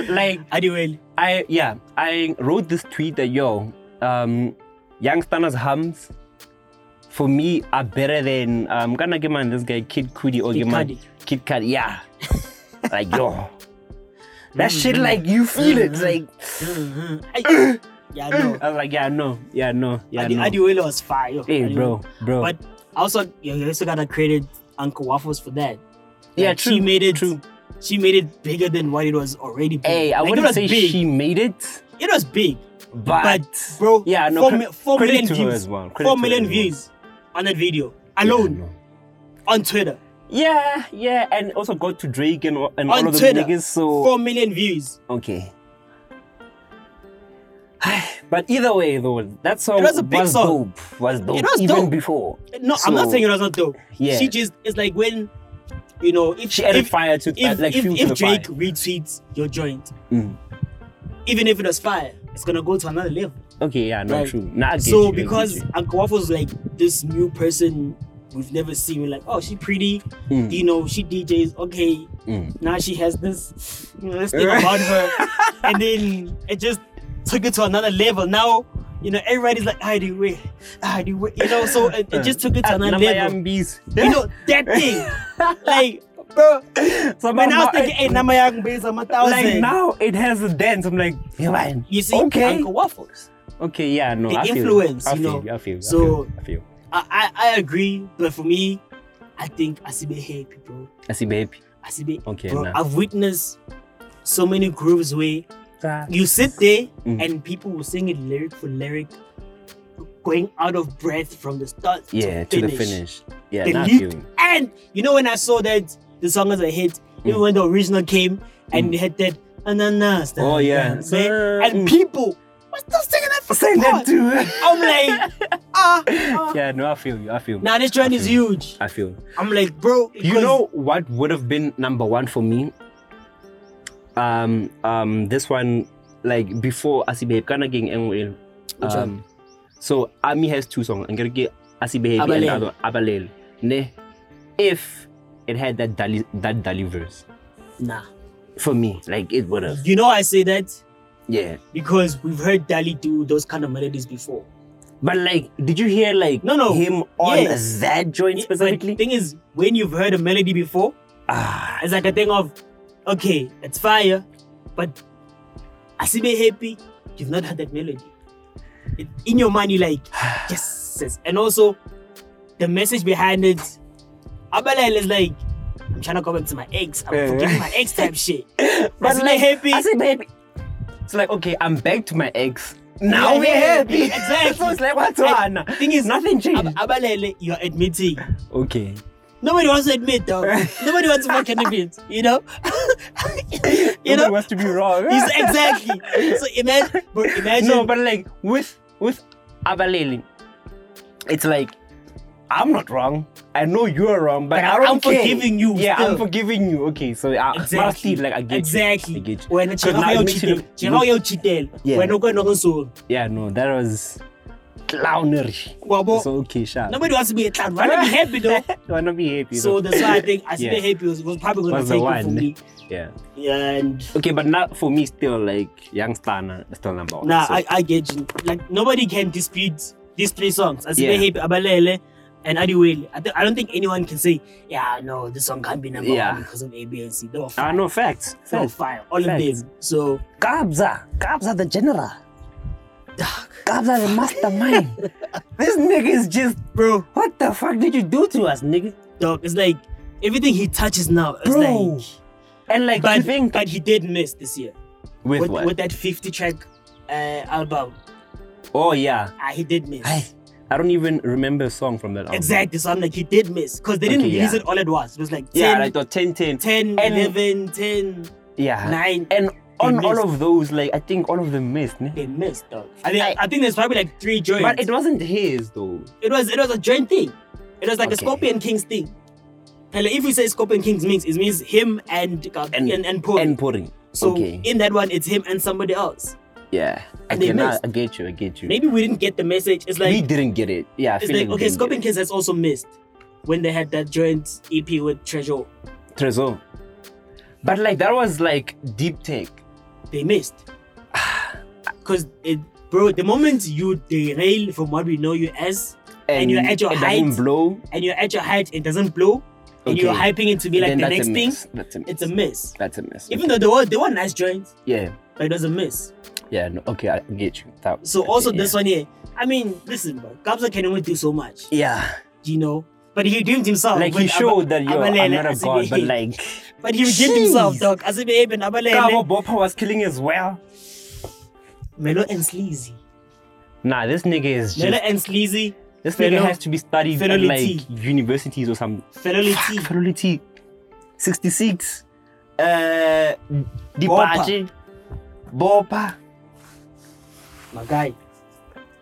[SPEAKER 1] like
[SPEAKER 2] Anyway,
[SPEAKER 1] i yeah i wrote this tweet that yo um youngster's hums for me are better than um gonna give man this guy kid Cudi or
[SPEAKER 2] Kid
[SPEAKER 1] give man
[SPEAKER 2] Cudi. Mm,
[SPEAKER 1] kid Cudi, yeah like yo that shit like you feel it like
[SPEAKER 2] mm. I, yeah, no.
[SPEAKER 1] I was like, yeah, no, yeah, no, yeah,
[SPEAKER 2] Adi,
[SPEAKER 1] no.
[SPEAKER 2] Adiwele was fire. yo.
[SPEAKER 1] hey,
[SPEAKER 2] Adiwele.
[SPEAKER 1] bro, bro.
[SPEAKER 2] But
[SPEAKER 1] Oh.
[SPEAKER 2] also, you you also gotta credit Uncle Waffles for that.
[SPEAKER 1] yeah,
[SPEAKER 2] like,
[SPEAKER 1] true.
[SPEAKER 2] she made it-
[SPEAKER 1] True.
[SPEAKER 2] She made it bigger than what it was already. Big.
[SPEAKER 1] Hey, I
[SPEAKER 2] Like, it
[SPEAKER 1] wouldn't
[SPEAKER 2] was
[SPEAKER 1] say
[SPEAKER 2] big.
[SPEAKER 1] she made it,
[SPEAKER 2] It was big,
[SPEAKER 1] but,
[SPEAKER 2] bro.
[SPEAKER 1] yeah, no.
[SPEAKER 2] four
[SPEAKER 1] cre-
[SPEAKER 2] mi- four
[SPEAKER 1] credit
[SPEAKER 2] million
[SPEAKER 1] to her
[SPEAKER 2] views.
[SPEAKER 1] as well. Credit
[SPEAKER 2] Four
[SPEAKER 1] to her
[SPEAKER 2] million
[SPEAKER 1] as well.
[SPEAKER 2] views on that video
[SPEAKER 1] Yeah,
[SPEAKER 2] alone
[SPEAKER 1] no.
[SPEAKER 2] on Twitter.
[SPEAKER 1] Yeah, yeah, and also got to Drake and, all- and
[SPEAKER 2] On
[SPEAKER 1] all of the
[SPEAKER 2] Twitter.
[SPEAKER 1] niggas. So
[SPEAKER 2] Four million views.
[SPEAKER 1] okay. But either way, though, that song
[SPEAKER 2] was a big song.
[SPEAKER 1] dope. Was dope.
[SPEAKER 2] was
[SPEAKER 1] even
[SPEAKER 2] dope.
[SPEAKER 1] before.
[SPEAKER 2] No, I'm not
[SPEAKER 1] So-
[SPEAKER 2] saying it was not dope.
[SPEAKER 1] Yeah.
[SPEAKER 2] She just it's like when you know if
[SPEAKER 1] She added
[SPEAKER 2] if,
[SPEAKER 1] fire to
[SPEAKER 2] if,
[SPEAKER 1] like
[SPEAKER 2] if,
[SPEAKER 1] fuel
[SPEAKER 2] if
[SPEAKER 1] to the
[SPEAKER 2] Drake
[SPEAKER 1] fire.
[SPEAKER 2] retweets your joint,
[SPEAKER 1] Mm.
[SPEAKER 2] even if it was fire, it's gonna go to another level.
[SPEAKER 1] Okay, yeah, no,
[SPEAKER 2] Right.
[SPEAKER 1] true. Nah, I get you,
[SPEAKER 2] so
[SPEAKER 1] I get
[SPEAKER 2] because
[SPEAKER 1] you.
[SPEAKER 2] Uncle Waffles like this new person we've never seen. We're like, oh, she pretty.
[SPEAKER 1] Mm.
[SPEAKER 2] You know, she DJs. Okay,
[SPEAKER 1] Mm.
[SPEAKER 2] now she has this, you know, this thing about her, and then it just took it to another level. Now, you know, everybody's like, I do it, I do it, you know. So it, it just took it to
[SPEAKER 1] Ah,
[SPEAKER 2] another
[SPEAKER 1] number
[SPEAKER 2] level.
[SPEAKER 1] yambi's.
[SPEAKER 2] You know that thing, like, bro.
[SPEAKER 1] Somehow
[SPEAKER 2] When I was
[SPEAKER 1] now
[SPEAKER 2] thinking,
[SPEAKER 1] it-
[SPEAKER 2] hey, number yang base, I'm a thousand.
[SPEAKER 1] eh, like now it has a dance. I'm like, yeah, man.
[SPEAKER 2] you see,
[SPEAKER 1] okay,
[SPEAKER 2] Uncle Waffles.
[SPEAKER 1] okay, yeah, no,
[SPEAKER 2] the
[SPEAKER 1] I feel,
[SPEAKER 2] influence,
[SPEAKER 1] I
[SPEAKER 2] you
[SPEAKER 1] feel,
[SPEAKER 2] know.
[SPEAKER 1] I feel, I
[SPEAKER 2] So-
[SPEAKER 1] feel, I feel.
[SPEAKER 2] I, I, I agree, but for me, I think Asibe happy, bro.
[SPEAKER 1] I see, baby.
[SPEAKER 2] Asibe,
[SPEAKER 1] Okay,
[SPEAKER 2] bro.
[SPEAKER 1] nah.
[SPEAKER 2] I've witnessed so many grooves where you sit there
[SPEAKER 1] Mm.
[SPEAKER 2] and people will sing it lyric for lyric, going out of breath from the start
[SPEAKER 1] yeah,
[SPEAKER 2] to,
[SPEAKER 1] to the finish. Yeah,
[SPEAKER 2] The
[SPEAKER 1] now I
[SPEAKER 2] leap.
[SPEAKER 1] feel.
[SPEAKER 2] And you know when I saw that the song as a hit, even
[SPEAKER 1] Mm.
[SPEAKER 2] when the original came and
[SPEAKER 1] Mm.
[SPEAKER 2] you had that ananas,
[SPEAKER 1] Oh, yeah.
[SPEAKER 2] ananas, eh,
[SPEAKER 1] Mm.
[SPEAKER 2] and people were still singing that for
[SPEAKER 1] Say that
[SPEAKER 2] God.
[SPEAKER 1] too.
[SPEAKER 2] I'm like, ah, ah.
[SPEAKER 1] yeah, no, I feel you. I feel.
[SPEAKER 2] now this trend is huge.
[SPEAKER 1] I feel.
[SPEAKER 2] I'm like, bro,
[SPEAKER 1] You know what would have been number one for me? Um, um, this one, like before Asibe Kana Gang NWL.
[SPEAKER 2] Which
[SPEAKER 1] Um, so Ami has two songs. I'm gonna get Asibe and
[SPEAKER 2] Abalele.
[SPEAKER 1] another Abalel. Ne, if it had that dali- that Dali verse
[SPEAKER 2] nah.
[SPEAKER 1] for me, like it would have.
[SPEAKER 2] You know I say that
[SPEAKER 1] Yeah,
[SPEAKER 2] because we've heard Dali do those kind of melodies before.
[SPEAKER 1] but like, did you hear like
[SPEAKER 2] No, no.
[SPEAKER 1] him on
[SPEAKER 2] Yes.
[SPEAKER 1] that joint
[SPEAKER 2] Yeah, but The
[SPEAKER 1] specifically?
[SPEAKER 2] thing is, when you've heard a melody before,
[SPEAKER 1] ah,
[SPEAKER 2] it's like a thing of, okay, it's fire, but Asibe Happy, you've not heard that melody. It, in your mind, you're like, yes, yes. And also, the message behind it, Abalel is like, I'm trying to go back to my ex. I'm
[SPEAKER 1] Yeah,
[SPEAKER 2] forgetting
[SPEAKER 1] yeah.
[SPEAKER 2] my ex type shit.
[SPEAKER 1] But
[SPEAKER 2] Asibe
[SPEAKER 1] like,
[SPEAKER 2] Happy.
[SPEAKER 1] Asibe Happy. It's like okay, I'm back to my ex. Now we're happy.
[SPEAKER 2] Exactly.
[SPEAKER 1] so it's like what's
[SPEAKER 2] And
[SPEAKER 1] one?
[SPEAKER 2] Thing is,
[SPEAKER 1] Nothing changed.
[SPEAKER 2] Ab- Abalele, you're admitting.
[SPEAKER 1] Okay.
[SPEAKER 2] Nobody wants to admit, though. Nobody wants to fucking admit, you know? you know?
[SPEAKER 1] wants to be wrong.
[SPEAKER 2] He's exactly. So imagine, bro, imagine.
[SPEAKER 1] no, but like with with Abalele, it's like I'm not wrong. I know you're wrong, but,
[SPEAKER 2] But
[SPEAKER 1] I don't
[SPEAKER 2] I'm
[SPEAKER 1] care.
[SPEAKER 2] forgiving you
[SPEAKER 1] Yeah, I'm
[SPEAKER 2] still.
[SPEAKER 1] forgiving you. Okay, so I, but I
[SPEAKER 2] exactly.
[SPEAKER 1] still, like I get you.
[SPEAKER 2] exactly.
[SPEAKER 1] I get you.
[SPEAKER 2] Wena
[SPEAKER 1] Because now
[SPEAKER 2] chela
[SPEAKER 1] it
[SPEAKER 2] yo
[SPEAKER 1] makes you
[SPEAKER 2] chitela,
[SPEAKER 1] look-
[SPEAKER 2] chela yo chitela.
[SPEAKER 1] Yeah.
[SPEAKER 2] Wena ukwenza ngisulu.
[SPEAKER 1] Yeah, no, that was clownery.
[SPEAKER 2] Wabo.
[SPEAKER 1] So okay, sharp.
[SPEAKER 2] Nobody wants to be a clown. Why not be happy though?
[SPEAKER 1] you wanna be happy.
[SPEAKER 2] So
[SPEAKER 1] though.
[SPEAKER 2] that's why I think I still
[SPEAKER 1] Yeah.
[SPEAKER 2] happy was, was probably gonna
[SPEAKER 1] Was the
[SPEAKER 2] take it for
[SPEAKER 1] one.
[SPEAKER 2] me.
[SPEAKER 1] yeah.
[SPEAKER 2] And
[SPEAKER 1] Okay, but not for me still like young Stana is still number one.
[SPEAKER 2] nah,
[SPEAKER 1] so.
[SPEAKER 2] I, I get you. Like nobody can dispute these three songs. I still
[SPEAKER 1] Yeah.
[SPEAKER 2] happy Abalele and Adiwele. I, th- I don't think anyone can say, yeah, no, this song can't be number
[SPEAKER 1] Yeah.
[SPEAKER 2] one because of A, B, and C. They were
[SPEAKER 1] Ah
[SPEAKER 2] fire.
[SPEAKER 1] no facts.
[SPEAKER 2] they were
[SPEAKER 1] Facts.
[SPEAKER 2] fire. All
[SPEAKER 1] Facts.
[SPEAKER 2] of them. So
[SPEAKER 1] Kabza. Kabza the general. Kabza the mastermind. this nigga is just
[SPEAKER 2] bro,
[SPEAKER 1] what the fuck did you do to us, nigga?
[SPEAKER 2] dog. It's like everything he touches now. It's
[SPEAKER 1] Bro.
[SPEAKER 2] like,
[SPEAKER 1] And like
[SPEAKER 2] but,
[SPEAKER 1] you think
[SPEAKER 2] but he did miss this year
[SPEAKER 1] with,
[SPEAKER 2] with,
[SPEAKER 1] what?
[SPEAKER 2] with that 50 track uh, album.
[SPEAKER 1] oh yeah.
[SPEAKER 2] Uh, he did miss.
[SPEAKER 1] I I don't even remember a song from that album.
[SPEAKER 2] exactly. So I'm like, he did miss because they didn't
[SPEAKER 1] Okay,
[SPEAKER 2] release
[SPEAKER 1] yeah.
[SPEAKER 2] it all at once. It was like 10,
[SPEAKER 1] Yeah, like the 10 10.
[SPEAKER 2] 10
[SPEAKER 1] and-
[SPEAKER 2] 11, 10,
[SPEAKER 1] Yeah.
[SPEAKER 2] 9.
[SPEAKER 1] And on
[SPEAKER 2] They
[SPEAKER 1] all
[SPEAKER 2] missed.
[SPEAKER 1] of those, like I think all of them missed, ne?
[SPEAKER 2] They missed, dog. I think,
[SPEAKER 1] I-
[SPEAKER 2] I think there's probably like three joints.
[SPEAKER 1] But
[SPEAKER 2] it,
[SPEAKER 1] it wasn't his though.
[SPEAKER 2] was it was a joint thing. It was like a
[SPEAKER 1] Okay.
[SPEAKER 2] Scorpion Kings thing. And like, if you say Scorpion Kings mix, it means him and and, and, Paul.
[SPEAKER 1] And Purim.
[SPEAKER 2] so
[SPEAKER 1] okay.
[SPEAKER 2] in that one, it's him and somebody else.
[SPEAKER 1] Yeah. I,
[SPEAKER 2] And they
[SPEAKER 1] cannot-
[SPEAKER 2] missed.
[SPEAKER 1] I get you, I get you.
[SPEAKER 2] Maybe we didn't get the message. It's like
[SPEAKER 1] we didn't get it. Yeah, I
[SPEAKER 2] It's
[SPEAKER 1] feel
[SPEAKER 2] like,
[SPEAKER 1] we
[SPEAKER 2] okay,
[SPEAKER 1] didn't get
[SPEAKER 2] Scorpion Kids has also missed when they had that joint EP with Treasure.
[SPEAKER 1] it. Trezor. But like that was like deep tech.
[SPEAKER 2] They missed. Because, it, bro, the moment you derail from what we know you as, And you're at your
[SPEAKER 1] it doesn't
[SPEAKER 2] height.
[SPEAKER 1] blow.
[SPEAKER 2] and you're at your height, it doesn't blow, and
[SPEAKER 1] Okay.
[SPEAKER 2] you're hyping it to be like
[SPEAKER 1] then
[SPEAKER 2] the
[SPEAKER 1] that's
[SPEAKER 2] next
[SPEAKER 1] a
[SPEAKER 2] thing,
[SPEAKER 1] miss. That's a miss.
[SPEAKER 2] it's a miss.
[SPEAKER 1] that's a miss.
[SPEAKER 2] Even though they were, they were nice joints,
[SPEAKER 1] yeah,
[SPEAKER 2] but it was a miss.
[SPEAKER 1] yeah. No, okay, I get you. That,
[SPEAKER 2] So,
[SPEAKER 1] okay,
[SPEAKER 2] also
[SPEAKER 1] yeah.
[SPEAKER 2] this one here, I mean, listen, bro, Gabza can only do so much,
[SPEAKER 1] Yeah,
[SPEAKER 2] you know? But he redeemed himself.
[SPEAKER 1] like he
[SPEAKER 2] with Oh, Aba-
[SPEAKER 1] showed that you're I'm
[SPEAKER 2] Abalele
[SPEAKER 1] not a
[SPEAKER 2] as
[SPEAKER 1] god,
[SPEAKER 2] he-
[SPEAKER 1] but like
[SPEAKER 2] But he redeemed himself,
[SPEAKER 1] Jeez.
[SPEAKER 2] dog. As if he and
[SPEAKER 1] Gabo
[SPEAKER 2] Abalele,
[SPEAKER 1] Bopa was killing as well.
[SPEAKER 2] Melo and Sleazy.
[SPEAKER 1] Nah, this nigga is
[SPEAKER 2] Melo
[SPEAKER 1] just
[SPEAKER 2] and Sleazy,
[SPEAKER 1] this nigga
[SPEAKER 2] Felo-
[SPEAKER 1] has to be studied at
[SPEAKER 2] Felolity.
[SPEAKER 1] like universities or some
[SPEAKER 2] Fidelity.
[SPEAKER 1] Ferolity. 66. Uh, Dipache. Bopa.
[SPEAKER 2] my guy,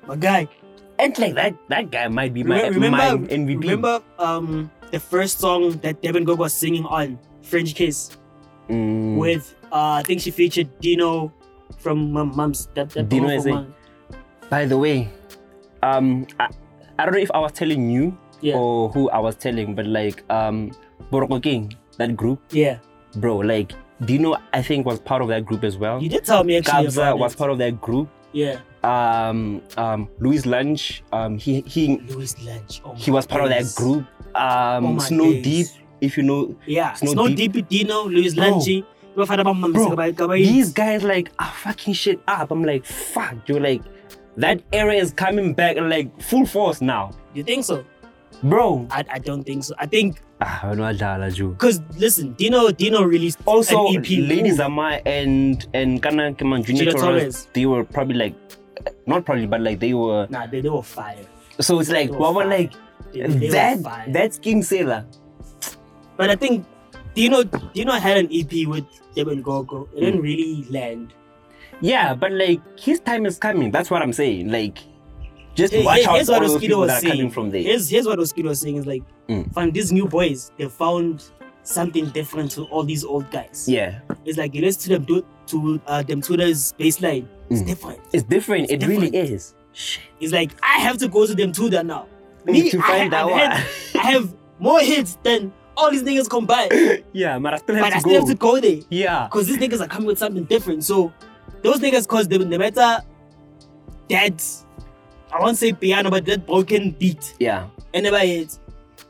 [SPEAKER 2] my guy.
[SPEAKER 1] And like that, that guy might be my,
[SPEAKER 2] Remem- remember,
[SPEAKER 1] my MVP.
[SPEAKER 2] remember, um, the first song that Devin Gogo was singing on French Kiss
[SPEAKER 1] Mm,
[SPEAKER 2] with, uh, I think she featured Dino from Mum Mums. That, that
[SPEAKER 1] Dino
[SPEAKER 2] promo
[SPEAKER 1] is
[SPEAKER 2] for
[SPEAKER 1] a-
[SPEAKER 2] Mum.
[SPEAKER 1] By the way, um, I, I don't know if I was telling you
[SPEAKER 2] Yeah.
[SPEAKER 1] or who I was telling, but like um Boroko King, that group,
[SPEAKER 2] Yeah.
[SPEAKER 1] bro, like Dino I think was part of that group as well.
[SPEAKER 2] You did tell me actually.
[SPEAKER 1] Kabza
[SPEAKER 2] about
[SPEAKER 1] was
[SPEAKER 2] it.
[SPEAKER 1] part of that group.
[SPEAKER 2] Yeah.
[SPEAKER 1] Um um Louis Lunch, um he he
[SPEAKER 2] Louis Lunch. Oh
[SPEAKER 1] he
[SPEAKER 2] my
[SPEAKER 1] was part of that
[SPEAKER 2] days.
[SPEAKER 1] group.
[SPEAKER 2] Oh
[SPEAKER 1] Um
[SPEAKER 2] my
[SPEAKER 1] Snow
[SPEAKER 2] days.
[SPEAKER 1] Deep, if you know
[SPEAKER 2] Yeah.
[SPEAKER 1] Snow
[SPEAKER 2] Snow, Snow
[SPEAKER 1] Deep.
[SPEAKER 2] Deep, Dino, Louis
[SPEAKER 1] Bro.
[SPEAKER 2] Lunch.
[SPEAKER 1] Bro, these guys like are fucking shit up. I'm like, fuck, you're like that era is coming back like full force now.
[SPEAKER 2] You think so?
[SPEAKER 1] Bro.
[SPEAKER 2] I, I don't think so. I think
[SPEAKER 1] Ah, I know I dial a joke.
[SPEAKER 2] because listen, Dino Dino released
[SPEAKER 1] Also,
[SPEAKER 2] an E EP.
[SPEAKER 1] Ladies Ama and and Kana Kiman Junior
[SPEAKER 2] Junior
[SPEAKER 1] Torres,
[SPEAKER 2] Torres.
[SPEAKER 1] they were probably like, not probably, but like they were.
[SPEAKER 2] Nah, they, they were fire.
[SPEAKER 1] So it's like,
[SPEAKER 2] They were
[SPEAKER 1] what were
[SPEAKER 2] fire.
[SPEAKER 1] like
[SPEAKER 2] They, they were
[SPEAKER 1] that
[SPEAKER 2] fire.
[SPEAKER 1] that skin sailor?
[SPEAKER 2] but I think Dino Dino had an EP with Devin Gogo. It
[SPEAKER 1] Hmm.
[SPEAKER 2] didn't really land.
[SPEAKER 1] Yeah, but like his time is coming. That's what I'm saying. Like, just
[SPEAKER 2] Here-
[SPEAKER 1] watch
[SPEAKER 2] here-
[SPEAKER 1] out
[SPEAKER 2] here's
[SPEAKER 1] for all
[SPEAKER 2] what
[SPEAKER 1] those
[SPEAKER 2] Oskido
[SPEAKER 1] people
[SPEAKER 2] was
[SPEAKER 1] that are
[SPEAKER 2] saying.
[SPEAKER 1] coming from there.
[SPEAKER 2] Here's here's what Oskido was saying is like,
[SPEAKER 1] Mm.
[SPEAKER 2] fun, these new boys they found something different to all these old guys.
[SPEAKER 1] Yeah,
[SPEAKER 2] It's like you listen to them do to uh, them Tudors baseline. It's
[SPEAKER 1] Mm.
[SPEAKER 2] different.
[SPEAKER 1] it's different.
[SPEAKER 2] It's
[SPEAKER 1] it really is. Shit.
[SPEAKER 2] It's like I have to go to them Tudor now.
[SPEAKER 1] Me to find
[SPEAKER 2] I,
[SPEAKER 1] out.
[SPEAKER 2] I've
[SPEAKER 1] what-
[SPEAKER 2] had- I have more hits than all these niggas combined.
[SPEAKER 1] yeah, but I still have
[SPEAKER 2] but
[SPEAKER 1] to
[SPEAKER 2] I still
[SPEAKER 1] go.
[SPEAKER 2] have to go there
[SPEAKER 1] Yeah.
[SPEAKER 2] because these niggas are coming with something different. So those niggas cause them the better dead. I won't say piano, but that broken beat.
[SPEAKER 1] Yeah.
[SPEAKER 2] And never hit.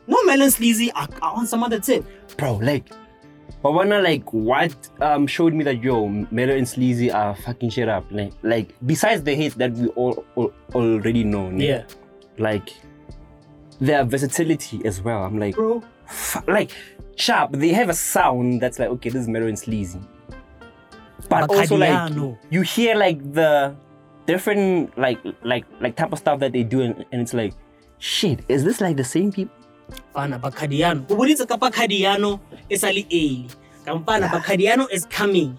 [SPEAKER 2] No melon sleazy. I, I want some other tip.
[SPEAKER 1] Bro, like, but wanna like what um showed me that yo, Melo and Sleazy are fucking shit up. Like, like besides the hate that we all, all already know, ne? like their versatility as well. I'm like,
[SPEAKER 2] bro.
[SPEAKER 1] fu- like sharp. They have a sound that's like, okay, this is Melo and Sleazy. But also like
[SPEAKER 2] Macadiano.
[SPEAKER 1] you hear like the different like like like type of stuff that they do and, and it's like, shit, is this like the same people?
[SPEAKER 2] Fana Bacadiano. Who is Bacadiano? It's Ali Ailey. Kampana Bacadiano is coming.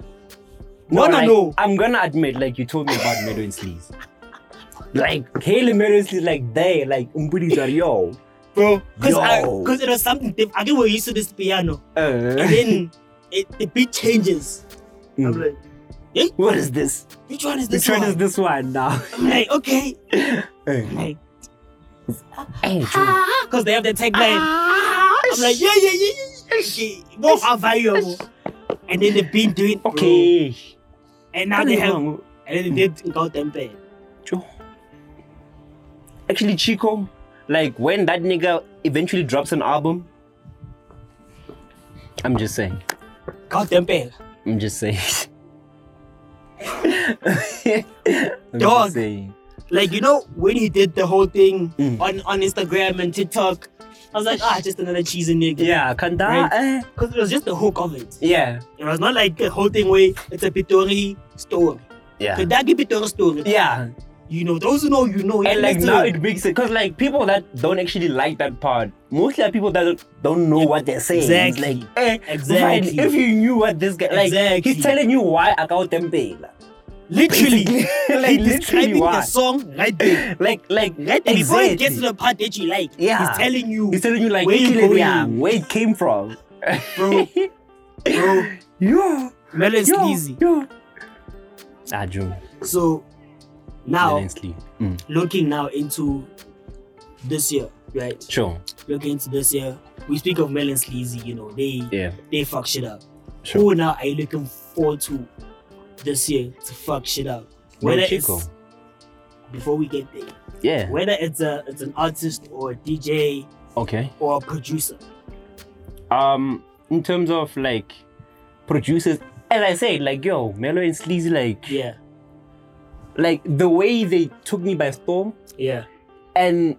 [SPEAKER 2] No, no,
[SPEAKER 1] like,
[SPEAKER 2] no.
[SPEAKER 1] I'm gonna admit, like you told me about Meadow and Sleaze. Like Kaylee Meadow and Sleaze, like they, like Umbudi's are yo.
[SPEAKER 2] Bro, because
[SPEAKER 1] Yo.
[SPEAKER 2] because it was something different. I get we're used to this piano, and
[SPEAKER 1] Uh,
[SPEAKER 2] then it, the beat changes. I'm
[SPEAKER 1] mm.
[SPEAKER 2] like,
[SPEAKER 1] what is this?
[SPEAKER 2] which one is this
[SPEAKER 1] Which one
[SPEAKER 2] one?
[SPEAKER 1] is this one now?
[SPEAKER 2] I'm like, okay,
[SPEAKER 1] Hey,
[SPEAKER 2] I'm like,
[SPEAKER 1] hey,
[SPEAKER 2] because they have the tagline.
[SPEAKER 1] Ah,
[SPEAKER 2] I'm like, yeah, yeah, yeah, yeah, yeah, yeah. More are valuable. And then they've been doing bro.
[SPEAKER 1] okay.
[SPEAKER 2] and now they have, and
[SPEAKER 1] Wrong.
[SPEAKER 2] then
[SPEAKER 1] Hmm.
[SPEAKER 2] they did go tempe.
[SPEAKER 1] Jo. Actually, Chico, like when that nigga eventually drops an album, I'm just saying.
[SPEAKER 2] Go tempe.
[SPEAKER 1] I'm just saying. I'm
[SPEAKER 2] Dog.
[SPEAKER 1] just saying.
[SPEAKER 2] Like
[SPEAKER 1] Hmm.
[SPEAKER 2] you know when he did the whole thing
[SPEAKER 1] Mm.
[SPEAKER 2] on on Instagram and TikTok, I was like, ah, just another cheesy nigga.
[SPEAKER 1] Yeah, Kanda.
[SPEAKER 2] Right.
[SPEAKER 1] eh?
[SPEAKER 2] Because it was just the hook of it.
[SPEAKER 1] Yeah.
[SPEAKER 2] It was not like the whole thing where it's a Pitori story. The
[SPEAKER 1] Yeah.
[SPEAKER 2] Dagi Pitori story.
[SPEAKER 1] Yeah.
[SPEAKER 2] You know, those who know, you know.
[SPEAKER 1] And
[SPEAKER 2] You
[SPEAKER 1] like now
[SPEAKER 2] understand.
[SPEAKER 1] it makes it because like people that don't actually like that part, mostly are people that don't- don't know what they're saying. It's
[SPEAKER 2] Exactly.
[SPEAKER 1] Like, eh,
[SPEAKER 2] Exactly.
[SPEAKER 1] fine, if you knew what this guy like
[SPEAKER 2] Exactly.
[SPEAKER 1] he's telling you why I got them paid.
[SPEAKER 2] literally,
[SPEAKER 1] Basically,
[SPEAKER 2] he
[SPEAKER 1] like literally
[SPEAKER 2] describing the
[SPEAKER 1] why.
[SPEAKER 2] song right there.
[SPEAKER 1] Like like
[SPEAKER 2] Right there. Before he gets to
[SPEAKER 1] exactly.
[SPEAKER 2] the part that you like,
[SPEAKER 1] Yeah.
[SPEAKER 2] he's telling you,
[SPEAKER 1] He's telling you like
[SPEAKER 2] Where you
[SPEAKER 1] actually,
[SPEAKER 2] going?
[SPEAKER 1] yeah, where it came from.
[SPEAKER 2] bro, bro,
[SPEAKER 1] Yo,
[SPEAKER 2] Melon
[SPEAKER 1] yo,
[SPEAKER 2] Sleazy.
[SPEAKER 1] yo. Ah, June.
[SPEAKER 2] So now,
[SPEAKER 1] relentlessly. Mm.
[SPEAKER 2] looking now into this year, right?
[SPEAKER 1] Sure.
[SPEAKER 2] Looking into this year, we speak of Melon Sleazy, you know, they
[SPEAKER 1] Yeah.
[SPEAKER 2] they fuck shit up.
[SPEAKER 1] Sure.
[SPEAKER 2] Who now are you looking forward to this year to fuck shit up?
[SPEAKER 1] Bro,
[SPEAKER 2] Whether
[SPEAKER 1] Chico.
[SPEAKER 2] it's before we get there,
[SPEAKER 1] Yeah.
[SPEAKER 2] whether it's a it's an artist or a DJ
[SPEAKER 1] Okay.
[SPEAKER 2] or a producer.
[SPEAKER 1] um in terms of like producers as i said like yo mellow and sleazy like
[SPEAKER 2] Yeah,
[SPEAKER 1] like the way they took me by storm
[SPEAKER 2] yeah,
[SPEAKER 1] and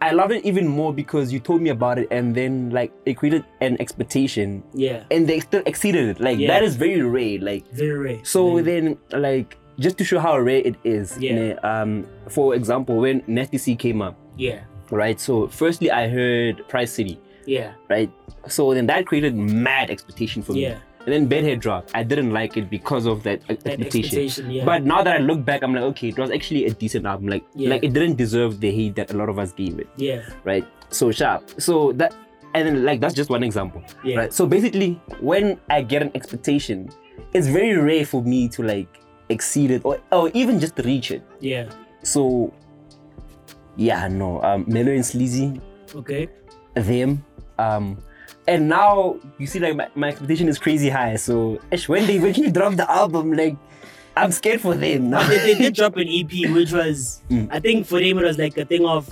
[SPEAKER 1] i love it even more because you told me about it and then like it created an expectation
[SPEAKER 2] yeah.
[SPEAKER 1] and they still exceeded it like
[SPEAKER 2] Yeah.
[SPEAKER 1] that is very rare like
[SPEAKER 2] Very rare.
[SPEAKER 1] so
[SPEAKER 2] Very-
[SPEAKER 1] then like just to show how rare it is
[SPEAKER 2] Yeah.
[SPEAKER 1] ne, um for example when nasty c came up
[SPEAKER 2] yeah,
[SPEAKER 1] right so firstly i heard price city
[SPEAKER 2] yeah,
[SPEAKER 1] right so then that created mad expectation for me
[SPEAKER 2] yeah.
[SPEAKER 1] and then Bedhead dropped. I didn't like it because of that, uh,
[SPEAKER 2] That
[SPEAKER 1] expectation.
[SPEAKER 2] expectation. Yeah,
[SPEAKER 1] But now that I look back, I'm like, okay, it was actually a decent album. Like,
[SPEAKER 2] Yeah.
[SPEAKER 1] like it didn't deserve the hate that a lot of us gave it,
[SPEAKER 2] yeah,
[SPEAKER 1] right? So sharp. So that, and then like that's just one example,
[SPEAKER 2] yeah,
[SPEAKER 1] right? So basically, when I get an expectation, it's very rare for me to like exceed it or or even just reach it.
[SPEAKER 2] yeah.
[SPEAKER 1] So, yeah, no, um, Melo and Sleazy,
[SPEAKER 2] okay
[SPEAKER 1] them. Um, and now you see, like my, my expectation is crazy high. So ish, when they eventually drop the album, like I'm scared for them now.
[SPEAKER 2] they, they did drop an EP, which was
[SPEAKER 1] Mm.
[SPEAKER 2] I think for them it was like a thing of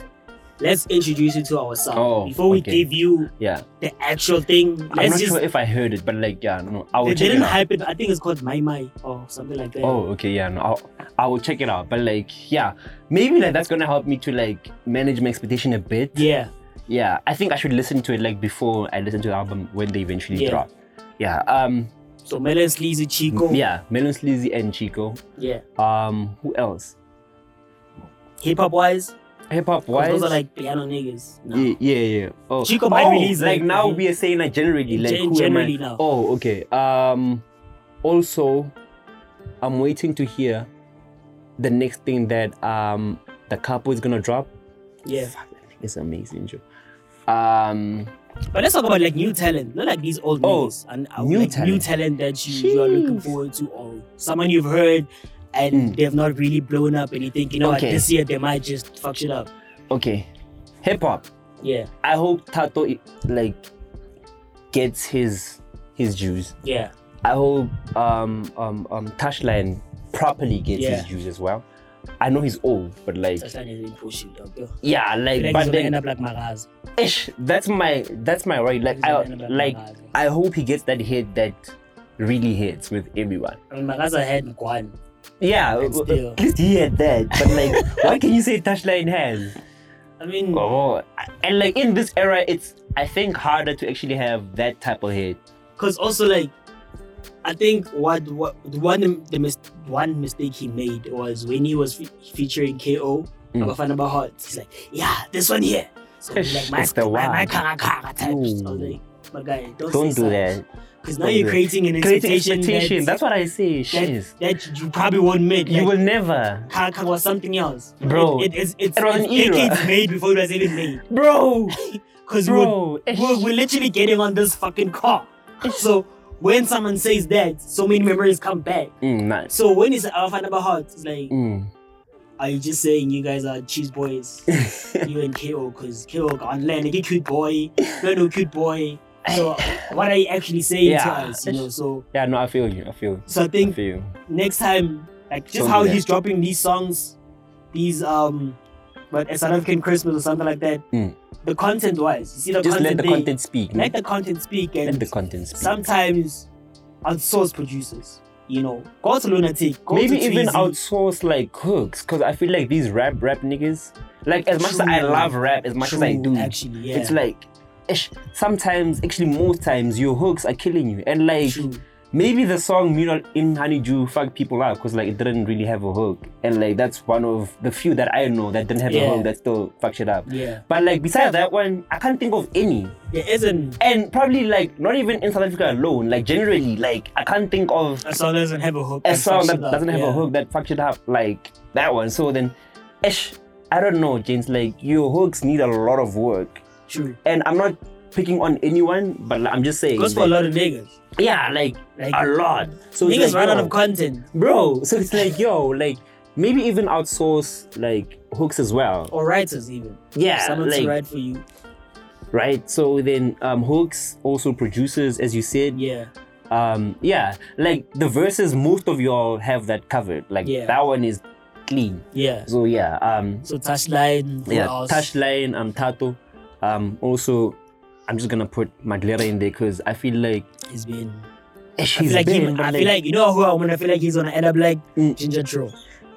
[SPEAKER 2] let's introduce you to our song
[SPEAKER 1] Oh,
[SPEAKER 2] before we
[SPEAKER 1] okay.
[SPEAKER 2] give you
[SPEAKER 1] yeah,
[SPEAKER 2] the actual thing.
[SPEAKER 1] I'm
[SPEAKER 2] Let's
[SPEAKER 1] not
[SPEAKER 2] just
[SPEAKER 1] sure if I heard it, but like yeah, no, I will
[SPEAKER 2] they
[SPEAKER 1] check
[SPEAKER 2] didn't
[SPEAKER 1] it out.
[SPEAKER 2] hype it. I think it's called My My or something like that.
[SPEAKER 1] Oh, okay, yeah, no, I'll, I will check it out. But like, yeah, maybe like that's gonna help me to like manage my expectation a bit.
[SPEAKER 2] Yeah,
[SPEAKER 1] yeah i think i should listen to it like before i listen to the album when they eventually
[SPEAKER 2] Yeah.
[SPEAKER 1] drop yeah um
[SPEAKER 2] so Melon Sleazy Chico.
[SPEAKER 1] yeah melon sleazy and chico
[SPEAKER 2] yeah.
[SPEAKER 1] um who else
[SPEAKER 2] Hip hop wise, 'cause
[SPEAKER 1] hip-hop wise
[SPEAKER 2] those are like piano niggas. No.
[SPEAKER 1] yeah, yeah yeah oh
[SPEAKER 2] Chico
[SPEAKER 1] oh,
[SPEAKER 2] might release,
[SPEAKER 1] like
[SPEAKER 2] like,
[SPEAKER 1] now
[SPEAKER 2] uh,
[SPEAKER 1] we are saying like generally
[SPEAKER 2] in
[SPEAKER 1] like
[SPEAKER 2] gen-
[SPEAKER 1] who am I-
[SPEAKER 2] generally now.
[SPEAKER 1] oh okay um also i'm waiting to hear the next thing that um the couple is gonna drop
[SPEAKER 2] Yeah.
[SPEAKER 1] Fuck, that thing is amazing Joe. um
[SPEAKER 2] But let's talk about like new talent, not like these old
[SPEAKER 1] Oh,
[SPEAKER 2] niggas and uh,
[SPEAKER 1] new
[SPEAKER 2] like, new
[SPEAKER 1] talent.
[SPEAKER 2] talent that you, you are looking
[SPEAKER 1] Sheesh.
[SPEAKER 2] forward to or someone you've heard and
[SPEAKER 1] Mm.
[SPEAKER 2] they've not really blown up and you think, you know what,
[SPEAKER 1] Okay.
[SPEAKER 2] this year they might just fuck shit up.
[SPEAKER 1] okay hip-hop
[SPEAKER 2] Yeah,
[SPEAKER 1] I hope Tato like gets his his dues.
[SPEAKER 2] yeah,
[SPEAKER 1] I hope um um um Tashline properly gets
[SPEAKER 2] Yeah.
[SPEAKER 1] his dues as well. I know he's old, but like
[SPEAKER 2] Touchdown is really pushing dog. Yo.
[SPEAKER 1] yeah, like
[SPEAKER 2] Like, he's
[SPEAKER 1] but
[SPEAKER 2] gonna
[SPEAKER 1] then
[SPEAKER 2] end up like Maraz.
[SPEAKER 1] ish, that's my that's my right. Like
[SPEAKER 2] He's
[SPEAKER 1] I
[SPEAKER 2] gonna end up
[SPEAKER 1] like
[SPEAKER 2] Maraz.
[SPEAKER 1] I hope he gets that hit that really hits with everyone.
[SPEAKER 2] I mean, Maraz had Gwan.
[SPEAKER 1] Yeah,
[SPEAKER 2] And
[SPEAKER 1] uh,
[SPEAKER 2] still.
[SPEAKER 1] at least he had that. But like, why can you say Tashline has?
[SPEAKER 2] I mean,
[SPEAKER 1] Oh, and like in this era, it's I think harder to actually have that type of hit.
[SPEAKER 2] because also like, I think what what one the mis- one mistake he made was when he was fe- featuring KO
[SPEAKER 1] Mm.
[SPEAKER 2] Abafana mm. Heart. He's like, yeah, this one here. So like my
[SPEAKER 1] It's the
[SPEAKER 2] my, my
[SPEAKER 1] one.
[SPEAKER 2] kara kara type. So I was
[SPEAKER 1] Ooh.
[SPEAKER 2] like, my guy, don't,
[SPEAKER 1] Don't
[SPEAKER 2] say
[SPEAKER 1] do that.
[SPEAKER 2] Because now
[SPEAKER 1] Don't do
[SPEAKER 2] you're
[SPEAKER 1] that.
[SPEAKER 2] creating an
[SPEAKER 1] creating
[SPEAKER 2] expectation,
[SPEAKER 1] expectation.
[SPEAKER 2] That,
[SPEAKER 1] That's what I say.
[SPEAKER 2] that,
[SPEAKER 1] Shiz.
[SPEAKER 2] that you probably won't make.
[SPEAKER 1] You
[SPEAKER 2] Like,
[SPEAKER 1] will never,
[SPEAKER 2] Kara kara was something else,
[SPEAKER 1] Bro,
[SPEAKER 2] It, it, it's it's
[SPEAKER 1] it was an
[SPEAKER 2] it's
[SPEAKER 1] era.
[SPEAKER 2] decades made before it was even made.
[SPEAKER 1] bro.
[SPEAKER 2] Because we would
[SPEAKER 1] Bro, eh,
[SPEAKER 2] we're, we're literally getting on this fucking car. So when someone says that, so many memories come back.
[SPEAKER 1] mm, nice.
[SPEAKER 2] So when it's Alpha Number Heart, it's like,
[SPEAKER 1] Mm.
[SPEAKER 2] are you just saying you guys are cheese boys? you and KO, because KO on land, a cute boy, you're no cute boy. So what are you actually saying to
[SPEAKER 1] Yeah.
[SPEAKER 2] us? You know, so
[SPEAKER 1] Yeah, no, I feel you. I feel.
[SPEAKER 2] so I
[SPEAKER 1] I
[SPEAKER 2] think
[SPEAKER 1] feel you.
[SPEAKER 2] next time, like just
[SPEAKER 1] Don't
[SPEAKER 2] how
[SPEAKER 1] do that.
[SPEAKER 2] he's dropping these songs, these um, but a South African Christmas or something like that.
[SPEAKER 1] Mm.
[SPEAKER 2] The content wise, you see the
[SPEAKER 1] Just let
[SPEAKER 2] content
[SPEAKER 1] the
[SPEAKER 2] thing,
[SPEAKER 1] content speak.
[SPEAKER 2] let the content speak and
[SPEAKER 1] Let the content speak.
[SPEAKER 2] sometimes outsource producers. You know, go to Lunatic, go
[SPEAKER 1] Maybe
[SPEAKER 2] to
[SPEAKER 1] even
[SPEAKER 2] Tweezy.
[SPEAKER 1] outsource like hooks, cause I feel like these rap rap niggas, like as much as I
[SPEAKER 2] True.
[SPEAKER 1] love rap, as much as I
[SPEAKER 2] True,
[SPEAKER 1] do,
[SPEAKER 2] Actually, yeah.
[SPEAKER 1] it's like. ish, Sometimes, actually, most times, your hooks are killing you, and like
[SPEAKER 2] True.
[SPEAKER 1] maybe the song "Mural in Honeydew" fucked people up because like it didn't really have a hook, and like that's one of the few that I know that didn't have a
[SPEAKER 2] Yeah.
[SPEAKER 1] hook that still fucked shit up.
[SPEAKER 2] Yeah.
[SPEAKER 1] But like besides that one, I can't think of any,
[SPEAKER 2] There isn't
[SPEAKER 1] and probably like not even in South Africa alone. Like generally, like I can't think of
[SPEAKER 2] a song that doesn't have a hook.
[SPEAKER 1] a
[SPEAKER 2] and
[SPEAKER 1] song
[SPEAKER 2] fucks
[SPEAKER 1] that
[SPEAKER 2] it up,
[SPEAKER 1] doesn't have a
[SPEAKER 2] yeah.
[SPEAKER 1] hook that fucked it up like that one. So then, ish, I don't know, James. Like your hooks need a lot of work,
[SPEAKER 2] True.
[SPEAKER 1] and I'm not picking on anyone, but like, I'm just saying,
[SPEAKER 2] Goes for a
[SPEAKER 1] that-
[SPEAKER 2] lot of niggas.
[SPEAKER 1] yeah, like,
[SPEAKER 2] Like-
[SPEAKER 1] a lot. So it's
[SPEAKER 2] Niggas
[SPEAKER 1] like,
[SPEAKER 2] run out
[SPEAKER 1] yo,
[SPEAKER 2] of content.
[SPEAKER 1] bro so it's like yo like maybe even outsource like hooks as well
[SPEAKER 2] Or writers even.
[SPEAKER 1] yeah
[SPEAKER 2] Oh, Someone
[SPEAKER 1] Ah, like,
[SPEAKER 2] to
[SPEAKER 1] right.
[SPEAKER 2] write for you.
[SPEAKER 1] so then um hooks also producers as you said
[SPEAKER 2] Yeah.
[SPEAKER 1] um yeah like the verses most of y'all have that covered like
[SPEAKER 2] Yeah.
[SPEAKER 1] that one is clean
[SPEAKER 2] Yeah.
[SPEAKER 1] so yeah um
[SPEAKER 2] So touchline. who
[SPEAKER 1] yeah
[SPEAKER 2] else?
[SPEAKER 1] touchline um tato um also i'm just gonna put madlera in there because i feel like
[SPEAKER 2] He's been.
[SPEAKER 1] Esh,
[SPEAKER 2] I feel
[SPEAKER 1] he's
[SPEAKER 2] like,
[SPEAKER 1] been,
[SPEAKER 2] he,
[SPEAKER 1] but
[SPEAKER 2] I feel like you know who I'm gonna feel like he's gonna end up like
[SPEAKER 1] Mm.
[SPEAKER 2] Ginger Tro.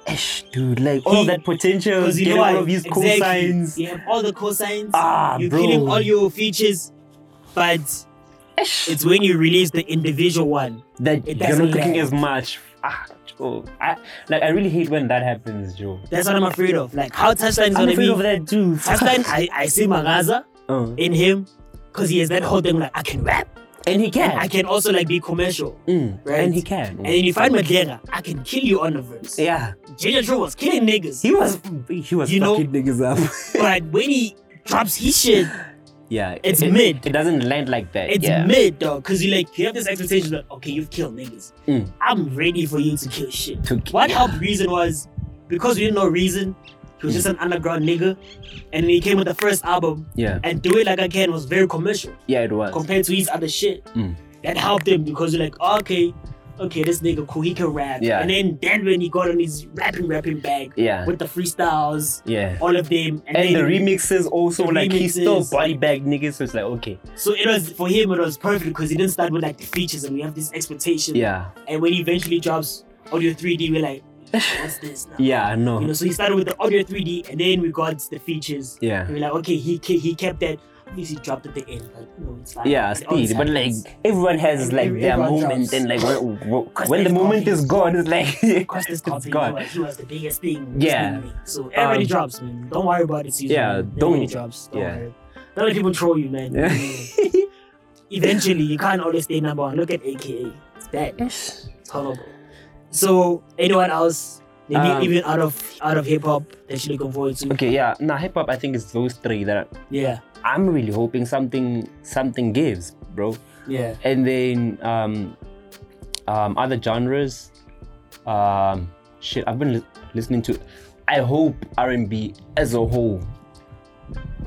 [SPEAKER 1] esh, dude, like all
[SPEAKER 2] He-
[SPEAKER 1] that potential,
[SPEAKER 2] Because you
[SPEAKER 1] getting
[SPEAKER 2] know
[SPEAKER 1] all
[SPEAKER 2] what?
[SPEAKER 1] of these
[SPEAKER 2] Exactly.
[SPEAKER 1] cosigns.
[SPEAKER 2] You have all the cosigns.
[SPEAKER 1] Ah,
[SPEAKER 2] You're
[SPEAKER 1] bro.
[SPEAKER 2] killing all your features. But
[SPEAKER 1] Esh.
[SPEAKER 2] it's when you release the individual one.
[SPEAKER 1] that
[SPEAKER 2] It
[SPEAKER 1] you're
[SPEAKER 2] doesn't
[SPEAKER 1] not cooking
[SPEAKER 2] land.
[SPEAKER 1] as much. Ah, Joe. I like. I really hate when that happens, Joe.
[SPEAKER 2] That's what I'm afraid of. Like how touchline is
[SPEAKER 1] I'm
[SPEAKER 2] gonna
[SPEAKER 1] afraid
[SPEAKER 2] be.
[SPEAKER 1] of that too.
[SPEAKER 2] Touchline, I, I see Magaza
[SPEAKER 1] Uh,
[SPEAKER 2] in him because he has that whole thing like I can rap.
[SPEAKER 1] and he can.
[SPEAKER 2] I can also like be commercial.
[SPEAKER 1] Mm,
[SPEAKER 2] Right.
[SPEAKER 1] And he can.
[SPEAKER 2] And then you find Madera, I can kill you on the verse.
[SPEAKER 1] yeah,
[SPEAKER 2] Ginger Drew was killing niggas.
[SPEAKER 1] he was. He was
[SPEAKER 2] You know-
[SPEAKER 1] fucking niggas up.
[SPEAKER 2] But when he drops his shit,
[SPEAKER 1] yeah,
[SPEAKER 2] It's
[SPEAKER 1] it,
[SPEAKER 2] mid.
[SPEAKER 1] It doesn't land like that.
[SPEAKER 2] it's
[SPEAKER 1] yeah.
[SPEAKER 2] mid dog. Cause you like you have this expectation that okay, you've killed niggas.
[SPEAKER 1] Mm.
[SPEAKER 2] I'm ready for you to kill shit.
[SPEAKER 1] To ki-
[SPEAKER 2] One help reason was because we didn't know reason, he He
[SPEAKER 1] Mm.
[SPEAKER 2] was just an underground nigga, and he came with the first album.
[SPEAKER 1] Yeah.
[SPEAKER 2] And Do It Like I Can was very commercial
[SPEAKER 1] Yeah, it was.
[SPEAKER 2] compared to his other shit.
[SPEAKER 1] Mm.
[SPEAKER 2] That helped him because you're like, okay, okay, this nigga cool, he can rap.
[SPEAKER 1] Yeah.
[SPEAKER 2] And then then when he got on his rapping rapping bag
[SPEAKER 1] Yeah.
[SPEAKER 2] with the freestyles,
[SPEAKER 1] Yeah.
[SPEAKER 2] all of them, and,
[SPEAKER 1] And the
[SPEAKER 2] then-
[SPEAKER 1] remixes also,
[SPEAKER 2] The
[SPEAKER 1] like, he still
[SPEAKER 2] remixes.
[SPEAKER 1] body bag niggas, so it's like, okay.
[SPEAKER 2] So it was for him, it was perfect because he didn't start with like the features, and we have this expectation.
[SPEAKER 1] Yeah.
[SPEAKER 2] And when he eventually drops Audio 3D, we're like, what's this now?
[SPEAKER 1] Yeah,
[SPEAKER 2] You know,
[SPEAKER 1] no.
[SPEAKER 2] so he started with the Audio 3D, and then we got the features.
[SPEAKER 1] Yeah.
[SPEAKER 2] And we're like, okay, he ke- he kept that. At least he dropped at the end, like you know, it's fine.
[SPEAKER 1] Yeah,
[SPEAKER 2] It all
[SPEAKER 1] still, but like
[SPEAKER 2] happens.
[SPEAKER 1] everyone has like
[SPEAKER 2] Every-
[SPEAKER 1] their
[SPEAKER 2] everyone
[SPEAKER 1] moment,
[SPEAKER 2] drops.
[SPEAKER 1] and like when, when- when the
[SPEAKER 2] there's
[SPEAKER 1] moment is
[SPEAKER 2] copies.
[SPEAKER 1] gone, it's like
[SPEAKER 2] Across this
[SPEAKER 1] it's
[SPEAKER 2] company,
[SPEAKER 1] gone.
[SPEAKER 2] he was the biggest thing.
[SPEAKER 1] Yeah.
[SPEAKER 2] this thing. So everybody
[SPEAKER 1] Um,
[SPEAKER 2] drops, man. Don't worry about it, season.
[SPEAKER 1] yeah,
[SPEAKER 2] man.
[SPEAKER 1] don't-
[SPEAKER 2] Everybody drops. Don't
[SPEAKER 1] yeah.
[SPEAKER 2] worry. Don't let people troll you, man.
[SPEAKER 1] Yeah.
[SPEAKER 2] Eventually, you can't always stay number one. Look at AKA. It's bad. It's horrible. So, anyone else? Maybe
[SPEAKER 1] Um,
[SPEAKER 2] even out of out of hip hop that you're looking forward to.
[SPEAKER 1] okay, yeah. Now hip hop, I think it's those three that
[SPEAKER 2] Yeah,
[SPEAKER 1] I'm really hoping something something gives, bro.
[SPEAKER 2] yeah.
[SPEAKER 1] And then um, um, other genres, um, shit. I've been li- listening to. I hope R and B as a whole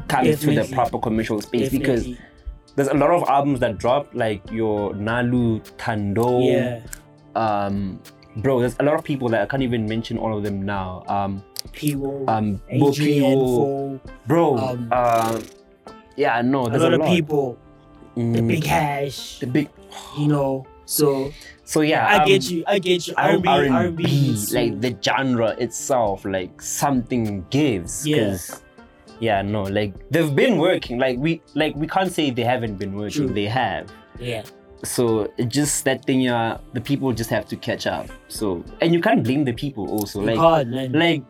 [SPEAKER 1] comes to the
[SPEAKER 2] Definitely.
[SPEAKER 1] proper commercial space because
[SPEAKER 2] Definitely.
[SPEAKER 1] there's a lot of albums that drop, like your Nalu Tando.
[SPEAKER 2] yeah,
[SPEAKER 1] um bro there's a lot of people that i can't even mention all of them now um
[SPEAKER 2] people,
[SPEAKER 1] um Bo
[SPEAKER 2] AGN,
[SPEAKER 1] Peep,
[SPEAKER 2] Fo,
[SPEAKER 1] bro
[SPEAKER 2] um,
[SPEAKER 1] uh, yeah no
[SPEAKER 2] a
[SPEAKER 1] there's
[SPEAKER 2] lot
[SPEAKER 1] a
[SPEAKER 2] of people,
[SPEAKER 1] Mm,
[SPEAKER 2] the big hash,
[SPEAKER 1] the big
[SPEAKER 2] you know. So
[SPEAKER 1] so yeah
[SPEAKER 2] I
[SPEAKER 1] um,
[SPEAKER 2] get you, I get you.
[SPEAKER 1] I hope
[SPEAKER 2] R&B, R&B,
[SPEAKER 1] R&B,
[SPEAKER 2] so-
[SPEAKER 1] like the genre itself like something gives 'cause- yeah no like they've been working like we like we can't say they haven't been working
[SPEAKER 2] True.
[SPEAKER 1] they have
[SPEAKER 2] yeah,
[SPEAKER 1] so it just that thing yeah the people just have to catch up so and you can't blame the people also like
[SPEAKER 2] hard man.
[SPEAKER 1] like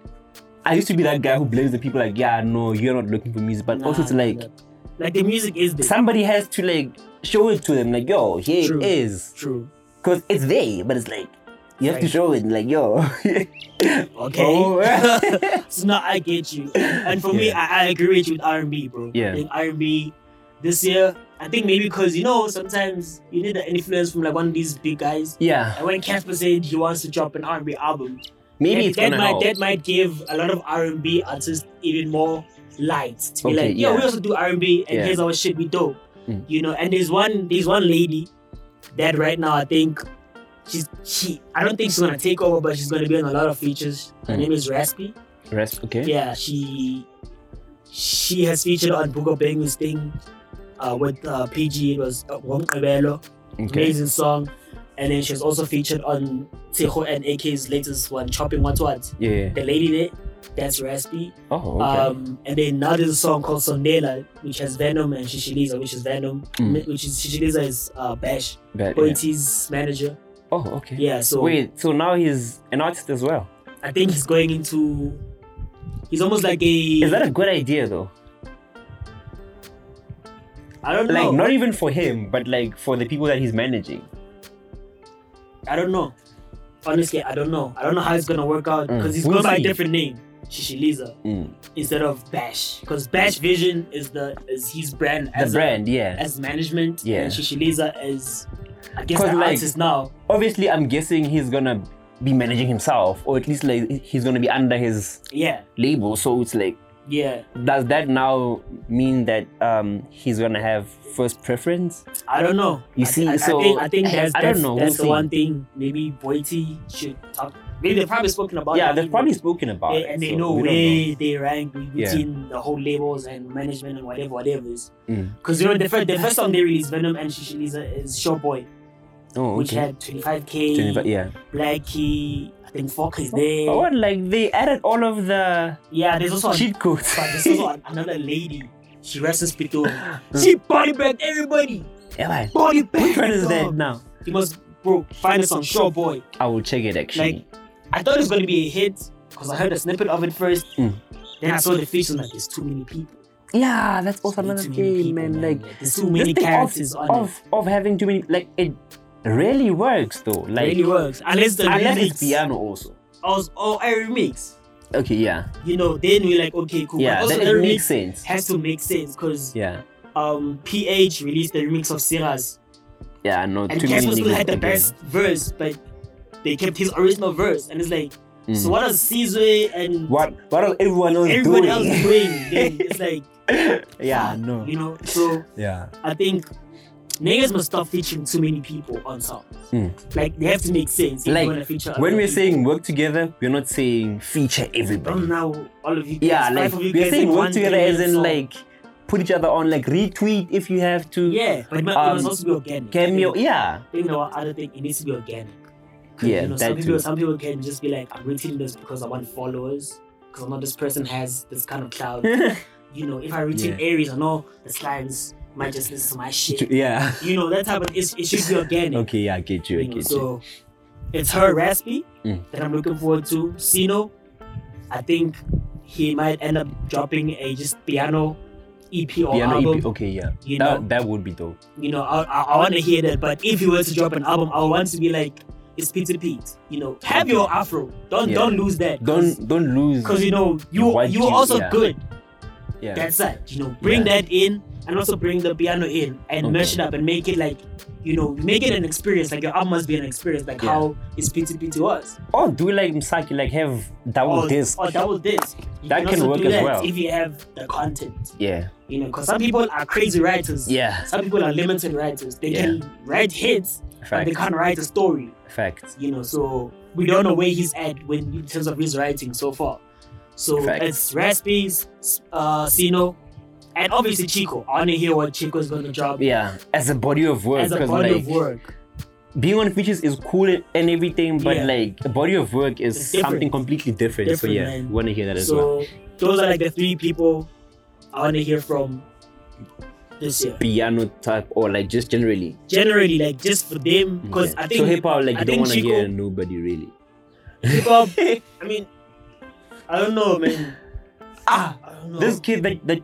[SPEAKER 1] I used to be that guy who blames the people like, yeah, no, you're not looking for music, but
[SPEAKER 2] Nah,
[SPEAKER 1] also it's like
[SPEAKER 2] nah. like the music is there.
[SPEAKER 1] somebody has to like show it to them, like, yo, here
[SPEAKER 2] True.
[SPEAKER 1] it is,
[SPEAKER 2] True.
[SPEAKER 1] because it's there, but it's like you have to
[SPEAKER 2] Right.
[SPEAKER 1] show it, like, yo,
[SPEAKER 2] Okay.
[SPEAKER 1] Oh.
[SPEAKER 2] so now I get you. And for me,
[SPEAKER 1] Yeah.
[SPEAKER 2] I, I agree with you with R&B, bro.
[SPEAKER 1] Yeah.
[SPEAKER 2] Like R&B this year, I think maybe because you know sometimes you need the influence from like one of these big guys.
[SPEAKER 1] yeah,
[SPEAKER 2] And when Casper said he wants to drop an R&B album,
[SPEAKER 1] maybe
[SPEAKER 2] that,
[SPEAKER 1] it's
[SPEAKER 2] that
[SPEAKER 1] gonna
[SPEAKER 2] might
[SPEAKER 1] help.
[SPEAKER 2] that might give a lot of R&B artists even more light to be
[SPEAKER 1] Okay,
[SPEAKER 2] like, yo,
[SPEAKER 1] yeah.
[SPEAKER 2] we also do R&B, and
[SPEAKER 1] Yeah.
[SPEAKER 2] here's our shit, we dope.
[SPEAKER 1] Mm.
[SPEAKER 2] You know, and there's one there's one lady that right now I think she's she I don't think she's gonna take over, but she's gonna be on a lot of features. Her
[SPEAKER 1] Mm.
[SPEAKER 2] name is Raspy.
[SPEAKER 1] Rest, okay,
[SPEAKER 2] Yeah, she she has featured on Bugo Penguin's thing uh, with uh, PG. It was uh, Womkabelo,
[SPEAKER 1] okay,
[SPEAKER 2] amazing song. And then she was also featured on Tejo and AK's latest one, Chopping What What.
[SPEAKER 1] yeah,
[SPEAKER 2] The lady there, that's Raspy.
[SPEAKER 1] oh, okay,
[SPEAKER 2] Um, and then now there's a song called Sonela, which has Venom and Shishiliza, which is Venom,
[SPEAKER 1] Mm.
[SPEAKER 2] which is Shishiliza is uh, Bash,
[SPEAKER 1] but, yeah.
[SPEAKER 2] Poeti's manager.
[SPEAKER 1] oh, okay,
[SPEAKER 2] Yeah, so
[SPEAKER 1] Wait, so now he's an artist as well.
[SPEAKER 2] I think he's going into. He's almost like a.
[SPEAKER 1] Is that a good idea though?
[SPEAKER 2] I don't
[SPEAKER 1] Like,
[SPEAKER 2] know.
[SPEAKER 1] not even for him, but like for the people that he's managing.
[SPEAKER 2] I don't know. Honestly, I don't know. I don't know how it's gonna work out
[SPEAKER 1] Mm.
[SPEAKER 2] because he's
[SPEAKER 1] We'll
[SPEAKER 2] going by a
[SPEAKER 1] see.
[SPEAKER 2] different name, Shishiliza,
[SPEAKER 1] Mm.
[SPEAKER 2] instead of Bash. Because Bash Vision is the is his brand
[SPEAKER 1] The
[SPEAKER 2] as a-
[SPEAKER 1] brand, yeah.
[SPEAKER 2] as management.
[SPEAKER 1] Yeah.
[SPEAKER 2] And Shishiliza is I guess
[SPEAKER 1] 'Cause,
[SPEAKER 2] the
[SPEAKER 1] like-
[SPEAKER 2] artist now.
[SPEAKER 1] obviously i'm guessing he's gonna be managing himself or at least like he's gonna be under his
[SPEAKER 2] Yeah.
[SPEAKER 1] label so it's like
[SPEAKER 2] Yeah.
[SPEAKER 1] does that now mean that um he's gonna have first preference
[SPEAKER 2] I don't know.
[SPEAKER 1] You
[SPEAKER 2] I-
[SPEAKER 1] see,
[SPEAKER 2] I, I
[SPEAKER 1] so
[SPEAKER 2] think, I think that's
[SPEAKER 1] I don't
[SPEAKER 2] that's-
[SPEAKER 1] know. We'll
[SPEAKER 2] That's
[SPEAKER 1] see.
[SPEAKER 2] the one thing maybe Boiti should talk. Maybe they've probably spoken about.
[SPEAKER 1] yeah
[SPEAKER 2] it,
[SPEAKER 1] they've probably spoken about
[SPEAKER 2] They-
[SPEAKER 1] it
[SPEAKER 2] and they
[SPEAKER 1] so
[SPEAKER 2] know
[SPEAKER 1] we
[SPEAKER 2] where
[SPEAKER 1] don't
[SPEAKER 2] they rank wi-
[SPEAKER 1] Yeah.
[SPEAKER 2] within the whole labels and management and whatever, whatever is.
[SPEAKER 1] Mm.
[SPEAKER 2] Because you know the first the first song they released, Venom and Shishiliza is Show Boy,
[SPEAKER 1] oh,
[SPEAKER 2] which
[SPEAKER 1] okay.
[SPEAKER 2] had 25k,
[SPEAKER 1] 25 yeah
[SPEAKER 2] Blackie, I think Fox is there.
[SPEAKER 1] oh what, like they added all of the
[SPEAKER 2] Yeah, there's also a,
[SPEAKER 1] cheat codes
[SPEAKER 2] but there's also an- another lady. She rests in hospital. she body bagged everybody.
[SPEAKER 1] yeah, man.
[SPEAKER 2] Body bagged.
[SPEAKER 1] which one is that
[SPEAKER 2] dog.
[SPEAKER 1] now
[SPEAKER 2] You must bro find us on Show Boy.
[SPEAKER 1] i will check it actually
[SPEAKER 2] I thought it was gonna be a hit because I heard a snippet of it first.
[SPEAKER 1] Mm.
[SPEAKER 2] Then I saw the feature and like there's too many people.
[SPEAKER 1] yeah that's
[SPEAKER 2] There's
[SPEAKER 1] also another
[SPEAKER 2] too many
[SPEAKER 1] thing
[SPEAKER 2] people,
[SPEAKER 1] man like
[SPEAKER 2] there's too many
[SPEAKER 1] this thing
[SPEAKER 2] characters
[SPEAKER 1] of,
[SPEAKER 2] on it.
[SPEAKER 1] of, of having too many like it really works though like
[SPEAKER 2] really works. Unless the
[SPEAKER 1] unless
[SPEAKER 2] remix
[SPEAKER 1] it's piano also
[SPEAKER 2] also- or a remix.
[SPEAKER 1] okay yeah
[SPEAKER 2] You know, then we're like, okay, cool.
[SPEAKER 1] yeah
[SPEAKER 2] but also
[SPEAKER 1] that,
[SPEAKER 2] the
[SPEAKER 1] it
[SPEAKER 2] remix
[SPEAKER 1] makes sense
[SPEAKER 2] has to make sense because
[SPEAKER 1] yeah
[SPEAKER 2] um PH released the remix of Siras.
[SPEAKER 1] yeah no
[SPEAKER 2] And
[SPEAKER 1] too many
[SPEAKER 2] Casper still
[SPEAKER 1] niggas
[SPEAKER 2] had the
[SPEAKER 1] again.
[SPEAKER 2] best verse, but they kept his original verse and it's like
[SPEAKER 1] Mm-hmm.
[SPEAKER 2] so what does sizwe
[SPEAKER 1] Mm.
[SPEAKER 2] and
[SPEAKER 1] What what else everyone else
[SPEAKER 2] everyone
[SPEAKER 1] doing?
[SPEAKER 2] else is doing then it's like
[SPEAKER 1] yeah,
[SPEAKER 2] fuck,
[SPEAKER 1] no.
[SPEAKER 2] you know so
[SPEAKER 1] Yeah.
[SPEAKER 2] i think niggas must stop featuring too many people on songs
[SPEAKER 1] Mm.
[SPEAKER 2] like they have to make sense if you wanna
[SPEAKER 1] Like
[SPEAKER 2] feature
[SPEAKER 1] when
[SPEAKER 2] other
[SPEAKER 1] we're
[SPEAKER 2] people.
[SPEAKER 1] saying work together, we're not saying feature
[SPEAKER 2] Don't
[SPEAKER 1] everybody.
[SPEAKER 2] now all of you guys,
[SPEAKER 1] Yeah,
[SPEAKER 2] five
[SPEAKER 1] like
[SPEAKER 2] of you
[SPEAKER 1] we're
[SPEAKER 2] guys
[SPEAKER 1] saying
[SPEAKER 2] in
[SPEAKER 1] work
[SPEAKER 2] one
[SPEAKER 1] together
[SPEAKER 2] three-minute
[SPEAKER 1] as in
[SPEAKER 2] song.
[SPEAKER 1] like put each other on, like retweet if you have to.
[SPEAKER 2] yeah but it must it
[SPEAKER 1] um,
[SPEAKER 2] must also be organic
[SPEAKER 1] Cameo. Yeah.
[SPEAKER 2] I think the other thing, it needs to be organic.
[SPEAKER 1] Yeah,
[SPEAKER 2] you know,
[SPEAKER 1] that
[SPEAKER 2] some people,
[SPEAKER 1] too.
[SPEAKER 2] some people can just be like, I'm retweeting this because I want followers, because I know this person has this kind of cloud. you know, if I retweet Aries, I know the clients might just listen to my shit.
[SPEAKER 1] yeah.
[SPEAKER 2] You know, that type of it, it should be organic.
[SPEAKER 1] Okay. Yeah. I get you. I
[SPEAKER 2] you know,
[SPEAKER 1] get you.
[SPEAKER 2] so it's her raspy
[SPEAKER 1] Mm.
[SPEAKER 2] that I'm looking forward to. Sino, I think he might end up dropping a just piano EP or
[SPEAKER 1] Piano E
[SPEAKER 2] album.
[SPEAKER 1] EP. Okay. Yeah.
[SPEAKER 2] You know,
[SPEAKER 1] That that would be dope.
[SPEAKER 2] you know, I, I, I want to hear that. But if you were to drop an album, I want to be like, it's Pete to Pete. You know, have your afro. Don't
[SPEAKER 1] Yeah.
[SPEAKER 2] don't lose that.
[SPEAKER 1] Don't don't lose.
[SPEAKER 2] because you know you
[SPEAKER 1] What
[SPEAKER 2] you
[SPEAKER 1] you-
[SPEAKER 2] are also
[SPEAKER 1] yeah.
[SPEAKER 2] good.
[SPEAKER 1] Yeah.
[SPEAKER 2] That side, you know, bring
[SPEAKER 1] Yeah.
[SPEAKER 2] that in and also bring the piano in and
[SPEAKER 1] Okay.
[SPEAKER 2] mash it up and make it like, you know, make it an experience. Like your album must be an experience, like
[SPEAKER 1] Yeah.
[SPEAKER 2] how it's Pete to Pete was.
[SPEAKER 1] Or Oh, do like Msaki, like have double
[SPEAKER 2] or,
[SPEAKER 1] disc.
[SPEAKER 2] or Oh, double disc. You
[SPEAKER 1] That can
[SPEAKER 2] also
[SPEAKER 1] work
[SPEAKER 2] do
[SPEAKER 1] as
[SPEAKER 2] that
[SPEAKER 1] well.
[SPEAKER 2] if you have the content.
[SPEAKER 1] Yeah.
[SPEAKER 2] You know, because some people are crazy writers.
[SPEAKER 1] Yeah.
[SPEAKER 2] Some people are limited writers. They
[SPEAKER 1] Yeah.
[SPEAKER 2] can write hits, but
[SPEAKER 1] Fact.
[SPEAKER 2] they can't write a story,
[SPEAKER 1] Fact.
[SPEAKER 2] you know. So we don't know where he's at when in terms of his writing so far. So
[SPEAKER 1] Fact.
[SPEAKER 2] it's Raspies, uh, Sino, and obviously Chico. I want to hear what Chico's going to drop
[SPEAKER 1] Yeah. As a body of work.
[SPEAKER 2] as a
[SPEAKER 1] Because
[SPEAKER 2] body
[SPEAKER 1] like
[SPEAKER 2] of work.
[SPEAKER 1] being on features is cool and everything, but
[SPEAKER 2] Yeah.
[SPEAKER 1] like a body of work
[SPEAKER 2] It's
[SPEAKER 1] is
[SPEAKER 2] different.
[SPEAKER 1] something completely different. so
[SPEAKER 2] Different,
[SPEAKER 1] yeah,
[SPEAKER 2] man.
[SPEAKER 1] wanna hear that as well.
[SPEAKER 2] So those are like the three people I want to hear from this year.
[SPEAKER 1] Piano type or like just generally.
[SPEAKER 2] Generally, like just for them, because
[SPEAKER 1] Yeah.
[SPEAKER 2] I think
[SPEAKER 1] so hip hop like
[SPEAKER 2] I
[SPEAKER 1] you don't
[SPEAKER 2] think
[SPEAKER 1] wanna
[SPEAKER 2] Chico-
[SPEAKER 1] hear nobody really.
[SPEAKER 2] hip hop. I mean, I don't know, man.
[SPEAKER 1] Ah
[SPEAKER 2] I don't know.
[SPEAKER 1] this kid that that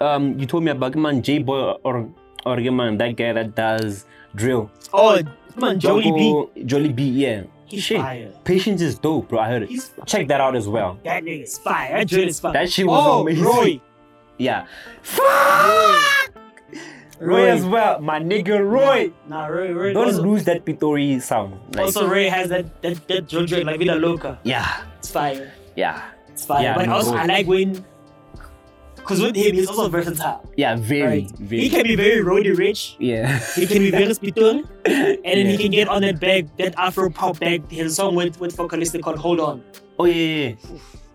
[SPEAKER 1] um you told me about man J Boy or or man, that guy that does drill.
[SPEAKER 2] oh, come on, Jolie B.
[SPEAKER 1] B. Jolly B, yeah.
[SPEAKER 2] He's
[SPEAKER 1] Shit.
[SPEAKER 2] fire.
[SPEAKER 1] Patience is dope, bro. I heard it.
[SPEAKER 2] He's fire.
[SPEAKER 1] Check that out as well.
[SPEAKER 2] That nigga's fire. That drill is fire.
[SPEAKER 1] That shit was
[SPEAKER 2] oh,
[SPEAKER 1] amazing.
[SPEAKER 2] Roy.
[SPEAKER 1] Yeah. Fuck! Roy
[SPEAKER 2] Roy.
[SPEAKER 1] as well, my nigga Roy.
[SPEAKER 2] Nah, Roy, Roy.
[SPEAKER 1] Don't
[SPEAKER 2] also,
[SPEAKER 1] lose that Pitori sound. Like,
[SPEAKER 2] also, Roy has that that that drill drill like Vida Loca.
[SPEAKER 1] yeah,
[SPEAKER 2] It's fire.
[SPEAKER 1] yeah,
[SPEAKER 2] It's fire.
[SPEAKER 1] Yeah,
[SPEAKER 2] but
[SPEAKER 1] no,
[SPEAKER 2] also,
[SPEAKER 1] Roy.
[SPEAKER 2] I like when. Cause with him, he's also versatile.
[SPEAKER 1] yeah, very,
[SPEAKER 2] right?
[SPEAKER 1] very.
[SPEAKER 2] He can be very roady rich.
[SPEAKER 1] yeah,
[SPEAKER 2] He can be very spiton, and
[SPEAKER 1] Yeah.
[SPEAKER 2] then he can get on that bag, that Afro pop bag. His song with with vocalist called "Hold On."
[SPEAKER 1] oh yeah, yeah,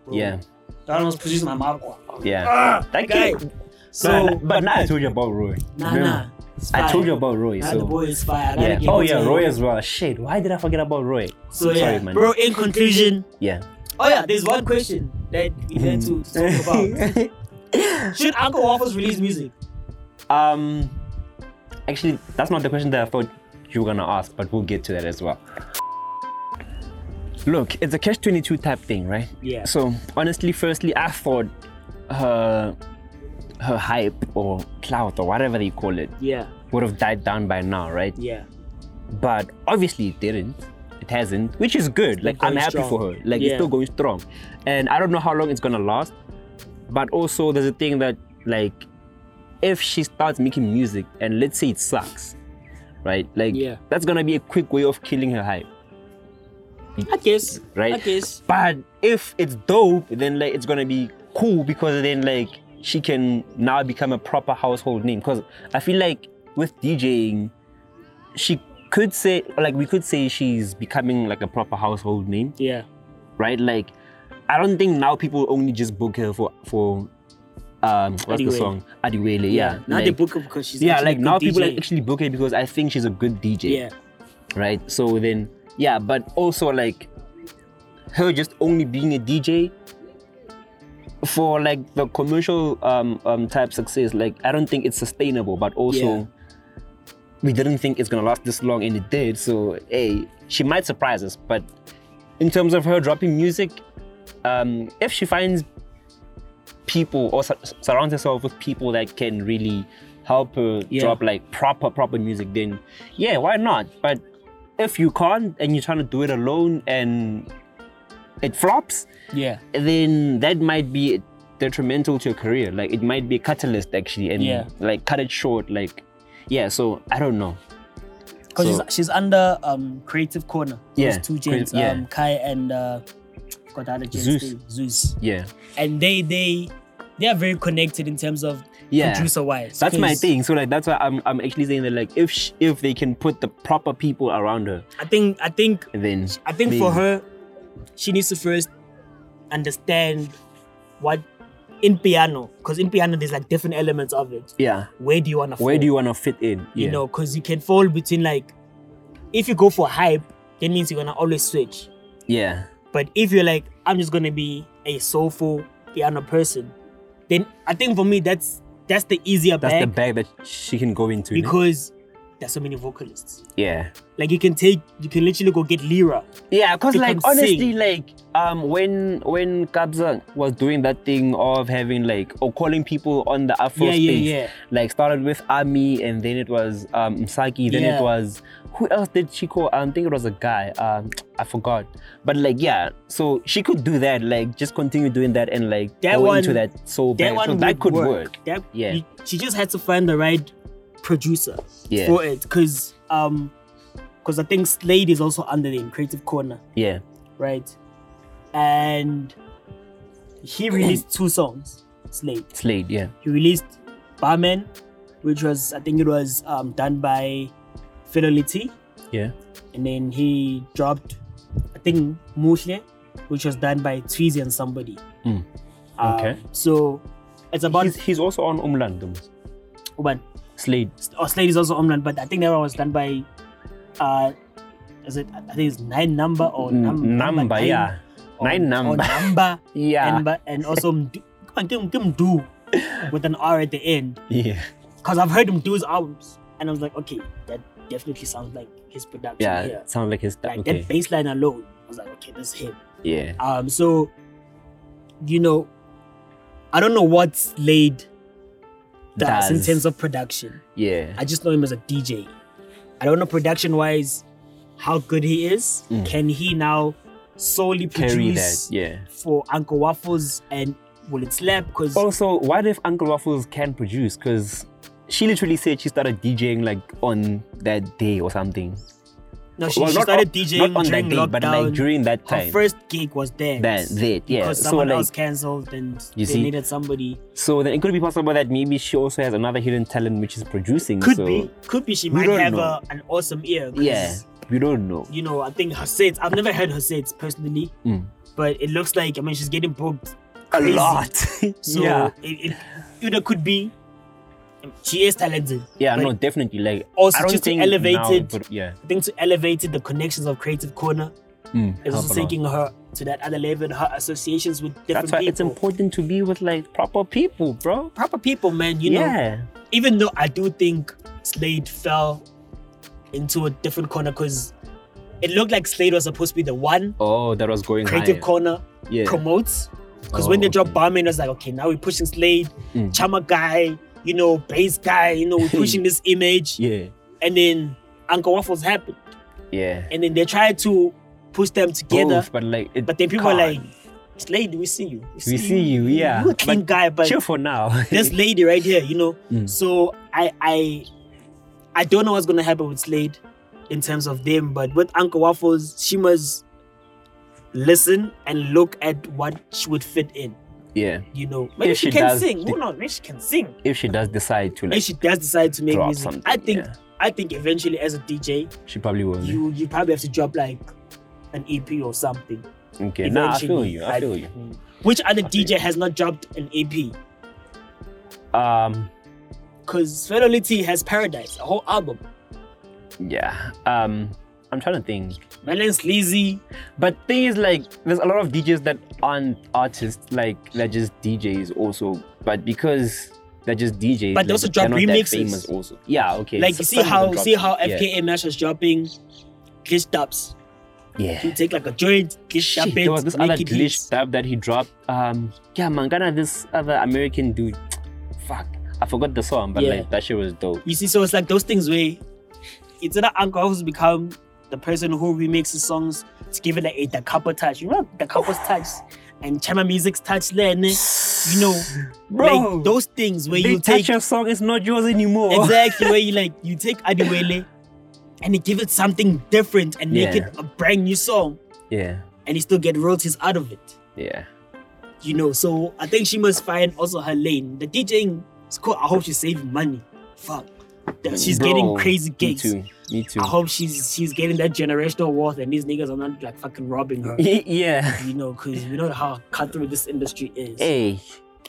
[SPEAKER 2] Bro,
[SPEAKER 1] yeah,
[SPEAKER 2] That was produced by Marco.
[SPEAKER 1] yeah. yeah.
[SPEAKER 2] Ah,
[SPEAKER 1] That
[SPEAKER 2] guy.
[SPEAKER 1] kid.
[SPEAKER 2] So
[SPEAKER 1] but, but now I told you about Roy.
[SPEAKER 2] Nah,
[SPEAKER 1] Remember?
[SPEAKER 2] nah. It's
[SPEAKER 1] I
[SPEAKER 2] fire.
[SPEAKER 1] told you about Roy.
[SPEAKER 2] Nah, the
[SPEAKER 1] So
[SPEAKER 2] boy is fire. I gotta
[SPEAKER 1] yeah.
[SPEAKER 2] give
[SPEAKER 1] Oh
[SPEAKER 2] it to
[SPEAKER 1] yeah,
[SPEAKER 2] him.
[SPEAKER 1] Roy as well. Shit, why did I forget about Roy?
[SPEAKER 2] So
[SPEAKER 1] Sorry,
[SPEAKER 2] yeah,
[SPEAKER 1] man.
[SPEAKER 2] bro. In conclusion,
[SPEAKER 1] Yeah.
[SPEAKER 2] oh yeah, there's one question that we had to
[SPEAKER 1] Hmm.
[SPEAKER 2] talk about. Should Uncle Waffles release music?
[SPEAKER 1] um, actually, that's not the question that I thought you were gonna ask, but we'll get to that as well. Look, it's a catch 22 type thing, right?
[SPEAKER 2] Yeah.
[SPEAKER 1] So honestly, firstly, I thought her her hype or clout or whatever they call it
[SPEAKER 2] Yeah,
[SPEAKER 1] would have died down by now, right?
[SPEAKER 2] yeah,
[SPEAKER 1] But obviously it didn't. It hasn't, which is good. Like I'm
[SPEAKER 2] going
[SPEAKER 1] happy
[SPEAKER 2] strong.
[SPEAKER 1] for her. Like it's
[SPEAKER 2] Yeah.
[SPEAKER 1] still going strong. And I don't know how long it's gonna last. But also there's a thing that like if she starts making music and let's say it sucks, right? Like
[SPEAKER 2] Yeah.
[SPEAKER 1] that's gonna be a quick way of killing her hype.
[SPEAKER 2] I guess.
[SPEAKER 1] Hmm. Right.
[SPEAKER 2] I guess.
[SPEAKER 1] But if it's dope, then like it's gonna be cool because then like she can now become a proper household name. Because I feel like with DJing, she could say like we could say she's becoming like a proper household name,
[SPEAKER 2] Yeah.
[SPEAKER 1] right? Like I don't think now people only just book her for for um what's the
[SPEAKER 2] Adiwele.
[SPEAKER 1] song Adiwele, yeah.
[SPEAKER 2] Now
[SPEAKER 1] like,
[SPEAKER 2] they book her because she's
[SPEAKER 1] yeah,
[SPEAKER 2] actually a
[SPEAKER 1] like
[SPEAKER 2] good
[SPEAKER 1] now people
[SPEAKER 2] DJ.
[SPEAKER 1] actually book her because I think she's a good DJ
[SPEAKER 2] yeah.
[SPEAKER 1] right? So then, yeah, but also like her just only being a DJ for like the commercial um, um type success, like I don't think it's sustainable. But also, we didn't think it's gonna last this long, and it did. So hey, she might surprise us. But in terms of her dropping music, um, if she finds people or sur- surrounds herself with people that can really help her
[SPEAKER 2] Yeah.
[SPEAKER 1] drop like proper proper music then yeah why not but if you can't and you're trying to do it alone and it flops
[SPEAKER 2] Yeah.
[SPEAKER 1] then that might be detrimental to your career like it might be a catalyst actually and
[SPEAKER 2] Yeah.
[SPEAKER 1] like cut it short like yeah so i don't know
[SPEAKER 2] because
[SPEAKER 1] So-
[SPEAKER 2] she's, she's under um creative corner those
[SPEAKER 1] Yeah,
[SPEAKER 2] two gents
[SPEAKER 1] Creat- yeah.
[SPEAKER 2] um kai and uh got the other gents
[SPEAKER 1] Zeus.
[SPEAKER 2] name? Zeus.
[SPEAKER 1] yeah,
[SPEAKER 2] and they they they are very connected in terms of
[SPEAKER 1] yeah.
[SPEAKER 2] producer wise
[SPEAKER 1] That's my thing. So like that's why I'm I'm actually saying that like if sh- if they can put the proper people around her,
[SPEAKER 2] i think i think
[SPEAKER 1] then
[SPEAKER 2] I think for
[SPEAKER 1] Maybe.
[SPEAKER 2] her, she needs to first understand what in piano, because in piano there's like different elements of it.
[SPEAKER 1] yeah,
[SPEAKER 2] Where do you wanna
[SPEAKER 1] where
[SPEAKER 2] fall?
[SPEAKER 1] do you want to fit in? Yeah.
[SPEAKER 2] you know? Because you can fall between like, if you go for hype, that means you're gonna always switch.
[SPEAKER 1] yeah.
[SPEAKER 2] But if you're like, I'm just gonna be a soulful piano person, then I think for me that's that's the easier
[SPEAKER 1] That's the
[SPEAKER 2] bag
[SPEAKER 1] bag that she can go into. you know?
[SPEAKER 2] because there's so many vocalists.
[SPEAKER 1] yeah.
[SPEAKER 2] Like you can take, you can literally go get Lyra.
[SPEAKER 1] Yeah, because
[SPEAKER 2] They
[SPEAKER 1] like
[SPEAKER 2] can
[SPEAKER 1] honestly,
[SPEAKER 2] sing.
[SPEAKER 1] like um when when Kabza was doing that thing of having like or calling people on the Afro
[SPEAKER 2] Yeah, yeah,
[SPEAKER 1] space,
[SPEAKER 2] yeah.
[SPEAKER 1] like started with Ami and then it was um Msaki, then
[SPEAKER 2] Yeah.
[SPEAKER 1] it was who else did she call? I think it was a guy. Um I forgot. But like yeah, so she could do that, like just continue doing that and like
[SPEAKER 2] That
[SPEAKER 1] go
[SPEAKER 2] one-
[SPEAKER 1] into that soul
[SPEAKER 2] that
[SPEAKER 1] bag.
[SPEAKER 2] one
[SPEAKER 1] so that
[SPEAKER 2] would
[SPEAKER 1] could
[SPEAKER 2] work.
[SPEAKER 1] work.
[SPEAKER 2] That
[SPEAKER 1] Yeah.
[SPEAKER 2] you- she just had to find the right producer
[SPEAKER 1] Yeah.
[SPEAKER 2] for it, because um, because I think Slade is also under the creative corner,
[SPEAKER 1] Yeah.
[SPEAKER 2] right? And he released two songs. Slade.
[SPEAKER 1] Slade, yeah.
[SPEAKER 2] He released Barman, which was I think it was um, done by Fidelity,
[SPEAKER 1] Yeah.
[SPEAKER 2] and then he dropped I think Mushle, which was done by Tweezy and somebody.
[SPEAKER 1] Mm.
[SPEAKER 2] Um,
[SPEAKER 1] Okay.
[SPEAKER 2] so it's about
[SPEAKER 1] He's, he's also on Umland though.
[SPEAKER 2] Urban.
[SPEAKER 1] Slade.
[SPEAKER 2] or oh, Slade is also Omland, but I think that one was done by, uh, is it? I think it's nine number or
[SPEAKER 1] N-
[SPEAKER 2] num-
[SPEAKER 1] number,
[SPEAKER 2] nine
[SPEAKER 1] yeah.
[SPEAKER 2] or-
[SPEAKER 1] Nine
[SPEAKER 2] or
[SPEAKER 1] number.
[SPEAKER 2] number
[SPEAKER 1] Yeah.
[SPEAKER 2] and but and also Mdu- come on, give him, give him do with an R at the end
[SPEAKER 1] yeah.
[SPEAKER 2] because I've heard him do his albums and I was like, okay, that definitely sounds like his production.
[SPEAKER 1] Yeah.
[SPEAKER 2] here.
[SPEAKER 1] Sound like his
[SPEAKER 2] like
[SPEAKER 1] okay.
[SPEAKER 2] that bass line alone, I was like, okay, this is him.
[SPEAKER 1] Yeah.
[SPEAKER 2] Um, so you know, I don't know what Slade does, in
[SPEAKER 1] Does.
[SPEAKER 2] terms of production.
[SPEAKER 1] Yeah.
[SPEAKER 2] I just know him as a DJ. I don't know production wise how good he is.
[SPEAKER 1] Mm.
[SPEAKER 2] Can he now solely
[SPEAKER 1] Carry that.
[SPEAKER 2] produce
[SPEAKER 1] Yeah.
[SPEAKER 2] for Uncle Waffles and will it slap? Because
[SPEAKER 1] Also, what if Uncle Waffles can produce? Because she literally said she started DJing like on that day or something.
[SPEAKER 2] no, she,
[SPEAKER 1] Well,
[SPEAKER 2] she
[SPEAKER 1] not
[SPEAKER 2] started
[SPEAKER 1] on-
[SPEAKER 2] DJing
[SPEAKER 1] not on that
[SPEAKER 2] during
[SPEAKER 1] day,
[SPEAKER 2] lockdown.
[SPEAKER 1] but like during that
[SPEAKER 2] Her
[SPEAKER 1] time.
[SPEAKER 2] first gig was there.
[SPEAKER 1] That that yeah.
[SPEAKER 2] Because
[SPEAKER 1] So
[SPEAKER 2] someone
[SPEAKER 1] like
[SPEAKER 2] else cancelled and
[SPEAKER 1] You
[SPEAKER 2] they
[SPEAKER 1] see?
[SPEAKER 2] needed somebody.
[SPEAKER 1] so then it could be possible that maybe she also has another hidden talent which is producing.
[SPEAKER 2] Could
[SPEAKER 1] so
[SPEAKER 2] be, could be she
[SPEAKER 1] we
[SPEAKER 2] might
[SPEAKER 1] don't
[SPEAKER 2] have
[SPEAKER 1] know.
[SPEAKER 2] a, an awesome ear. 'cause,
[SPEAKER 1] Yeah. We don't know.
[SPEAKER 2] You know, I think her sets. I've never heard her sets personally,
[SPEAKER 1] Mm.
[SPEAKER 2] but it looks like I mean she's getting booked
[SPEAKER 1] A
[SPEAKER 2] Crazy.
[SPEAKER 1] lot.
[SPEAKER 2] So
[SPEAKER 1] yeah.
[SPEAKER 2] it, it you know could be she is talented.
[SPEAKER 1] Yeah,
[SPEAKER 2] but
[SPEAKER 1] no, definitely. Like
[SPEAKER 2] Also
[SPEAKER 1] I don't
[SPEAKER 2] just to
[SPEAKER 1] think
[SPEAKER 2] elevate
[SPEAKER 1] now,
[SPEAKER 2] it.
[SPEAKER 1] but yeah.
[SPEAKER 2] I think to elevate it, the connections of Creative Corner
[SPEAKER 1] Mm, help
[SPEAKER 2] is also
[SPEAKER 1] a lot.
[SPEAKER 2] taking her to that other level. Her associations with different
[SPEAKER 1] That's why
[SPEAKER 2] people.
[SPEAKER 1] it's important to be with like proper people, bro.
[SPEAKER 2] Proper people, man. You know,
[SPEAKER 1] yeah.
[SPEAKER 2] even though I do think Slade fell into a different corner because it looked like Slade was supposed to be the one
[SPEAKER 1] Oh, that was going
[SPEAKER 2] Creative
[SPEAKER 1] higher.
[SPEAKER 2] Corner
[SPEAKER 1] yeah.
[SPEAKER 2] promotes. Because
[SPEAKER 1] Oh,
[SPEAKER 2] when they dropped
[SPEAKER 1] okay.
[SPEAKER 2] Barman, it was like, okay, now we're pushing Slade,
[SPEAKER 1] Mm.
[SPEAKER 2] Chama guy, you know, bass guy, you know, we're pushing this image.
[SPEAKER 1] Yeah.
[SPEAKER 2] and then Uncle Waffles happened,
[SPEAKER 1] Yeah.
[SPEAKER 2] and then they tried to push them together,
[SPEAKER 1] Both, but like, it
[SPEAKER 2] but then people were like,
[SPEAKER 1] can't.
[SPEAKER 2] "This lady, we see you,
[SPEAKER 1] we see you, yeah.
[SPEAKER 2] you a clean
[SPEAKER 1] But
[SPEAKER 2] guy, but
[SPEAKER 1] chill for now.
[SPEAKER 2] this lady right here, you know."
[SPEAKER 1] Mm.
[SPEAKER 2] So I, I, I don't know what's gonna happen with Slade in terms of them, but with Uncle Waffles, she must listen and look at what she would fit in.
[SPEAKER 1] yeah.
[SPEAKER 2] You know, maybe
[SPEAKER 1] If
[SPEAKER 2] she,
[SPEAKER 1] she
[SPEAKER 2] can
[SPEAKER 1] does
[SPEAKER 2] sing.
[SPEAKER 1] the-
[SPEAKER 2] Who knows? Maybe she can sing.
[SPEAKER 1] If she does decide to
[SPEAKER 2] Maybe
[SPEAKER 1] like
[SPEAKER 2] she does decide to make
[SPEAKER 1] drop
[SPEAKER 2] music.
[SPEAKER 1] something,
[SPEAKER 2] I think.
[SPEAKER 1] yeah.
[SPEAKER 2] I think eventually, as a DJ,
[SPEAKER 1] she probably will.
[SPEAKER 2] you you probably have to drop like an EP or something.
[SPEAKER 1] okay. Nah, I feel
[SPEAKER 2] eventually,
[SPEAKER 1] you. I
[SPEAKER 2] like-
[SPEAKER 1] feel you.
[SPEAKER 2] Which other
[SPEAKER 1] feel
[SPEAKER 2] DJ has not dropped an E EP?
[SPEAKER 1] Um.
[SPEAKER 2] Because Fidelity has Paradise, a whole album.
[SPEAKER 1] Yeah. Um. I'm trying to think.
[SPEAKER 2] Melon Sleazy.
[SPEAKER 1] But thing is, like, there's a lot of DJs that aren't artists. Like, they're just DJs also. But because they're just DJs,
[SPEAKER 2] But they
[SPEAKER 1] like,
[SPEAKER 2] also drop
[SPEAKER 1] they're not that
[SPEAKER 2] remixes.
[SPEAKER 1] famous also. Yeah. Okay.
[SPEAKER 2] like
[SPEAKER 1] so
[SPEAKER 2] you see
[SPEAKER 1] some of them
[SPEAKER 2] how
[SPEAKER 1] drop-
[SPEAKER 2] see how
[SPEAKER 1] yeah.
[SPEAKER 2] FKA Mash was dropping glitch dubs.
[SPEAKER 1] Yeah.
[SPEAKER 2] You take like a joint, glitch dub
[SPEAKER 1] Shit,
[SPEAKER 2] it,
[SPEAKER 1] there was this other
[SPEAKER 2] make it
[SPEAKER 1] glitch
[SPEAKER 2] hits.
[SPEAKER 1] stuff that he dropped. Um, yeah, Mangana, this other American dude. Fuck, I forgot the song, but
[SPEAKER 2] Yeah.
[SPEAKER 1] like that shit was dope.
[SPEAKER 2] You see, so it's like those things where it's either Uncle who's become the person who remixes songs to give it like a the couple touch. You know the couple's touch and Chama Music's touch there, ne? you know, like those things where
[SPEAKER 1] they
[SPEAKER 2] you
[SPEAKER 1] touch
[SPEAKER 2] take
[SPEAKER 1] your song, it's not yours anymore.
[SPEAKER 2] exactly where you like you take Adiwele and he give it something different and make
[SPEAKER 1] Yeah.
[SPEAKER 2] it a brand new song
[SPEAKER 1] Yeah.
[SPEAKER 2] and he still get royalties out of it.
[SPEAKER 1] Yeah.
[SPEAKER 2] You know, so I think she must find also her lane. The DJing is cool. I hope she's saving money. Fuck. That She's
[SPEAKER 1] Bro,
[SPEAKER 2] getting crazy
[SPEAKER 1] Me
[SPEAKER 2] gigs.
[SPEAKER 1] too. Me too.
[SPEAKER 2] I hope she's she's getting that generational wealth and these niggas are not like fucking robbing her.
[SPEAKER 1] Y- yeah.
[SPEAKER 2] you know, because we know how cutthroat this industry is.
[SPEAKER 1] Hey.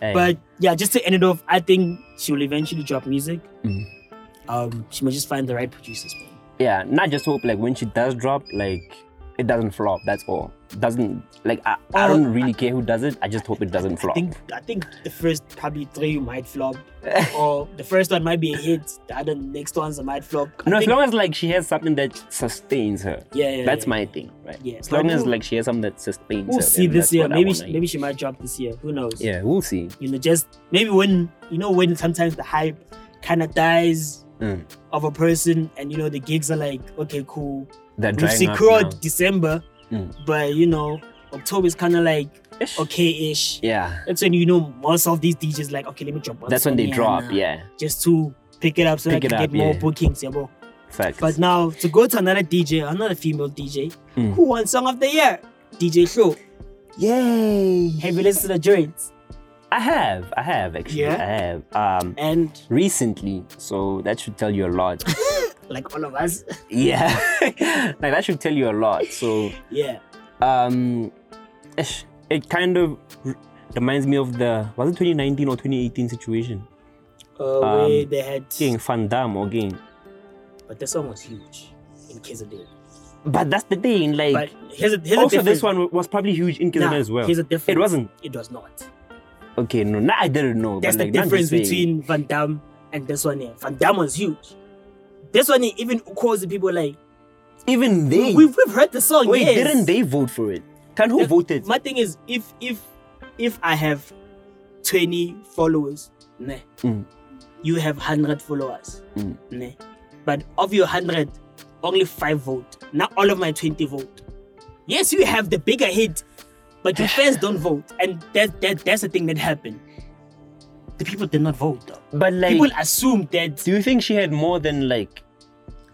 [SPEAKER 1] Hey.
[SPEAKER 2] But yeah, just to end it off, I think she will eventually drop music.
[SPEAKER 1] Mhm.
[SPEAKER 2] Um, she must just find the right producers. Man.
[SPEAKER 1] yeah, not just hope. Like when she does drop, like it doesn't flop. That's all. Doesn't like I, I
[SPEAKER 2] Oh,
[SPEAKER 1] don't really care who does it. I just hope it doesn't
[SPEAKER 2] I
[SPEAKER 1] flop.
[SPEAKER 2] think I think the first probably three might flop, or the first one might be a hit. The other next ones might flop. I
[SPEAKER 1] no, as
[SPEAKER 2] think-
[SPEAKER 1] long as like she has something that sustains her.
[SPEAKER 2] Yeah, yeah,
[SPEAKER 1] That's
[SPEAKER 2] yeah.
[SPEAKER 1] my thing, right?
[SPEAKER 2] Yeah,
[SPEAKER 1] As
[SPEAKER 2] but
[SPEAKER 1] long as
[SPEAKER 2] we'll-
[SPEAKER 1] like she has something that sustains her.
[SPEAKER 2] We'll see
[SPEAKER 1] then
[SPEAKER 2] this
[SPEAKER 1] that's
[SPEAKER 2] year.
[SPEAKER 1] what I
[SPEAKER 2] Maybe
[SPEAKER 1] wanna
[SPEAKER 2] she,
[SPEAKER 1] hear.
[SPEAKER 2] maybe she might drop this year. Who knows?
[SPEAKER 1] Yeah, we'll see.
[SPEAKER 2] You know, just maybe when you know when sometimes the hype kind of dies
[SPEAKER 1] Mm.
[SPEAKER 2] of a person, and you know the gigs are like okay, cool.
[SPEAKER 1] They're
[SPEAKER 2] we
[SPEAKER 1] drying up
[SPEAKER 2] secured December,
[SPEAKER 1] Mm.
[SPEAKER 2] but you know, October is kind of like
[SPEAKER 1] now.
[SPEAKER 2] okay ish.
[SPEAKER 1] Yeah,
[SPEAKER 2] That's when you know most of these DJs like, okay, let me drop one.
[SPEAKER 1] that's when they
[SPEAKER 2] song
[SPEAKER 1] drop.
[SPEAKER 2] here
[SPEAKER 1] Yeah,
[SPEAKER 2] now, Just to pick it up so
[SPEAKER 1] Pick
[SPEAKER 2] that I
[SPEAKER 1] it
[SPEAKER 2] can
[SPEAKER 1] up,
[SPEAKER 2] get more
[SPEAKER 1] yeah.
[SPEAKER 2] bookings, yeah, bro.
[SPEAKER 1] facts.
[SPEAKER 2] But now to go to another DJ, another female DJ,
[SPEAKER 1] Mm.
[SPEAKER 2] who won Song of the Year? DJ Show.
[SPEAKER 1] yay!
[SPEAKER 2] Have you listened to the joints?
[SPEAKER 1] I have, I have actually,
[SPEAKER 2] Yeah?
[SPEAKER 1] I have. Um,
[SPEAKER 2] And
[SPEAKER 1] recently, so that should tell you a lot.
[SPEAKER 2] like all of us,
[SPEAKER 1] yeah, like that should tell you a lot. So,
[SPEAKER 2] yeah.
[SPEAKER 1] um, ish, it kind of r- reminds me of the was it 2019 or 2018 situation?
[SPEAKER 2] Uh,
[SPEAKER 1] Um,
[SPEAKER 2] where they had,
[SPEAKER 1] King Van Damme or King.
[SPEAKER 2] but the song was huge in KZN.
[SPEAKER 1] But that's the thing, like.
[SPEAKER 2] But here's a, here's a
[SPEAKER 1] also,
[SPEAKER 2] different,
[SPEAKER 1] this one was probably huge in Kenya
[SPEAKER 2] Nah,
[SPEAKER 1] as well.
[SPEAKER 2] Here's a difference.
[SPEAKER 1] It wasn't.
[SPEAKER 2] It was not.
[SPEAKER 1] Okay, no, nah, I didn't know.
[SPEAKER 2] That's
[SPEAKER 1] but
[SPEAKER 2] the
[SPEAKER 1] like, now I'm
[SPEAKER 2] difference
[SPEAKER 1] just saying.
[SPEAKER 2] between Van Damme and this one here. Van Damme was huge. This one here even calls the people like,
[SPEAKER 1] even they.
[SPEAKER 2] we, we've, we've heard the song.
[SPEAKER 1] wait,
[SPEAKER 2] yes.
[SPEAKER 1] didn't they vote for it? Can who
[SPEAKER 2] Yeah,
[SPEAKER 1] voted?
[SPEAKER 2] My thing is, if if if I have 20 followers, ne,
[SPEAKER 1] Mm.
[SPEAKER 2] you have 100 followers.
[SPEAKER 1] Mm.
[SPEAKER 2] Ne. But of your 100, only 5 vote. Not all of my 20 vote. Yes, you have the bigger hit, but your fans don't vote. And that, that that's the thing that happened. The people did not vote, though.
[SPEAKER 1] but like,
[SPEAKER 2] people assumed that
[SPEAKER 1] do you think she had more than like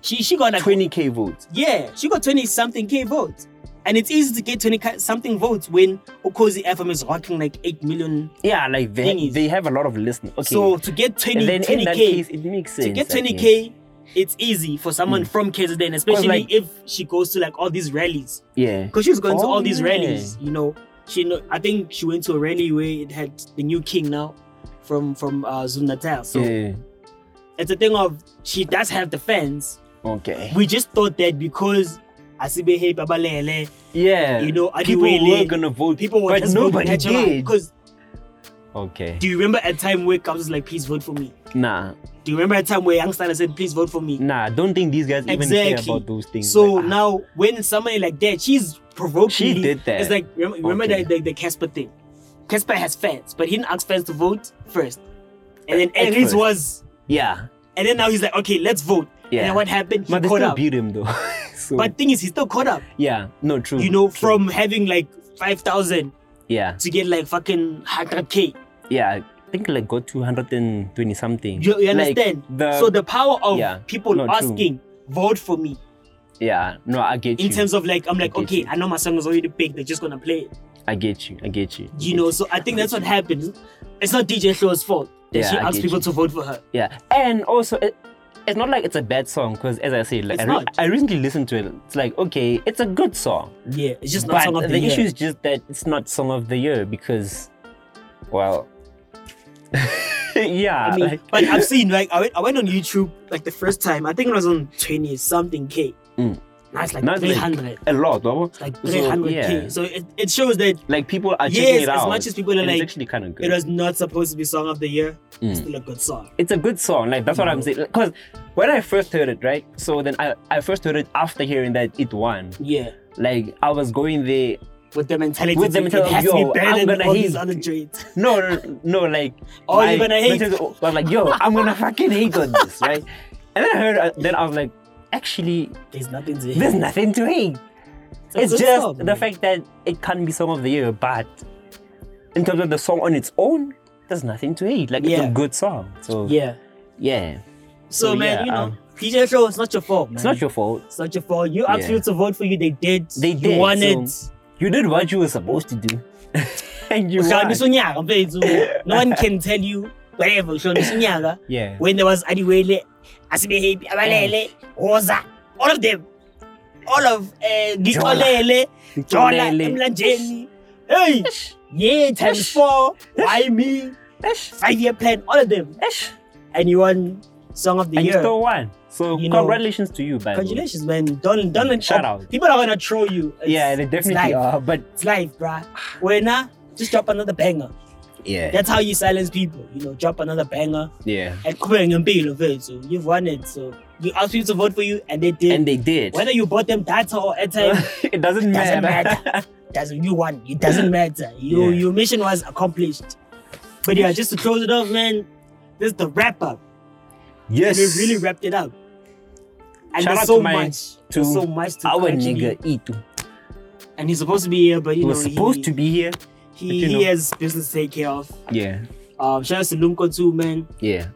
[SPEAKER 2] she, she got like
[SPEAKER 1] 20k votes?
[SPEAKER 2] Yeah, she got 20 something K votes. And it's easy to get 20 ki- something votes when Okozi FM is rocking like 8 million.
[SPEAKER 1] Yeah, like
[SPEAKER 2] Thing
[SPEAKER 1] they
[SPEAKER 2] is-
[SPEAKER 1] they have a lot of listeners. Okay,
[SPEAKER 2] So to get 20,
[SPEAKER 1] and then in that
[SPEAKER 2] 20K,
[SPEAKER 1] case, it makes sense.
[SPEAKER 2] to get
[SPEAKER 1] I think.
[SPEAKER 2] 20K, it's easy for someone from KZN, especially
[SPEAKER 1] Hmm. like-
[SPEAKER 2] if she goes to like all these rallies.
[SPEAKER 1] yeah,
[SPEAKER 2] Because she was going to
[SPEAKER 1] Oh,
[SPEAKER 2] all these
[SPEAKER 1] yeah.
[SPEAKER 2] rallies, you know. She know, I think she went to a rally where it had the new king now from from uh, Zoom Natal. So
[SPEAKER 1] yeah,
[SPEAKER 2] it's a thing of she does have the fans.
[SPEAKER 1] okay,
[SPEAKER 2] We just thought that because Asibe Hey Babalele,
[SPEAKER 1] yeah.
[SPEAKER 2] you know,
[SPEAKER 1] people
[SPEAKER 2] Adiwele,
[SPEAKER 1] were gonna vote,
[SPEAKER 2] people were
[SPEAKER 1] but
[SPEAKER 2] just
[SPEAKER 1] nobody did.
[SPEAKER 2] because
[SPEAKER 1] Okay,
[SPEAKER 2] do you remember a time where Cubs was like please vote for me
[SPEAKER 1] nah,
[SPEAKER 2] do you remember a time where youngster said please vote for me
[SPEAKER 1] nah. I Don't think these guys even
[SPEAKER 2] Exactly.
[SPEAKER 1] care about those things.
[SPEAKER 2] so
[SPEAKER 1] Like, ah,
[SPEAKER 2] now when somebody like that she's provoking
[SPEAKER 1] She
[SPEAKER 2] you.
[SPEAKER 1] did that.
[SPEAKER 2] it's like rem- remember
[SPEAKER 1] Okay.
[SPEAKER 2] the, the, the Casper thing Casper has fans but he didn't ask fans to vote first and then
[SPEAKER 1] At
[SPEAKER 2] Enric
[SPEAKER 1] first.
[SPEAKER 2] was
[SPEAKER 1] yeah,
[SPEAKER 2] and then now he's like okay let's vote and
[SPEAKER 1] yeah.
[SPEAKER 2] then what happened he
[SPEAKER 1] but they
[SPEAKER 2] caught
[SPEAKER 1] still
[SPEAKER 2] up
[SPEAKER 1] beat him though. so,
[SPEAKER 2] but thing is he's still caught up
[SPEAKER 1] yeah, no, true.
[SPEAKER 2] you know
[SPEAKER 1] true.
[SPEAKER 2] from having like 5,000
[SPEAKER 1] yeah,
[SPEAKER 2] to get like fucking 100k
[SPEAKER 1] yeah. I think like got two hundred and twenty something.
[SPEAKER 2] You, you
[SPEAKER 1] Like,
[SPEAKER 2] understand?
[SPEAKER 1] the-
[SPEAKER 2] so the power of
[SPEAKER 1] yeah,
[SPEAKER 2] people
[SPEAKER 1] no, true.
[SPEAKER 2] asking, vote for me.
[SPEAKER 1] yeah, no, I get
[SPEAKER 2] In
[SPEAKER 1] you.
[SPEAKER 2] terms of like, I'm like,
[SPEAKER 1] I get
[SPEAKER 2] okay,
[SPEAKER 1] you.
[SPEAKER 2] I know my song is already big. They're just gonna play it.
[SPEAKER 1] I get you. I get you. I
[SPEAKER 2] You
[SPEAKER 1] get
[SPEAKER 2] know. So I think that's what happened. It's not DJ Show's fault that
[SPEAKER 1] Yeah,
[SPEAKER 2] she
[SPEAKER 1] I
[SPEAKER 2] asked
[SPEAKER 1] get
[SPEAKER 2] people
[SPEAKER 1] you.
[SPEAKER 2] to vote for her.
[SPEAKER 1] Yeah, and also it, it's not like it's a bad song because, as I said, like
[SPEAKER 2] It's
[SPEAKER 1] I, re-
[SPEAKER 2] not.
[SPEAKER 1] I recently listened to it. It's like okay, it's a good song,
[SPEAKER 2] Yeah, it's just not
[SPEAKER 1] but
[SPEAKER 2] song of the,
[SPEAKER 1] the
[SPEAKER 2] year.
[SPEAKER 1] issue is just that it's not song of the year because, well, yeah,
[SPEAKER 2] I mean,
[SPEAKER 1] like-
[SPEAKER 2] but I've seen like I went, I went on YouTube like the first time. I think it was on twenty something k.
[SPEAKER 1] Mm.
[SPEAKER 2] Now it's like
[SPEAKER 1] Now it's like-
[SPEAKER 2] three hundred,
[SPEAKER 1] a lot, no?
[SPEAKER 2] like
[SPEAKER 1] So,
[SPEAKER 2] three hundred
[SPEAKER 1] yeah.
[SPEAKER 2] k. So it, it shows that
[SPEAKER 1] like people are checking
[SPEAKER 2] Yes,
[SPEAKER 1] it
[SPEAKER 2] as
[SPEAKER 1] out.
[SPEAKER 2] much as people are
[SPEAKER 1] and it's
[SPEAKER 2] like,
[SPEAKER 1] actually kind of good.
[SPEAKER 2] it was not supposed to be song of the year. It's
[SPEAKER 1] Mm.
[SPEAKER 2] still a good song.
[SPEAKER 1] it's a good song. Like that's what I'm
[SPEAKER 2] No.
[SPEAKER 1] saying. Because when I first heard it, right? So then I, I first heard it after hearing that it won.
[SPEAKER 2] Yeah.
[SPEAKER 1] Like I was going there.
[SPEAKER 2] with the mentality
[SPEAKER 1] With the
[SPEAKER 2] to-
[SPEAKER 1] mentality,
[SPEAKER 2] it has
[SPEAKER 1] yo,
[SPEAKER 2] to be better
[SPEAKER 1] I'm
[SPEAKER 2] than
[SPEAKER 1] gonna
[SPEAKER 2] all
[SPEAKER 1] hate-
[SPEAKER 2] these other joints.
[SPEAKER 1] No, no, no, like.
[SPEAKER 2] Oh,
[SPEAKER 1] my
[SPEAKER 2] you're gonna hate.
[SPEAKER 1] mentality was like, yo, I'm gonna fucking hate on this, right? And then I heard, uh, then I was like, actually,
[SPEAKER 2] There's nothing to
[SPEAKER 1] there's
[SPEAKER 2] hate.
[SPEAKER 1] nothing to hate.
[SPEAKER 2] a
[SPEAKER 1] It's
[SPEAKER 2] good
[SPEAKER 1] just
[SPEAKER 2] song,
[SPEAKER 1] the
[SPEAKER 2] man.
[SPEAKER 1] fact that it can't be song of the year, but in terms of the song on its own, there's nothing to hate. Like it's
[SPEAKER 2] Yeah.
[SPEAKER 1] a good song. So yeah,
[SPEAKER 2] Yeah.
[SPEAKER 1] yeah,
[SPEAKER 2] So,
[SPEAKER 1] So,
[SPEAKER 2] man,
[SPEAKER 1] yeah,
[SPEAKER 2] you know,
[SPEAKER 1] um,
[SPEAKER 2] PJ Show, it's not your fault, man.
[SPEAKER 1] It's not your fault.
[SPEAKER 2] It's not your fault. You asked
[SPEAKER 1] Yeah.
[SPEAKER 2] people to vote for you. They did.
[SPEAKER 1] They
[SPEAKER 2] you
[SPEAKER 1] did,
[SPEAKER 2] won
[SPEAKER 1] so-
[SPEAKER 2] it.
[SPEAKER 1] You did what you were supposed to do. and you won.
[SPEAKER 2] Ushonisa unyaka, mfethu. No one can tell you whatever. Ushonisa unyaka.
[SPEAKER 1] Yeah.
[SPEAKER 2] When there was Adiwele, Asibe Happy, Abalele, Hoza, all of them. All of uh, Gixolele, Jola,
[SPEAKER 1] Lele.
[SPEAKER 2] Emlanjeni. Hey! Yeah, times four. Why me?
[SPEAKER 1] Ish,
[SPEAKER 2] Five year plan, all of them.
[SPEAKER 1] ish.
[SPEAKER 2] And you won Song of the
[SPEAKER 1] And you
[SPEAKER 2] Year.
[SPEAKER 1] still won. So
[SPEAKER 2] You know-
[SPEAKER 1] congratulations to you, by the way.
[SPEAKER 2] Congratulations, man. Don't don't let
[SPEAKER 1] Mm, Shout out.
[SPEAKER 2] People are gonna troll you. It's-
[SPEAKER 1] Yeah, they
[SPEAKER 2] it's
[SPEAKER 1] definitely
[SPEAKER 2] life.
[SPEAKER 1] are. But
[SPEAKER 2] It's life, bruh. When nah, just drop another banger.
[SPEAKER 1] yeah,
[SPEAKER 2] That's how you silence people. You know, drop another banger.
[SPEAKER 1] yeah.
[SPEAKER 2] And quitting and bail of it. So you've won it. So you asked people to vote for you and they did.
[SPEAKER 1] And they did.
[SPEAKER 2] Whether you bought them data or airtime,
[SPEAKER 1] it doesn't matter.
[SPEAKER 2] doesn't matter. doesn't you won. It doesn't matter. You,
[SPEAKER 1] Yeah.
[SPEAKER 2] Your mission was accomplished. But yeah, just to close it off, man, this is the wrap up.
[SPEAKER 1] yes.
[SPEAKER 2] We really wrapped it up. And
[SPEAKER 1] Shout out
[SPEAKER 2] there's so
[SPEAKER 1] to my-
[SPEAKER 2] much.
[SPEAKER 1] to
[SPEAKER 2] there's so much to
[SPEAKER 1] Our
[SPEAKER 2] actually-
[SPEAKER 1] nigga Itu.
[SPEAKER 2] And he's supposed to be here, but
[SPEAKER 1] He
[SPEAKER 2] you know,
[SPEAKER 1] was supposed
[SPEAKER 2] he,
[SPEAKER 1] to be here.
[SPEAKER 2] he,
[SPEAKER 1] but you
[SPEAKER 2] he
[SPEAKER 1] know.
[SPEAKER 2] has business to take care of.
[SPEAKER 1] Yeah.
[SPEAKER 2] Um, shout out to Lumko too, man.
[SPEAKER 1] Yeah.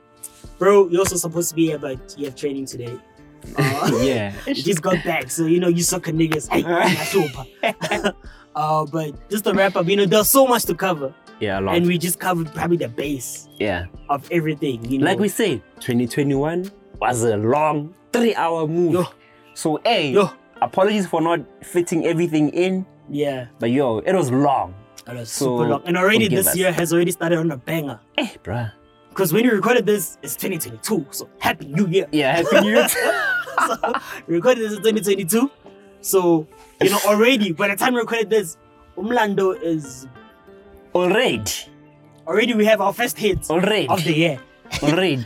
[SPEAKER 2] Bro, you're also supposed to be here, but you have training today. Uh,
[SPEAKER 1] Yeah.
[SPEAKER 2] you just got back, so you know you sucker niggas. Hey, super. uh, but just to wrap up, you know, there's so much to cover,
[SPEAKER 1] Yeah, a lot.
[SPEAKER 2] and we just covered probably the base
[SPEAKER 1] yeah.
[SPEAKER 2] of everything. You know,
[SPEAKER 1] Like we said, 2021 was a long three hour move.
[SPEAKER 2] Yo.
[SPEAKER 1] So, hey,
[SPEAKER 2] Yo.
[SPEAKER 1] apologies for not fitting everything in,
[SPEAKER 2] yeah,
[SPEAKER 1] but yo, it was long.
[SPEAKER 2] that was
[SPEAKER 1] So,
[SPEAKER 2] super long, and already
[SPEAKER 1] forgive
[SPEAKER 2] this
[SPEAKER 1] us.
[SPEAKER 2] year has already started on a banger.
[SPEAKER 1] Eh, bruh.
[SPEAKER 2] Because when you recorded this, it's 2022, so happy new year.
[SPEAKER 1] Yeah, happy new year.
[SPEAKER 2] so, we recorded this in 2022. So, you know, already by the time we recorded this, Umlando is
[SPEAKER 1] Already.
[SPEAKER 2] already we have our first hit
[SPEAKER 1] Already.
[SPEAKER 2] of the year.
[SPEAKER 1] Already.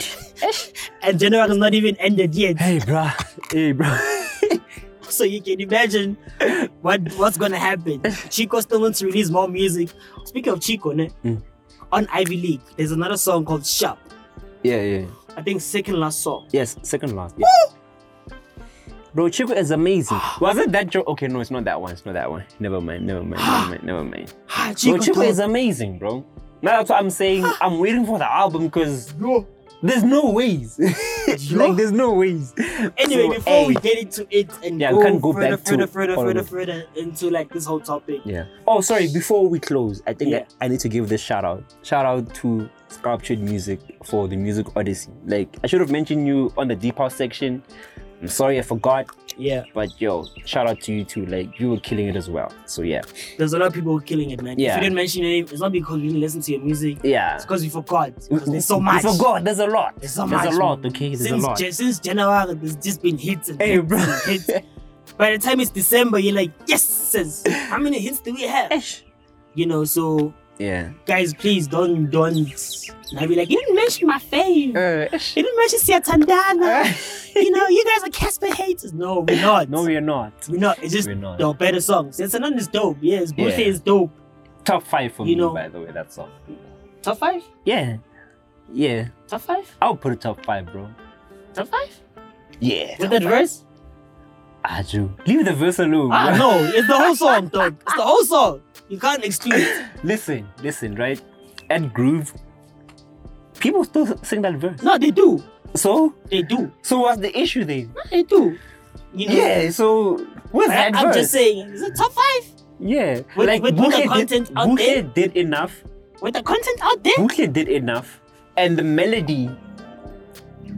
[SPEAKER 2] And January has not even ended yet.
[SPEAKER 1] hey, bruh. Hey, bruh.
[SPEAKER 2] So you can imagine what what's gonna happen. Chico still wants to release more music. Speaking of Chico, ne?
[SPEAKER 1] Mm.
[SPEAKER 2] on Ivy League, there's another song called Sharp.
[SPEAKER 1] yeah, yeah.
[SPEAKER 2] I think second last song.
[SPEAKER 1] Yes, second last. Yeah. Bro, Chico is amazing. Was it that joke? Okay, no, it's not that one. It's not that one. Never mind. Never mind. Never mind. Never mind.
[SPEAKER 2] Ah,
[SPEAKER 1] Bro,
[SPEAKER 2] Chico, Ah.
[SPEAKER 1] Chico
[SPEAKER 2] dog.
[SPEAKER 1] is amazing, bro. Now that's what I'm saying. I'm waiting for the album because
[SPEAKER 2] Yo.
[SPEAKER 1] there's no ways.
[SPEAKER 2] Yo.
[SPEAKER 1] like there's no ways.
[SPEAKER 2] Anyway,
[SPEAKER 1] So,
[SPEAKER 2] before we
[SPEAKER 1] hey.
[SPEAKER 2] get into it and
[SPEAKER 1] Yeah,
[SPEAKER 2] go,
[SPEAKER 1] we can't go
[SPEAKER 2] further,
[SPEAKER 1] back to
[SPEAKER 2] further, further,
[SPEAKER 1] all of
[SPEAKER 2] further,
[SPEAKER 1] it.
[SPEAKER 2] further into like this whole topic,
[SPEAKER 1] Yeah. Oh, sorry. Before we close, I think
[SPEAKER 2] Yeah.
[SPEAKER 1] I, I need to give this shout out. Shout out to Sculptured Music for the Music Odyssey. Like I should have mentioned you on the Deep House section. I'm sorry I forgot,
[SPEAKER 2] yeah,
[SPEAKER 1] but yo, shout out to you too. Like you were killing it as well. So yeah,
[SPEAKER 2] there's a lot of people who are killing it, man. If
[SPEAKER 1] Yeah.
[SPEAKER 2] you didn't mention your name, it's not because we didn't listen to your music.
[SPEAKER 1] yeah.
[SPEAKER 2] It's because we forgot. 'Cause there's so
[SPEAKER 1] We
[SPEAKER 2] much.
[SPEAKER 1] forgot. There's a lot.
[SPEAKER 2] There's so much,
[SPEAKER 1] a lot.
[SPEAKER 2] man.
[SPEAKER 1] Okay. There's
[SPEAKER 2] since,
[SPEAKER 1] a lot.
[SPEAKER 2] Ja- since January, there's just been hits and
[SPEAKER 1] Hey,
[SPEAKER 2] hits
[SPEAKER 1] bro.
[SPEAKER 2] and hits. By the time it's December, you're like, yes, sis, how many hits do we have?
[SPEAKER 1] Esh.
[SPEAKER 2] You know, so
[SPEAKER 1] Yeah.
[SPEAKER 2] guys, please don't don't. And I'll be like, you didn't mention my fave.
[SPEAKER 1] Uh, esh.
[SPEAKER 2] You didn't mention Sia Tandana. you know, you guys are Casper haters. No, we're not.
[SPEAKER 1] no, we're not.
[SPEAKER 2] We're not. It's just
[SPEAKER 1] We're not.
[SPEAKER 2] the better songs. It's another is dope. Yes, Buse
[SPEAKER 1] Yeah.
[SPEAKER 2] is dope.
[SPEAKER 1] Top five for me,
[SPEAKER 2] You know-
[SPEAKER 1] by the way. That's all.
[SPEAKER 2] Top five?
[SPEAKER 1] Yeah. Yeah.
[SPEAKER 2] Top five?
[SPEAKER 1] I'll put it top five, bro.
[SPEAKER 2] Top five?
[SPEAKER 1] Yeah.
[SPEAKER 2] With that verse?
[SPEAKER 1] Aju. Leave the verse alone.
[SPEAKER 2] Ah,
[SPEAKER 1] bro.
[SPEAKER 2] no. It's the whole song, dog. It's the whole song. You can't exclude it.
[SPEAKER 1] Listen, listen, right? At Groove, people still sing that verse.
[SPEAKER 2] No, they do.
[SPEAKER 1] So,
[SPEAKER 2] They do.
[SPEAKER 1] so what's the issue then?
[SPEAKER 2] They do. You know?
[SPEAKER 1] Yeah. So, what's
[SPEAKER 2] I,
[SPEAKER 1] that
[SPEAKER 2] am
[SPEAKER 1] verse?
[SPEAKER 2] just saying, is it top five?
[SPEAKER 1] yeah.
[SPEAKER 2] With- with all the
[SPEAKER 1] Buhle
[SPEAKER 2] content
[SPEAKER 1] did,
[SPEAKER 2] out
[SPEAKER 1] Buhle
[SPEAKER 2] there.
[SPEAKER 1] did enough.
[SPEAKER 2] With the content out there?
[SPEAKER 1] Buhle did enough, and the melody,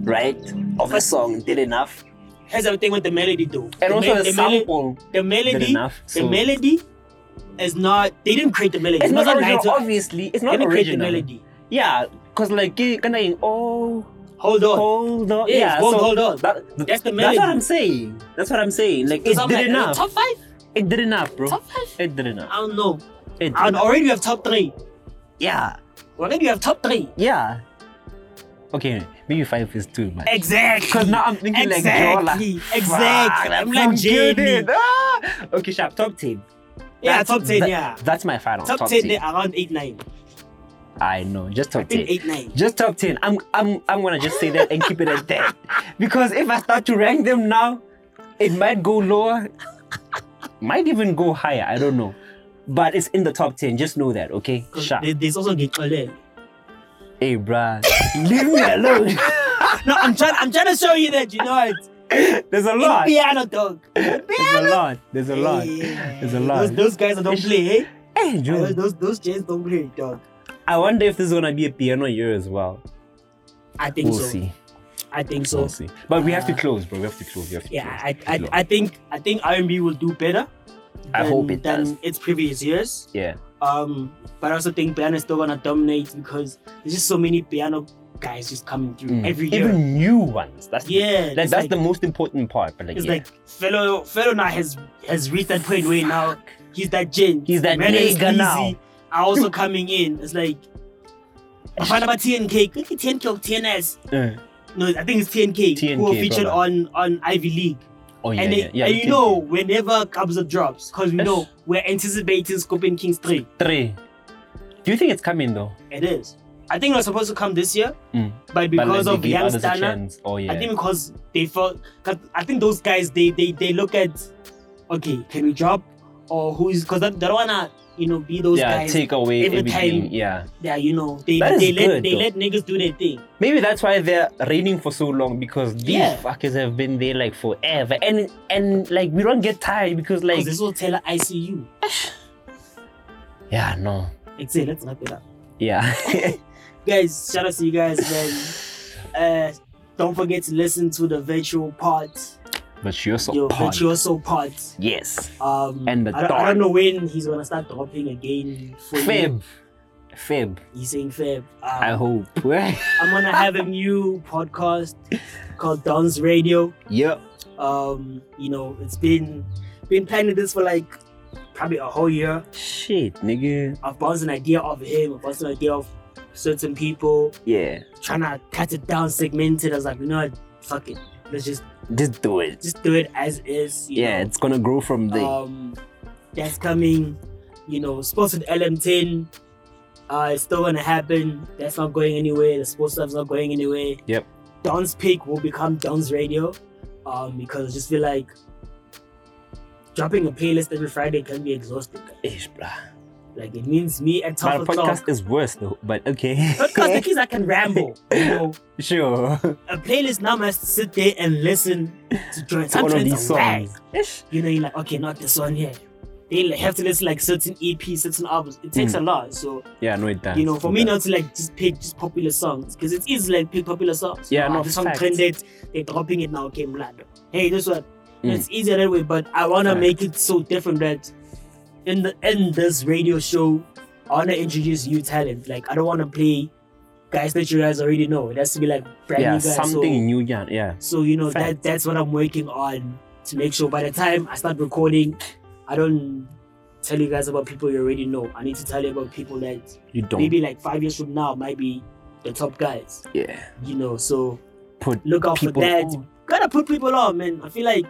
[SPEAKER 1] right, of the song did enough,
[SPEAKER 2] Here's the thing with the melody, though.
[SPEAKER 1] and
[SPEAKER 2] the
[SPEAKER 1] also
[SPEAKER 2] mel-
[SPEAKER 1] the
[SPEAKER 2] the, mel-
[SPEAKER 1] sample.
[SPEAKER 2] the melody.
[SPEAKER 1] enough,
[SPEAKER 2] The
[SPEAKER 1] so-
[SPEAKER 2] melody is not. They didn't create the melody.
[SPEAKER 1] It's
[SPEAKER 2] Must
[SPEAKER 1] not
[SPEAKER 2] lie
[SPEAKER 1] original,
[SPEAKER 2] to us.
[SPEAKER 1] obviously. It's
[SPEAKER 2] They
[SPEAKER 1] not
[SPEAKER 2] didn't create the
[SPEAKER 1] original.
[SPEAKER 2] melody.
[SPEAKER 1] Yeah, cause like ke- kana yung oh
[SPEAKER 2] Hold on.
[SPEAKER 1] hold on,
[SPEAKER 2] Yes,
[SPEAKER 1] yeah,
[SPEAKER 2] hold- hold on.
[SPEAKER 1] that-
[SPEAKER 2] That's the
[SPEAKER 1] That's what
[SPEAKER 2] melody.
[SPEAKER 1] I'm saying. That's what I'm saying. Like it
[SPEAKER 2] So I'm
[SPEAKER 1] did
[SPEAKER 2] like,
[SPEAKER 1] enough.
[SPEAKER 2] Top five?
[SPEAKER 1] it did enough, bro.
[SPEAKER 2] Top five?
[SPEAKER 1] It did enough.
[SPEAKER 2] I don't know.
[SPEAKER 1] It did
[SPEAKER 2] And
[SPEAKER 1] enough.
[SPEAKER 2] already we have top three.
[SPEAKER 1] Yeah,
[SPEAKER 2] Already we have top three.
[SPEAKER 1] yeah. Okay, maybe five is too much.
[SPEAKER 2] Exactly.
[SPEAKER 1] Cause now I'm thinking like
[SPEAKER 2] exactly.
[SPEAKER 1] Jola.
[SPEAKER 2] Exactly. I'm like Jamie.
[SPEAKER 1] Ah! Okay, sharp. Top ten.
[SPEAKER 2] Yeah,
[SPEAKER 1] That's-
[SPEAKER 2] top ten.
[SPEAKER 1] that-
[SPEAKER 2] yeah.
[SPEAKER 1] That's my final.
[SPEAKER 2] Top, 10, they're around 8 9.
[SPEAKER 1] I know. Just
[SPEAKER 2] I
[SPEAKER 1] top
[SPEAKER 2] think
[SPEAKER 1] ten.
[SPEAKER 2] 8 9.
[SPEAKER 1] Just top 10. I'm I'm I'm gonna just say that and keep it at that. Because if I start to rank them now, it might go lower. Might even go higher. I don't know. But it's in the top 10. Just know that, okay?
[SPEAKER 2] 'Cause
[SPEAKER 1] Sharp.
[SPEAKER 2] there- There's also Gitole.
[SPEAKER 1] Hey bruh. Leave me alone.
[SPEAKER 2] no, I'm trying. I'm trying to show you that you know it.
[SPEAKER 1] There's a
[SPEAKER 2] In
[SPEAKER 1] lot.
[SPEAKER 2] piano dog.
[SPEAKER 1] There's a lot. There's a lot.
[SPEAKER 2] Yeah.
[SPEAKER 1] There's a lot.
[SPEAKER 2] Those, those guys that don't play. Eh?
[SPEAKER 1] Hey,
[SPEAKER 2] Those,
[SPEAKER 1] June,
[SPEAKER 2] those those jazz don't play dog.
[SPEAKER 1] I wonder if this is gonna be a piano year as well.
[SPEAKER 2] I think
[SPEAKER 1] We'll
[SPEAKER 2] so.
[SPEAKER 1] see.
[SPEAKER 2] I think so.
[SPEAKER 1] We'll see. But we have to close, bro. We have to close. We have to
[SPEAKER 2] Yeah,
[SPEAKER 1] close.
[SPEAKER 2] I, I,
[SPEAKER 1] Close.
[SPEAKER 2] I think I think RMB will do better.
[SPEAKER 1] I
[SPEAKER 2] than-
[SPEAKER 1] hope it
[SPEAKER 2] than
[SPEAKER 1] does.
[SPEAKER 2] its previous years.
[SPEAKER 1] yeah.
[SPEAKER 2] Um, but I also think piano is still gonna dominate because there's just so many piano guys just coming through
[SPEAKER 1] Mm.
[SPEAKER 2] every year.
[SPEAKER 1] Even new ones. That's
[SPEAKER 2] yeah,
[SPEAKER 1] The, that,
[SPEAKER 2] it's
[SPEAKER 1] that's
[SPEAKER 2] like-
[SPEAKER 1] the most important part. But like,
[SPEAKER 2] It's
[SPEAKER 1] yeah.
[SPEAKER 2] like fellow fellow now has has reached that point where now he's that gen.
[SPEAKER 1] He's that
[SPEAKER 2] Man is
[SPEAKER 1] nigga
[SPEAKER 2] busy,
[SPEAKER 1] now.
[SPEAKER 2] Are also coming in. It's like Bafana about TNK. Quickly TNK TNS.
[SPEAKER 1] Uh,
[SPEAKER 2] No, I think it's TNK,
[SPEAKER 1] TNK,
[SPEAKER 2] who were featured
[SPEAKER 1] brother.
[SPEAKER 2] on on Ivy League.
[SPEAKER 1] oh yeah,
[SPEAKER 2] and
[SPEAKER 1] yeah,
[SPEAKER 2] they-
[SPEAKER 1] yeah.
[SPEAKER 2] and you
[SPEAKER 1] can-
[SPEAKER 2] know, whenever Kabza drops, because we
[SPEAKER 1] Yes.
[SPEAKER 2] know we're anticipating Scorpion Kings three.
[SPEAKER 1] three. Do you think it's coming though?
[SPEAKER 2] It is. I think it was supposed to come this year,
[SPEAKER 1] Mm.
[SPEAKER 2] but
[SPEAKER 1] But, like,
[SPEAKER 2] because
[SPEAKER 1] they
[SPEAKER 2] of
[SPEAKER 1] give
[SPEAKER 2] Young
[SPEAKER 1] others a
[SPEAKER 2] Stana,
[SPEAKER 1] chance. Oh yeah.
[SPEAKER 2] I think because they felt, cause I think those guys they they they look at, okay, can we drop or who is because they don't wanna you know be those
[SPEAKER 1] yeah.
[SPEAKER 2] guys.
[SPEAKER 1] take away
[SPEAKER 2] every
[SPEAKER 1] everything.
[SPEAKER 2] time-
[SPEAKER 1] Yeah.
[SPEAKER 2] that you know they
[SPEAKER 1] That is
[SPEAKER 2] they let
[SPEAKER 1] good,
[SPEAKER 2] they
[SPEAKER 1] though.
[SPEAKER 2] let niggas do their thing.
[SPEAKER 1] Maybe that's why they're reigning for so long because these
[SPEAKER 2] Yeah.
[SPEAKER 1] fuckers have been there like forever, and and like we don't get tired because like
[SPEAKER 2] Because this will tell her ICU.
[SPEAKER 1] yeah no
[SPEAKER 2] Exactly. Let's wrap it up,
[SPEAKER 1] yeah
[SPEAKER 2] guys. Shout out to you guys, man. Uh, don't forget to listen to the virtual part,
[SPEAKER 1] but you're so
[SPEAKER 2] your
[SPEAKER 1] punk.
[SPEAKER 2] virtuoso part.
[SPEAKER 1] yes
[SPEAKER 2] Um,
[SPEAKER 1] And the
[SPEAKER 2] I, don't- I
[SPEAKER 1] dark.
[SPEAKER 2] don't know when he's gonna start dropping again. For
[SPEAKER 1] Feb Feb
[SPEAKER 2] he's saying Feb. Um,
[SPEAKER 1] I hope
[SPEAKER 2] I'm gonna have a new podcast called Don's Radio.
[SPEAKER 1] yeah
[SPEAKER 2] Um, you know, it's been been planning this for like probably a whole year.
[SPEAKER 1] shit nigga
[SPEAKER 2] I've bounced an idea of him, I've bounced an idea of certain people,
[SPEAKER 1] yeah
[SPEAKER 2] trying to cut it down, segment it. I was like, you know what, fuck it. Let's just
[SPEAKER 1] just do it
[SPEAKER 2] just do it as is. you
[SPEAKER 1] yeah
[SPEAKER 2] know.
[SPEAKER 1] it's gonna grow from there
[SPEAKER 2] Um, that's coming. You know, sports with LM10. Uh, it's still gonna happen. That's not going anywhere. The sports stuff's not going anywhere.
[SPEAKER 1] Yep.
[SPEAKER 2] Don's Peak will become Don's Radio, um, because I just feel like dropping a playlist every Friday can be exhausting. guys.
[SPEAKER 1] Ish, bruh.
[SPEAKER 2] Like it means me at
[SPEAKER 1] But
[SPEAKER 2] twelve
[SPEAKER 1] a
[SPEAKER 2] o'clock.
[SPEAKER 1] podcast is worse though but
[SPEAKER 2] Podcast, the
[SPEAKER 1] okay
[SPEAKER 2] kids I can ramble. You know,
[SPEAKER 1] sure
[SPEAKER 2] a playlist now must sit there and listen to join.
[SPEAKER 1] one of
[SPEAKER 2] Sometimes
[SPEAKER 1] these
[SPEAKER 2] a rag.
[SPEAKER 1] songs Ish.
[SPEAKER 2] you know, you're like, okay, not this one here. They like, have to listen like certain EPs, certain albums. It takes a lot. So
[SPEAKER 1] Mm. yeah no it does
[SPEAKER 2] you know, for me
[SPEAKER 1] It
[SPEAKER 2] not to like just pick just popular songs because it is like pick popular songs.
[SPEAKER 1] Yeah,
[SPEAKER 2] Ah,
[SPEAKER 1] no,
[SPEAKER 2] this song
[SPEAKER 1] facts.
[SPEAKER 2] trended. They're dropping it now. Okay, blood. Hey, this one.
[SPEAKER 1] Mm.
[SPEAKER 2] It's easier that way, but I wanna
[SPEAKER 1] Facts.
[SPEAKER 2] make it so different that in the in this radio show, I wanna introduce new talent. Like I don't wanna play guys that you guys already know. It has to be like
[SPEAKER 1] does.
[SPEAKER 2] brand
[SPEAKER 1] yeah
[SPEAKER 2] new guys. So-
[SPEAKER 1] something new yeah yeah
[SPEAKER 2] so you know
[SPEAKER 1] Fact.
[SPEAKER 2] that that's what I'm working on to make sure by the time I start recording, I don't tell you guys about people you already know. I need to tell you about people that
[SPEAKER 1] you don't
[SPEAKER 2] maybe like five years from now might be the top guys.
[SPEAKER 1] yeah
[SPEAKER 2] You know, so
[SPEAKER 1] put
[SPEAKER 2] look out for
[SPEAKER 1] people
[SPEAKER 2] that.
[SPEAKER 1] on.
[SPEAKER 2] Gotta put people on, man. I feel like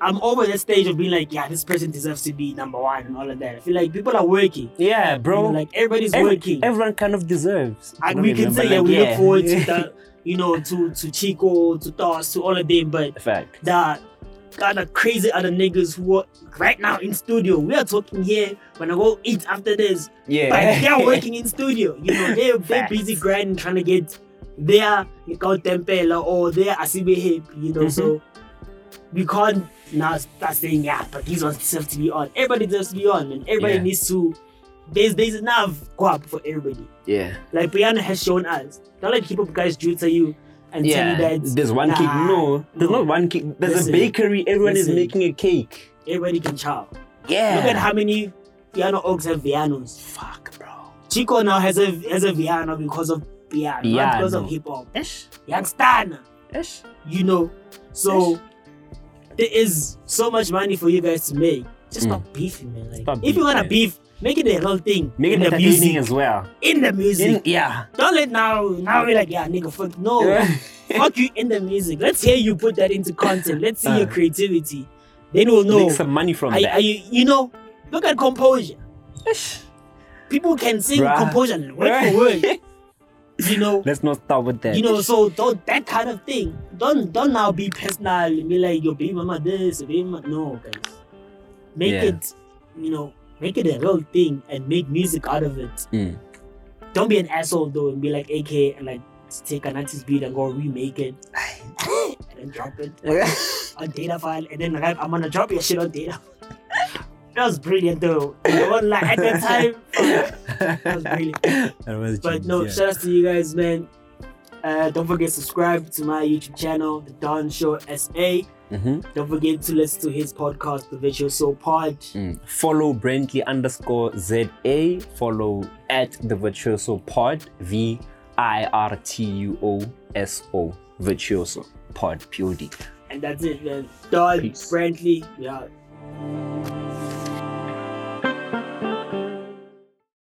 [SPEAKER 2] I'm over that stage of being like, yeah, this person deserves to be number one and all of that. I feel like people are working.
[SPEAKER 1] yeah bro
[SPEAKER 2] you know, like everybody's
[SPEAKER 1] Every-
[SPEAKER 2] working.
[SPEAKER 1] everyone kind of deserves
[SPEAKER 2] and we can
[SPEAKER 1] Remember,
[SPEAKER 2] say yeah,
[SPEAKER 1] like,
[SPEAKER 2] we
[SPEAKER 1] yeah.
[SPEAKER 2] look forward to that, you know, to to Chico, to Toss, to all of them, but
[SPEAKER 1] fact
[SPEAKER 2] that kind of crazy other niggas who are right now in studio. We are talking here when I go eat after this,
[SPEAKER 1] yeah
[SPEAKER 2] but they're working in studio. You know, they're, they're
[SPEAKER 1] Facts.
[SPEAKER 2] busy grinding, trying to get their Nikau Tempela or their Asibe Hip, you know, so
[SPEAKER 1] Mm-hmm.
[SPEAKER 2] we can't now start saying, yeah, but these ones deserve to be on. Everybody deserves to be on, and everybody
[SPEAKER 1] Yeah.
[SPEAKER 2] needs to. There's, there's enough guap for everybody.
[SPEAKER 1] yeah
[SPEAKER 2] Like Brianna has shown us. Don't let hip hop guys tutor you and tell you that
[SPEAKER 1] there's one cake.
[SPEAKER 2] nah,
[SPEAKER 1] No, there's
[SPEAKER 2] no.
[SPEAKER 1] not one cake. There's
[SPEAKER 2] Listen,
[SPEAKER 1] a bakery. Everyone
[SPEAKER 2] listen.
[SPEAKER 1] is making a cake.
[SPEAKER 2] everybody can chow.
[SPEAKER 1] Yeah.
[SPEAKER 2] Look at how many piano orgs have pianos.
[SPEAKER 1] Fuck, bro.
[SPEAKER 2] Chico now has a has a piano because of piano, not because
[SPEAKER 1] Piano.
[SPEAKER 2] of hip hop.
[SPEAKER 1] Ish,
[SPEAKER 2] Youngstana,
[SPEAKER 1] ish.
[SPEAKER 2] you know. So there is so much money for you guys to make. Just
[SPEAKER 1] Mm.
[SPEAKER 2] stop beefing, man. Like,
[SPEAKER 1] Stop
[SPEAKER 2] if you
[SPEAKER 1] beefing,
[SPEAKER 2] wanna
[SPEAKER 1] man.
[SPEAKER 2] beef, make it a real thing.
[SPEAKER 1] Make
[SPEAKER 2] in
[SPEAKER 1] it
[SPEAKER 2] the
[SPEAKER 1] entertaining
[SPEAKER 2] music.
[SPEAKER 1] as well.
[SPEAKER 2] In the music.
[SPEAKER 1] In- yeah.
[SPEAKER 2] Don't let now now we're like, yeah, nigga, fuck no. fuck you in the music. Let's hear you put that into content. Let's see
[SPEAKER 1] Uh.
[SPEAKER 2] your creativity. Then we'll know.
[SPEAKER 1] Make some money from
[SPEAKER 2] Are,
[SPEAKER 1] that.
[SPEAKER 2] are you you know, look at composure.
[SPEAKER 1] Ish.
[SPEAKER 2] people can sing
[SPEAKER 1] Bruh.
[SPEAKER 2] composition word for word. You know,
[SPEAKER 1] Let's not start with that.
[SPEAKER 2] you know, so don't, that kind of thing. Don't don't now be personal. and Be like your baby mama this, your baby mama no, guys. Make
[SPEAKER 1] Yeah.
[SPEAKER 2] it, you know, make it a real thing and make music out of it.
[SPEAKER 1] Mm.
[SPEAKER 2] Don't be an asshole though and be like AK and like sitake anansi's beat and go remake it and then drop it on data file and then like, I'm gonna drop your shit on data. that was brilliant though. I won't lie, at that time, that was brilliant. But no, shout out to you guys, man. Uh, don't forget to subscribe to my YouTube channel, The Don Show SA.
[SPEAKER 1] Mhm.
[SPEAKER 2] Don't forget to listen to his podcast, The Visual Soul Pod.
[SPEAKER 1] Mm. Follow Brantley underscore ZA. Follow at the Virtuoso Pod. V I R T U O S O. Virtuoso Pod. P O D.
[SPEAKER 2] And that's it, man. Don,
[SPEAKER 1] Peace.
[SPEAKER 2] Brantley, we out.